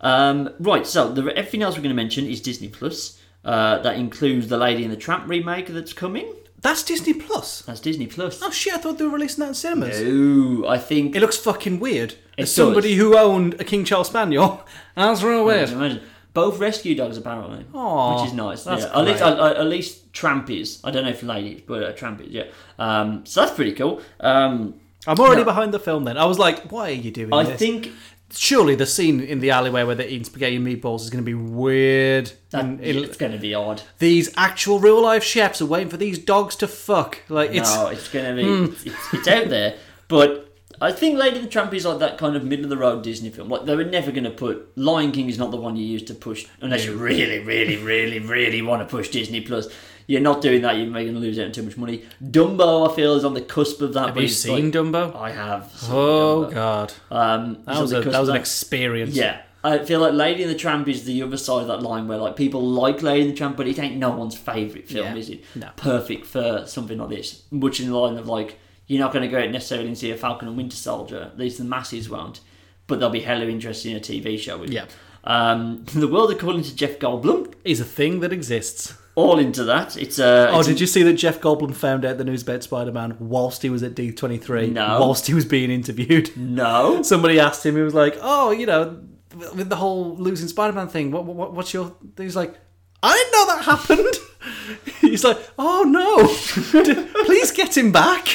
[SPEAKER 2] Um, right. So the, everything else we're going to mention is Disney Plus. Uh, that includes the Lady and the Tramp remake that's coming.
[SPEAKER 1] That's Disney Plus.
[SPEAKER 2] That's Disney Plus.
[SPEAKER 1] Oh shit! I thought they were releasing that in cinemas.
[SPEAKER 2] No, I think.
[SPEAKER 1] It looks fucking weird. As
[SPEAKER 2] does.
[SPEAKER 1] somebody who owned a King Charles Spaniel, that's real
[SPEAKER 2] Can
[SPEAKER 1] weird.
[SPEAKER 2] you imagine? Both rescue dogs apparently,
[SPEAKER 1] Aw,
[SPEAKER 2] which is nice.
[SPEAKER 1] that's
[SPEAKER 2] yeah. At least,
[SPEAKER 1] great.
[SPEAKER 2] at, at at least trampies. I don't know if ladies, but uh, trampies. Yeah. Um, so that's pretty cool. Um,
[SPEAKER 1] I'm already
[SPEAKER 2] No.
[SPEAKER 1] behind the film. Then I was like, why are you doing
[SPEAKER 2] I
[SPEAKER 1] this?
[SPEAKER 2] think
[SPEAKER 1] surely the scene in the alleyway where they're eating spaghetti and meatballs is going to be weird.
[SPEAKER 2] that,
[SPEAKER 1] and it'll-
[SPEAKER 2] it's going to be odd.
[SPEAKER 1] these actual real life chefs are waiting for these dogs to fuck. Like it's Hmm.
[SPEAKER 2] no, Oh, it's going to be. It's, it's out there, but. I think Lady and the Tramp is like that kind of middle of the road Disney film. Like they were never going to put Lion King is not the one you use to push unless you really, really, really, really want to push Disney Plus. You're not doing that. You're going to lose out on too much money. Dumbo, I feel, is on the cusp of that.
[SPEAKER 1] Have
[SPEAKER 2] but
[SPEAKER 1] you
[SPEAKER 2] it's
[SPEAKER 1] seen
[SPEAKER 2] like-
[SPEAKER 1] Dumbo?
[SPEAKER 2] I have. seen
[SPEAKER 1] Oh
[SPEAKER 2] Dumbo.
[SPEAKER 1] god,
[SPEAKER 2] Um,
[SPEAKER 1] that was, a, that was an experience.
[SPEAKER 2] yeah. I feel like Lady and the Tramp is the other side of that line where like people like Lady and the Tramp, but it ain't no one's favourite film,
[SPEAKER 1] Yeah.
[SPEAKER 2] is it?
[SPEAKER 1] No.
[SPEAKER 2] Perfect for something like this, much in the line of like you're not going to go out necessarily and see a Falcon and Winter Soldier. At least the masses won't, but they'll be hella interested in a TV show. With it.
[SPEAKER 1] Yeah.
[SPEAKER 2] Um, the world according to Jeff Goldblum.
[SPEAKER 1] is a thing that exists.
[SPEAKER 2] All into that. It's a.
[SPEAKER 1] Oh,
[SPEAKER 2] it's
[SPEAKER 1] did you see that Jeff Goldblum found out the news about Spider Man whilst he was at D23?
[SPEAKER 2] No.
[SPEAKER 1] Whilst he was being interviewed?
[SPEAKER 2] No.
[SPEAKER 1] Somebody asked him, he was like, oh, you know, with the whole losing Spider Man thing, what, what, what's your. He's like, I didn't know that happened. He's like, oh no, D- please get him back.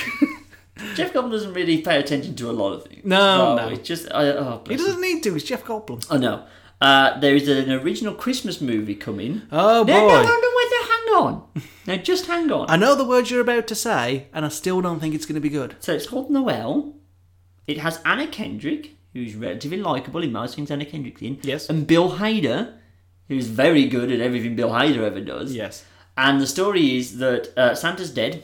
[SPEAKER 2] Jeff Goldblum doesn't really pay attention to a lot of things.
[SPEAKER 1] No, no.
[SPEAKER 2] It's just. I, oh, bless
[SPEAKER 1] he
[SPEAKER 2] him.
[SPEAKER 1] doesn't need to, he's Jeff Goldblum.
[SPEAKER 2] Oh no. Uh, there is an original Christmas movie coming.
[SPEAKER 1] Oh boy.
[SPEAKER 2] No, no, no, no, wait, no, hang on. No, just hang on.
[SPEAKER 1] I know the words you're about to say, and I still don't think it's going to be good.
[SPEAKER 2] So it's called Noel. It has Anna Kendrick, who's relatively likable in most things Anna Kendrick's in.
[SPEAKER 1] Yes.
[SPEAKER 2] And Bill Hader, who's very good at everything Bill Hader ever does.
[SPEAKER 1] Yes.
[SPEAKER 2] And the story is that uh, Santa's dead.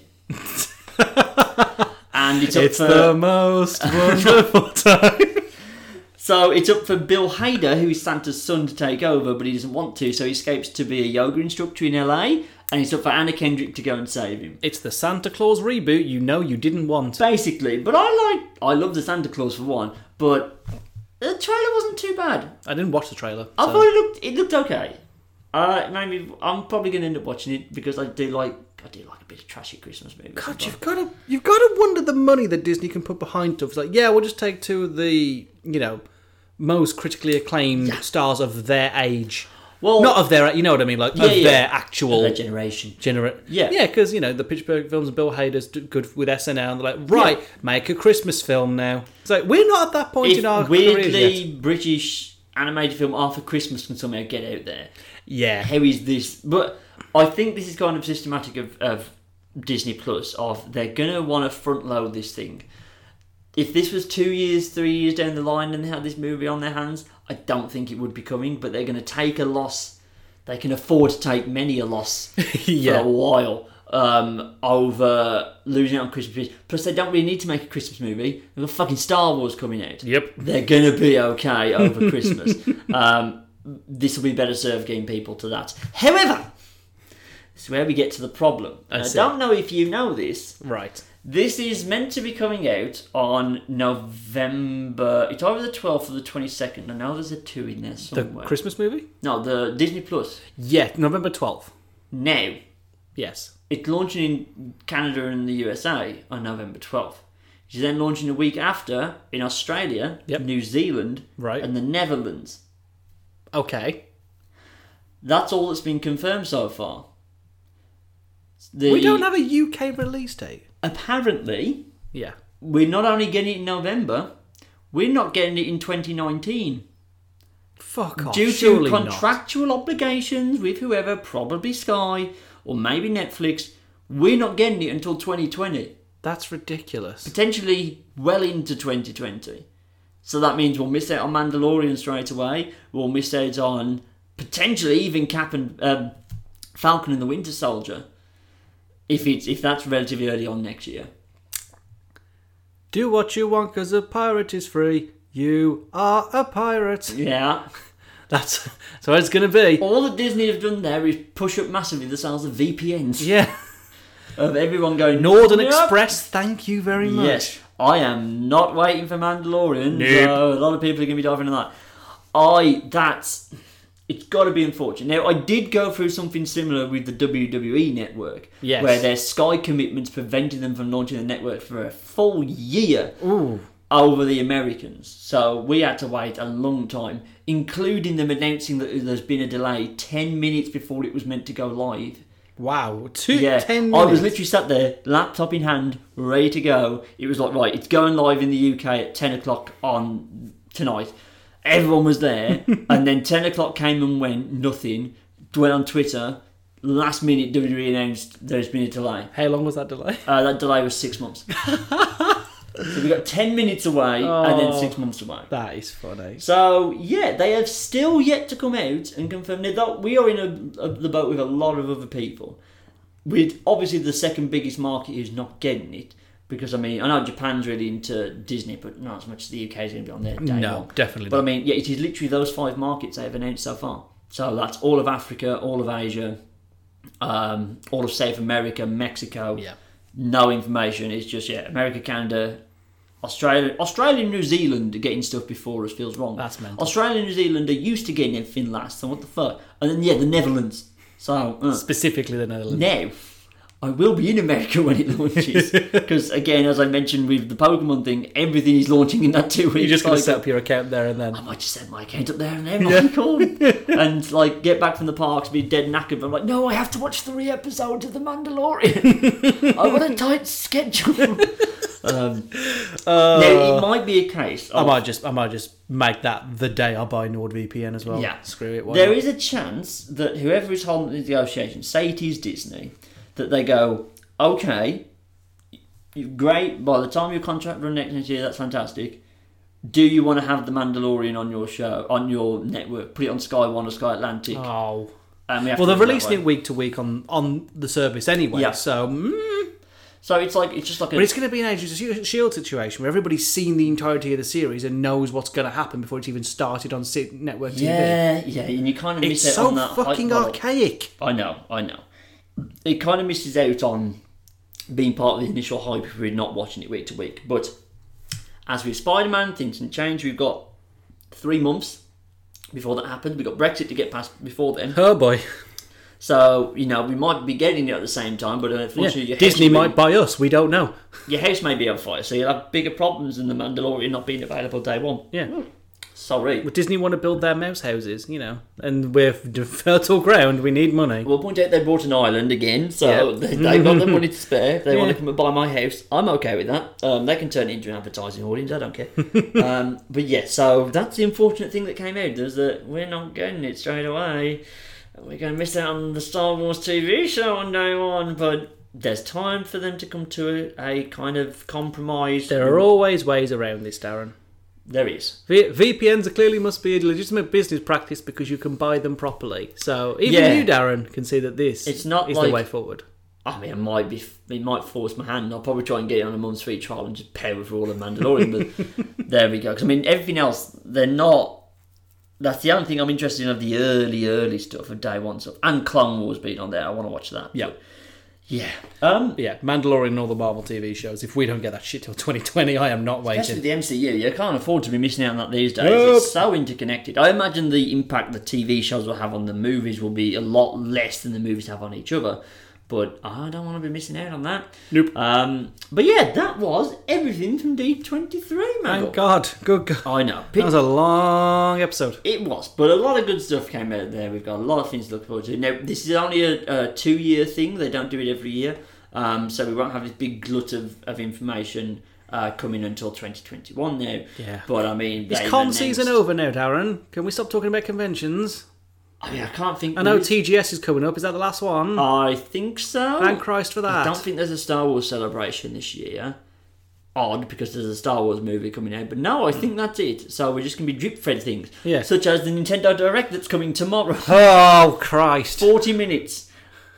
[SPEAKER 2] and it's up
[SPEAKER 1] It's
[SPEAKER 2] for
[SPEAKER 1] the most wonderful time.
[SPEAKER 2] So it's up for Bill Hader, who is Santa's son, to take over, but he doesn't want to, so he escapes to be a yoga instructor in LA, and it's up for Anna Kendrick to go and save him.
[SPEAKER 1] It's the Santa Claus reboot you know you didn't want.
[SPEAKER 2] Basically, but I like, I love the Santa Claus for one, but the trailer wasn't too bad.
[SPEAKER 1] I didn't watch the trailer.
[SPEAKER 2] I
[SPEAKER 1] so-
[SPEAKER 2] thought it looked, it looked okay. Uh, it made me, I'm probably going to end up watching it because I do like, I do like a bit of trashy Christmas movies.
[SPEAKER 1] God, you've got to you've got to wonder the money that Disney can put behind stuff. It's like, yeah, we'll just take two of the you know most critically acclaimed stars of their age,
[SPEAKER 2] well,
[SPEAKER 1] not of their you know what I mean, like
[SPEAKER 2] Yeah,
[SPEAKER 1] of
[SPEAKER 2] yeah.
[SPEAKER 1] their actual
[SPEAKER 2] their generation.
[SPEAKER 1] generate.
[SPEAKER 2] Yeah.
[SPEAKER 1] yeah, because you know the Pittsburgh films and Bill Hader's d- good with SNL, and they're like, right,
[SPEAKER 2] Yeah.
[SPEAKER 1] make a Christmas film now. It's like we're not at that point in our
[SPEAKER 2] If
[SPEAKER 1] careers yet.
[SPEAKER 2] weirdly British animated film Arthur Christmas can somehow get out there,
[SPEAKER 1] Yeah,
[SPEAKER 2] how is this? But I think this is kind of systematic of, of Disney Plus of they're gonna want to front load this thing. If this was two years, three years down the line, and they had this movie on their hands, I don't think it would be coming. But they're gonna take a loss. They can afford to take many a loss
[SPEAKER 1] Yeah.
[SPEAKER 2] for a while um, over losing out on Christmas movies. Plus, they don't really need to make a Christmas movie. They've got fucking Star Wars coming out
[SPEAKER 1] Yep.
[SPEAKER 2] they're gonna be okay over Christmas. um, this will be better served getting people to that. However, this is where we get to the problem. And I,
[SPEAKER 1] see.
[SPEAKER 2] don't know if you know this.
[SPEAKER 1] right.
[SPEAKER 2] This is meant to be coming out on November. It's either the twelfth or the twenty second. I know there's a two in there
[SPEAKER 1] The
[SPEAKER 2] somewhere.
[SPEAKER 1] Christmas movie?
[SPEAKER 2] no, the Disney Plus.
[SPEAKER 1] Yeah, November twelfth.
[SPEAKER 2] Now
[SPEAKER 1] Yes.
[SPEAKER 2] it's launching in Canada and the USA on November 12th. She's then launching a week after in Australia,
[SPEAKER 1] Yep.
[SPEAKER 2] New Zealand,
[SPEAKER 1] Right.
[SPEAKER 2] and the Netherlands.
[SPEAKER 1] Okay.
[SPEAKER 2] That's all that's been confirmed so far. The,
[SPEAKER 1] We don't have a UK release date.
[SPEAKER 2] Apparently,
[SPEAKER 1] Yeah.
[SPEAKER 2] we're not only getting it in November, we're not getting it in 2019.
[SPEAKER 1] Fuck off.
[SPEAKER 2] due to
[SPEAKER 1] Oh, surely not.
[SPEAKER 2] contractual obligations with whoever, probably Sky or maybe Netflix, we're not getting it until 2020.
[SPEAKER 1] That's ridiculous.
[SPEAKER 2] potentially well into 2020. So that means we'll miss out on Mandalorian straight away. We'll miss out on potentially even Cap and um, Falcon and the Winter Soldier if it's if that's relatively early on next year.
[SPEAKER 1] Do what you want, cause a pirate is free. You are a pirate.
[SPEAKER 2] Yeah.
[SPEAKER 1] That's so. It's gonna be.
[SPEAKER 2] All that Disney have done there is push up massively the sales of VPNs
[SPEAKER 1] Yeah.
[SPEAKER 2] of everyone going
[SPEAKER 1] Northern
[SPEAKER 2] "Yep,
[SPEAKER 1] Express. Thank you very much.
[SPEAKER 2] Yes, I am not waiting for Mandalorian. So a lot of people are going to be diving in that. I that's it's got to be unfortunate. Now I did go through something similar with the WWE network,
[SPEAKER 1] Yes.
[SPEAKER 2] where their Sky commitments prevented them from launching the network for a full year over the Americans. So we had to wait a long time, including them announcing that there's been a delay ten minutes before it was meant to go live.
[SPEAKER 1] Wow. Two
[SPEAKER 2] Yeah,
[SPEAKER 1] ten
[SPEAKER 2] I
[SPEAKER 1] minutes.
[SPEAKER 2] was literally sat there, laptop in hand, ready to go. It was like, right, it's going live in the UK at 10 o'clock on tonight. Everyone was there, and then 10 o'clock came and went, nothing. Went on Twitter, last minute WWE announced there's been a delay.
[SPEAKER 1] How long was that delay?
[SPEAKER 2] Uh, that delay was six months. so we got 10 minutes away, and then
[SPEAKER 1] Oh.
[SPEAKER 2] six months away.
[SPEAKER 1] That is funny.
[SPEAKER 2] So yeah, they have still yet to come out and confirm. Now that we are in a, a, the boat with a lot of other people. With obviously the second biggest market is not getting it because I mean I know Japan's really into Disney, but not as much as the UK is going to be on their day.
[SPEAKER 1] No,
[SPEAKER 2] one.
[SPEAKER 1] definitely
[SPEAKER 2] But
[SPEAKER 1] not.
[SPEAKER 2] I mean, yeah, it is literally those five markets they have announced so far. So that's all of Africa, all of Asia, um, all of South America, Mexico.
[SPEAKER 1] Yeah.
[SPEAKER 2] No information. It's just yeah, America, Canada, Australia, Australia, and New Zealand are getting stuff before us feels wrong.
[SPEAKER 1] That's mental.
[SPEAKER 2] Australia and New Zealand are used to getting everything last, so what the fuck? And then yeah, the Netherlands. So uh,
[SPEAKER 1] Specifically the Netherlands.
[SPEAKER 2] now I will be in America when it launches because again, as I mentioned with the Pokemon thing, everything is launching in that two weeks.
[SPEAKER 1] You're just gonna
[SPEAKER 2] cycle.
[SPEAKER 1] set up your account there and then.
[SPEAKER 2] I might just send my account up there and then yeah. and like get back from the parks, be dead knackered. But I'm like, no, I have to watch three episodes of The Mandalorian. I want a tight schedule. um,
[SPEAKER 1] Uh,
[SPEAKER 2] now, it might be a case.
[SPEAKER 1] I
[SPEAKER 2] of-
[SPEAKER 1] might just I might just make that the day I buy NordVPN as well.
[SPEAKER 2] Yeah.
[SPEAKER 1] Screw it. Why
[SPEAKER 2] There
[SPEAKER 1] not?
[SPEAKER 2] is a chance that whoever is holding the negotiation, say it is Disney, that they go, okay, you- great, by the time your contract runs next year, that's fantastic. Do you want to have The Mandalorian on your show, on your network? Put it on Sky One or Sky Atlantic.
[SPEAKER 1] Oh.
[SPEAKER 2] and we have
[SPEAKER 1] Well,
[SPEAKER 2] to
[SPEAKER 1] they're
[SPEAKER 2] do it that
[SPEAKER 1] releasing
[SPEAKER 2] way.
[SPEAKER 1] it week to week on on the service anyway.
[SPEAKER 2] Yeah.
[SPEAKER 1] So, mm,
[SPEAKER 2] So it's like it's just like a
[SPEAKER 1] but it's going to be an Agents of Shield situation where everybody's seen the entirety of the series and knows what's going to happen before it's even started on si- network TV.
[SPEAKER 2] yeah, yeah, and you kind of
[SPEAKER 1] It's
[SPEAKER 2] miss out
[SPEAKER 1] so
[SPEAKER 2] on that hype
[SPEAKER 1] fucking
[SPEAKER 2] model.
[SPEAKER 1] archaic.
[SPEAKER 2] I know, I know. It kind of misses out on being part of the initial hype if we're not watching it week to week. But as with Spider Man, things can change. We've got three months before that happens. We've got Brexit to get past before then.
[SPEAKER 1] Oh boy.
[SPEAKER 2] So, you know, we might be getting it at the same time, but unfortunately, your house
[SPEAKER 1] Disney
[SPEAKER 2] will be-
[SPEAKER 1] might buy us. We don't know.
[SPEAKER 2] Your house may be on fire, so you'll have bigger problems than the Mandalorian not being available day one.
[SPEAKER 1] Yeah.
[SPEAKER 2] Sorry.
[SPEAKER 1] Would Disney want to build their mouse houses? You know, and we're f- fertile ground. We need money.
[SPEAKER 2] We'll point out they bought an island again, so
[SPEAKER 1] Yep.
[SPEAKER 2] they, they've got the money to spare. They want
[SPEAKER 1] Yeah.
[SPEAKER 2] to come and buy my house. I'm okay with that. Um, they can turn it into an advertising audience. I don't care. um, but yeah, so that's the unfortunate thing that came out. There's that we're not getting it straight away. We're going to miss out on the Star Wars TV show on day one, but there's time for them to come to a, a kind of compromise.
[SPEAKER 1] There are always ways around this, Darren.
[SPEAKER 2] There is.
[SPEAKER 1] V- VPNs are clearly must be a legitimate business practice because you can buy them properly. So even
[SPEAKER 2] Yeah.
[SPEAKER 1] you, Darren, can see that this
[SPEAKER 2] It's not
[SPEAKER 1] is
[SPEAKER 2] like-
[SPEAKER 1] the way forward.
[SPEAKER 2] I mean, it might be, it might force my hand. I'll probably try and get it on a month's free trial and just pay with all of Mandalorian. but there we go. 'Cause, I mean, everything else, they're not. That's the only thing I'm interested in of the early, early stuff of day one stuff. And Clone Wars being on there, I want to watch that.
[SPEAKER 1] Yeah.
[SPEAKER 2] But, yeah. Um,
[SPEAKER 1] But yeah, Mandalorian and all the Marvel TV shows. If we don't get that shit till 2020, I am not
[SPEAKER 2] especially
[SPEAKER 1] waiting.
[SPEAKER 2] with the MCU, you can't afford to be missing out on that these days.
[SPEAKER 1] Nope.
[SPEAKER 2] It's so interconnected. I imagine the impact the TV shows will have on the movies will be a lot less than the movies have on each other. But I don't want to be missing out on that.
[SPEAKER 1] Nope.
[SPEAKER 2] Um, but yeah, that was everything from D23, man.
[SPEAKER 1] Thank God. Good God.
[SPEAKER 2] I know.
[SPEAKER 1] That was a long episode.
[SPEAKER 2] It was, but a lot of good stuff came out there. We've got a lot of things to look forward to. Now, this is only a, a two year thing, they don't do it every year. Um, so we won't have this big glut of, of information uh, coming until 2021 now.
[SPEAKER 1] Yeah.
[SPEAKER 2] But I mean,
[SPEAKER 1] Is
[SPEAKER 2] they've
[SPEAKER 1] con
[SPEAKER 2] announced-
[SPEAKER 1] season over now, Darren? Can we stop talking about conventions?
[SPEAKER 2] I mean, Oh, I can't think.
[SPEAKER 1] I know
[SPEAKER 2] there is-
[SPEAKER 1] TGS is coming up. Is that the last one?
[SPEAKER 2] I think so.
[SPEAKER 1] Thank Christ for that.
[SPEAKER 2] I don't think there's a Star Wars celebration this year. odd because there's a Star Wars movie coming out. But no, I think that's it. So we're just going to be drip fed things.
[SPEAKER 1] Hmm. Yeah.
[SPEAKER 2] Such as the Nintendo Direct that's coming tomorrow.
[SPEAKER 1] Oh Christ!
[SPEAKER 2] 40 minutes.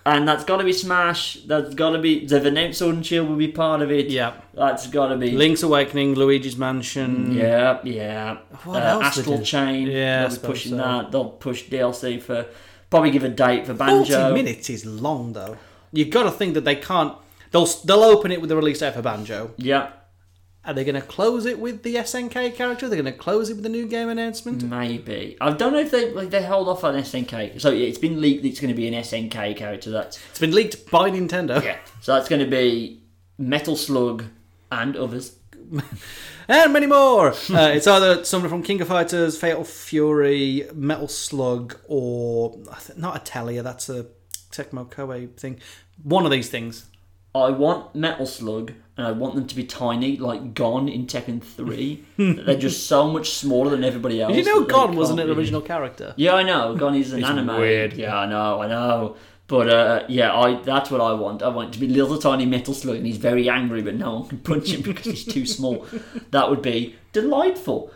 [SPEAKER 2] And that's got to be Smash. That's got to be. They've announced Sword and Shield will be part of it.
[SPEAKER 1] Yeah.
[SPEAKER 2] That's got to be.
[SPEAKER 1] Link's Awakening, Luigi's Mansion.
[SPEAKER 2] Yeah, yeah.
[SPEAKER 1] What
[SPEAKER 2] uh,
[SPEAKER 1] else they
[SPEAKER 2] Astral
[SPEAKER 1] do?
[SPEAKER 2] Chain.
[SPEAKER 1] Yeah, I
[SPEAKER 2] They'll be
[SPEAKER 1] suppose
[SPEAKER 2] pushing
[SPEAKER 1] so.
[SPEAKER 2] that. They'll push DLC for. Probably give a date for
[SPEAKER 1] Forty
[SPEAKER 2] Banjo.
[SPEAKER 1] minutes is long though. You've got to think that they can't. They'll they'll open it with the release date for Banjo.
[SPEAKER 2] Yeah,
[SPEAKER 1] Are they going to close it with the SNK character? They're going to close it with the new game announcement.
[SPEAKER 2] maybe. I don't know if they like, they held off on SNK. So yeah, it's been leaked. that It's going to be an SNK character. That's
[SPEAKER 1] It's been leaked by Nintendo.
[SPEAKER 2] yeah. So that's going to be Metal Slug and others.
[SPEAKER 1] and many more. uh, it's either someone from King of Fighters, Fatal Fury, Metal Slug, or I th- not Italia. That's a Tecmo Koei thing. One of these things.
[SPEAKER 2] I want Metal Slug, and I want them to be tiny, like Gon in Tekken Three. They're just so much smaller than everybody else.
[SPEAKER 1] Did you know
[SPEAKER 2] that they
[SPEAKER 1] God wasn't
[SPEAKER 2] can't
[SPEAKER 1] an
[SPEAKER 2] be-
[SPEAKER 1] original character?
[SPEAKER 2] Yeah, I know. Gon is an anime.
[SPEAKER 4] weird.
[SPEAKER 2] Yeah, I know. I know. But uh, yeah, I that's what I want. I want it to be little tiny Metal Slug, and he's very angry, but no one can punch him because he's too small. That would be delightful.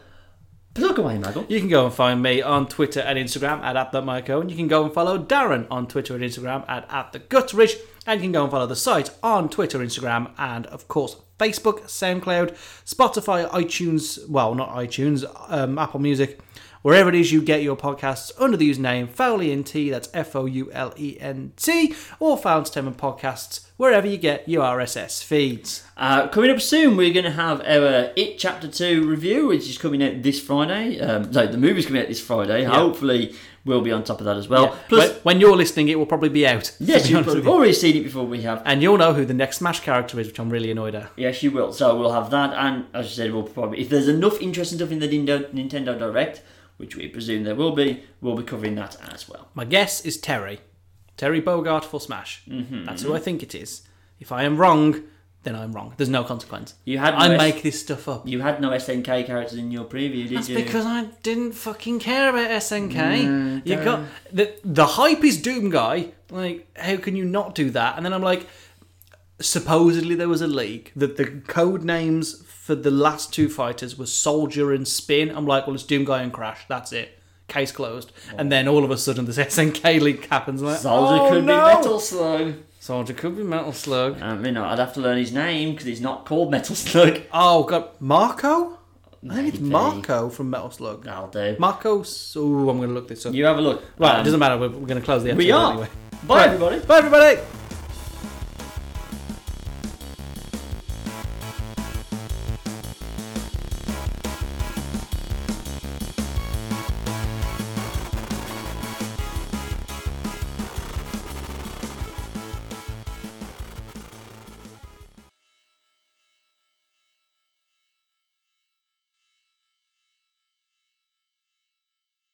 [SPEAKER 2] Plug away, Maggle.
[SPEAKER 1] You can go and find me on Twitter and Instagram at app.myco, and you can go and follow Darren on Twitter and Instagram at attthegutridge, and you can go and follow the site on Twitter, Instagram, and of course Facebook, SoundCloud, Spotify, iTunes, well, not iTunes, um, Apple Music, wherever it is you get your podcasts under the username FouleNT, that's F O U L E N T, or Foundstatement Podcasts, wherever you get your RSS feeds.
[SPEAKER 2] Uh, coming up soon, we're going to have our It Chapter 2 review, which is coming out this Friday. Um, so the movie's coming out this Friday. Hopefully, we'll be on top of that as well. Oh, Plus,
[SPEAKER 1] Plus, when, when you're listening, it will probably be out. to
[SPEAKER 2] yes,
[SPEAKER 1] be
[SPEAKER 2] you've
[SPEAKER 1] honest with
[SPEAKER 2] probably
[SPEAKER 1] you.
[SPEAKER 2] already seen it before we have.
[SPEAKER 1] And you'll know who the next Smash character is, which I'm really annoyed at.
[SPEAKER 2] Yes, you will. So we'll have that, and as I said, we'll probably if there's enough interesting stuff in the Nindo- Nintendo Direct, which we presume there will be, we'll be covering that as well.
[SPEAKER 1] My guess is Terry. Terry Bogart for Smash. Mm-hmm. That's who I think it is. If I am wrong, then I'm wrong. There's no consequence.
[SPEAKER 2] You had no
[SPEAKER 1] I
[SPEAKER 2] S-
[SPEAKER 1] make this stuff up.
[SPEAKER 2] You had no SNK characters in your preview, did
[SPEAKER 1] That's
[SPEAKER 2] you?
[SPEAKER 1] because I didn't fucking care about SNK.
[SPEAKER 2] Mm,
[SPEAKER 1] you got the the hype is Doom guy. Like, how can you not do that? And then I'm like, supposedly there was a leak that the code names for the last two fighters were Soldier and Spin. I'm like, well, it's Doom guy and Crash. That's it. Case closed. And then all of a sudden, this SNK leak happens. I'm like,
[SPEAKER 2] Soldier
[SPEAKER 1] oh,
[SPEAKER 2] could
[SPEAKER 1] no!
[SPEAKER 2] be Metal Slug.
[SPEAKER 1] Soldier could be Metal Slug.
[SPEAKER 2] Um, you know, I'd have to learn his name because he's not called Metal Slug.
[SPEAKER 1] Oh god, Marco. I think it's
[SPEAKER 2] Maybe.
[SPEAKER 1] Marco from Metal Slug.
[SPEAKER 2] I'll do.
[SPEAKER 1] Marco. Oh, I'm gonna look this up.
[SPEAKER 2] You have a look.
[SPEAKER 1] Right,
[SPEAKER 2] Um,
[SPEAKER 1] it doesn't matter. We're, we're going to close the episode
[SPEAKER 2] we are.
[SPEAKER 1] anyway.
[SPEAKER 2] Bye,
[SPEAKER 1] Right.
[SPEAKER 2] everybody.
[SPEAKER 1] Bye, everybody.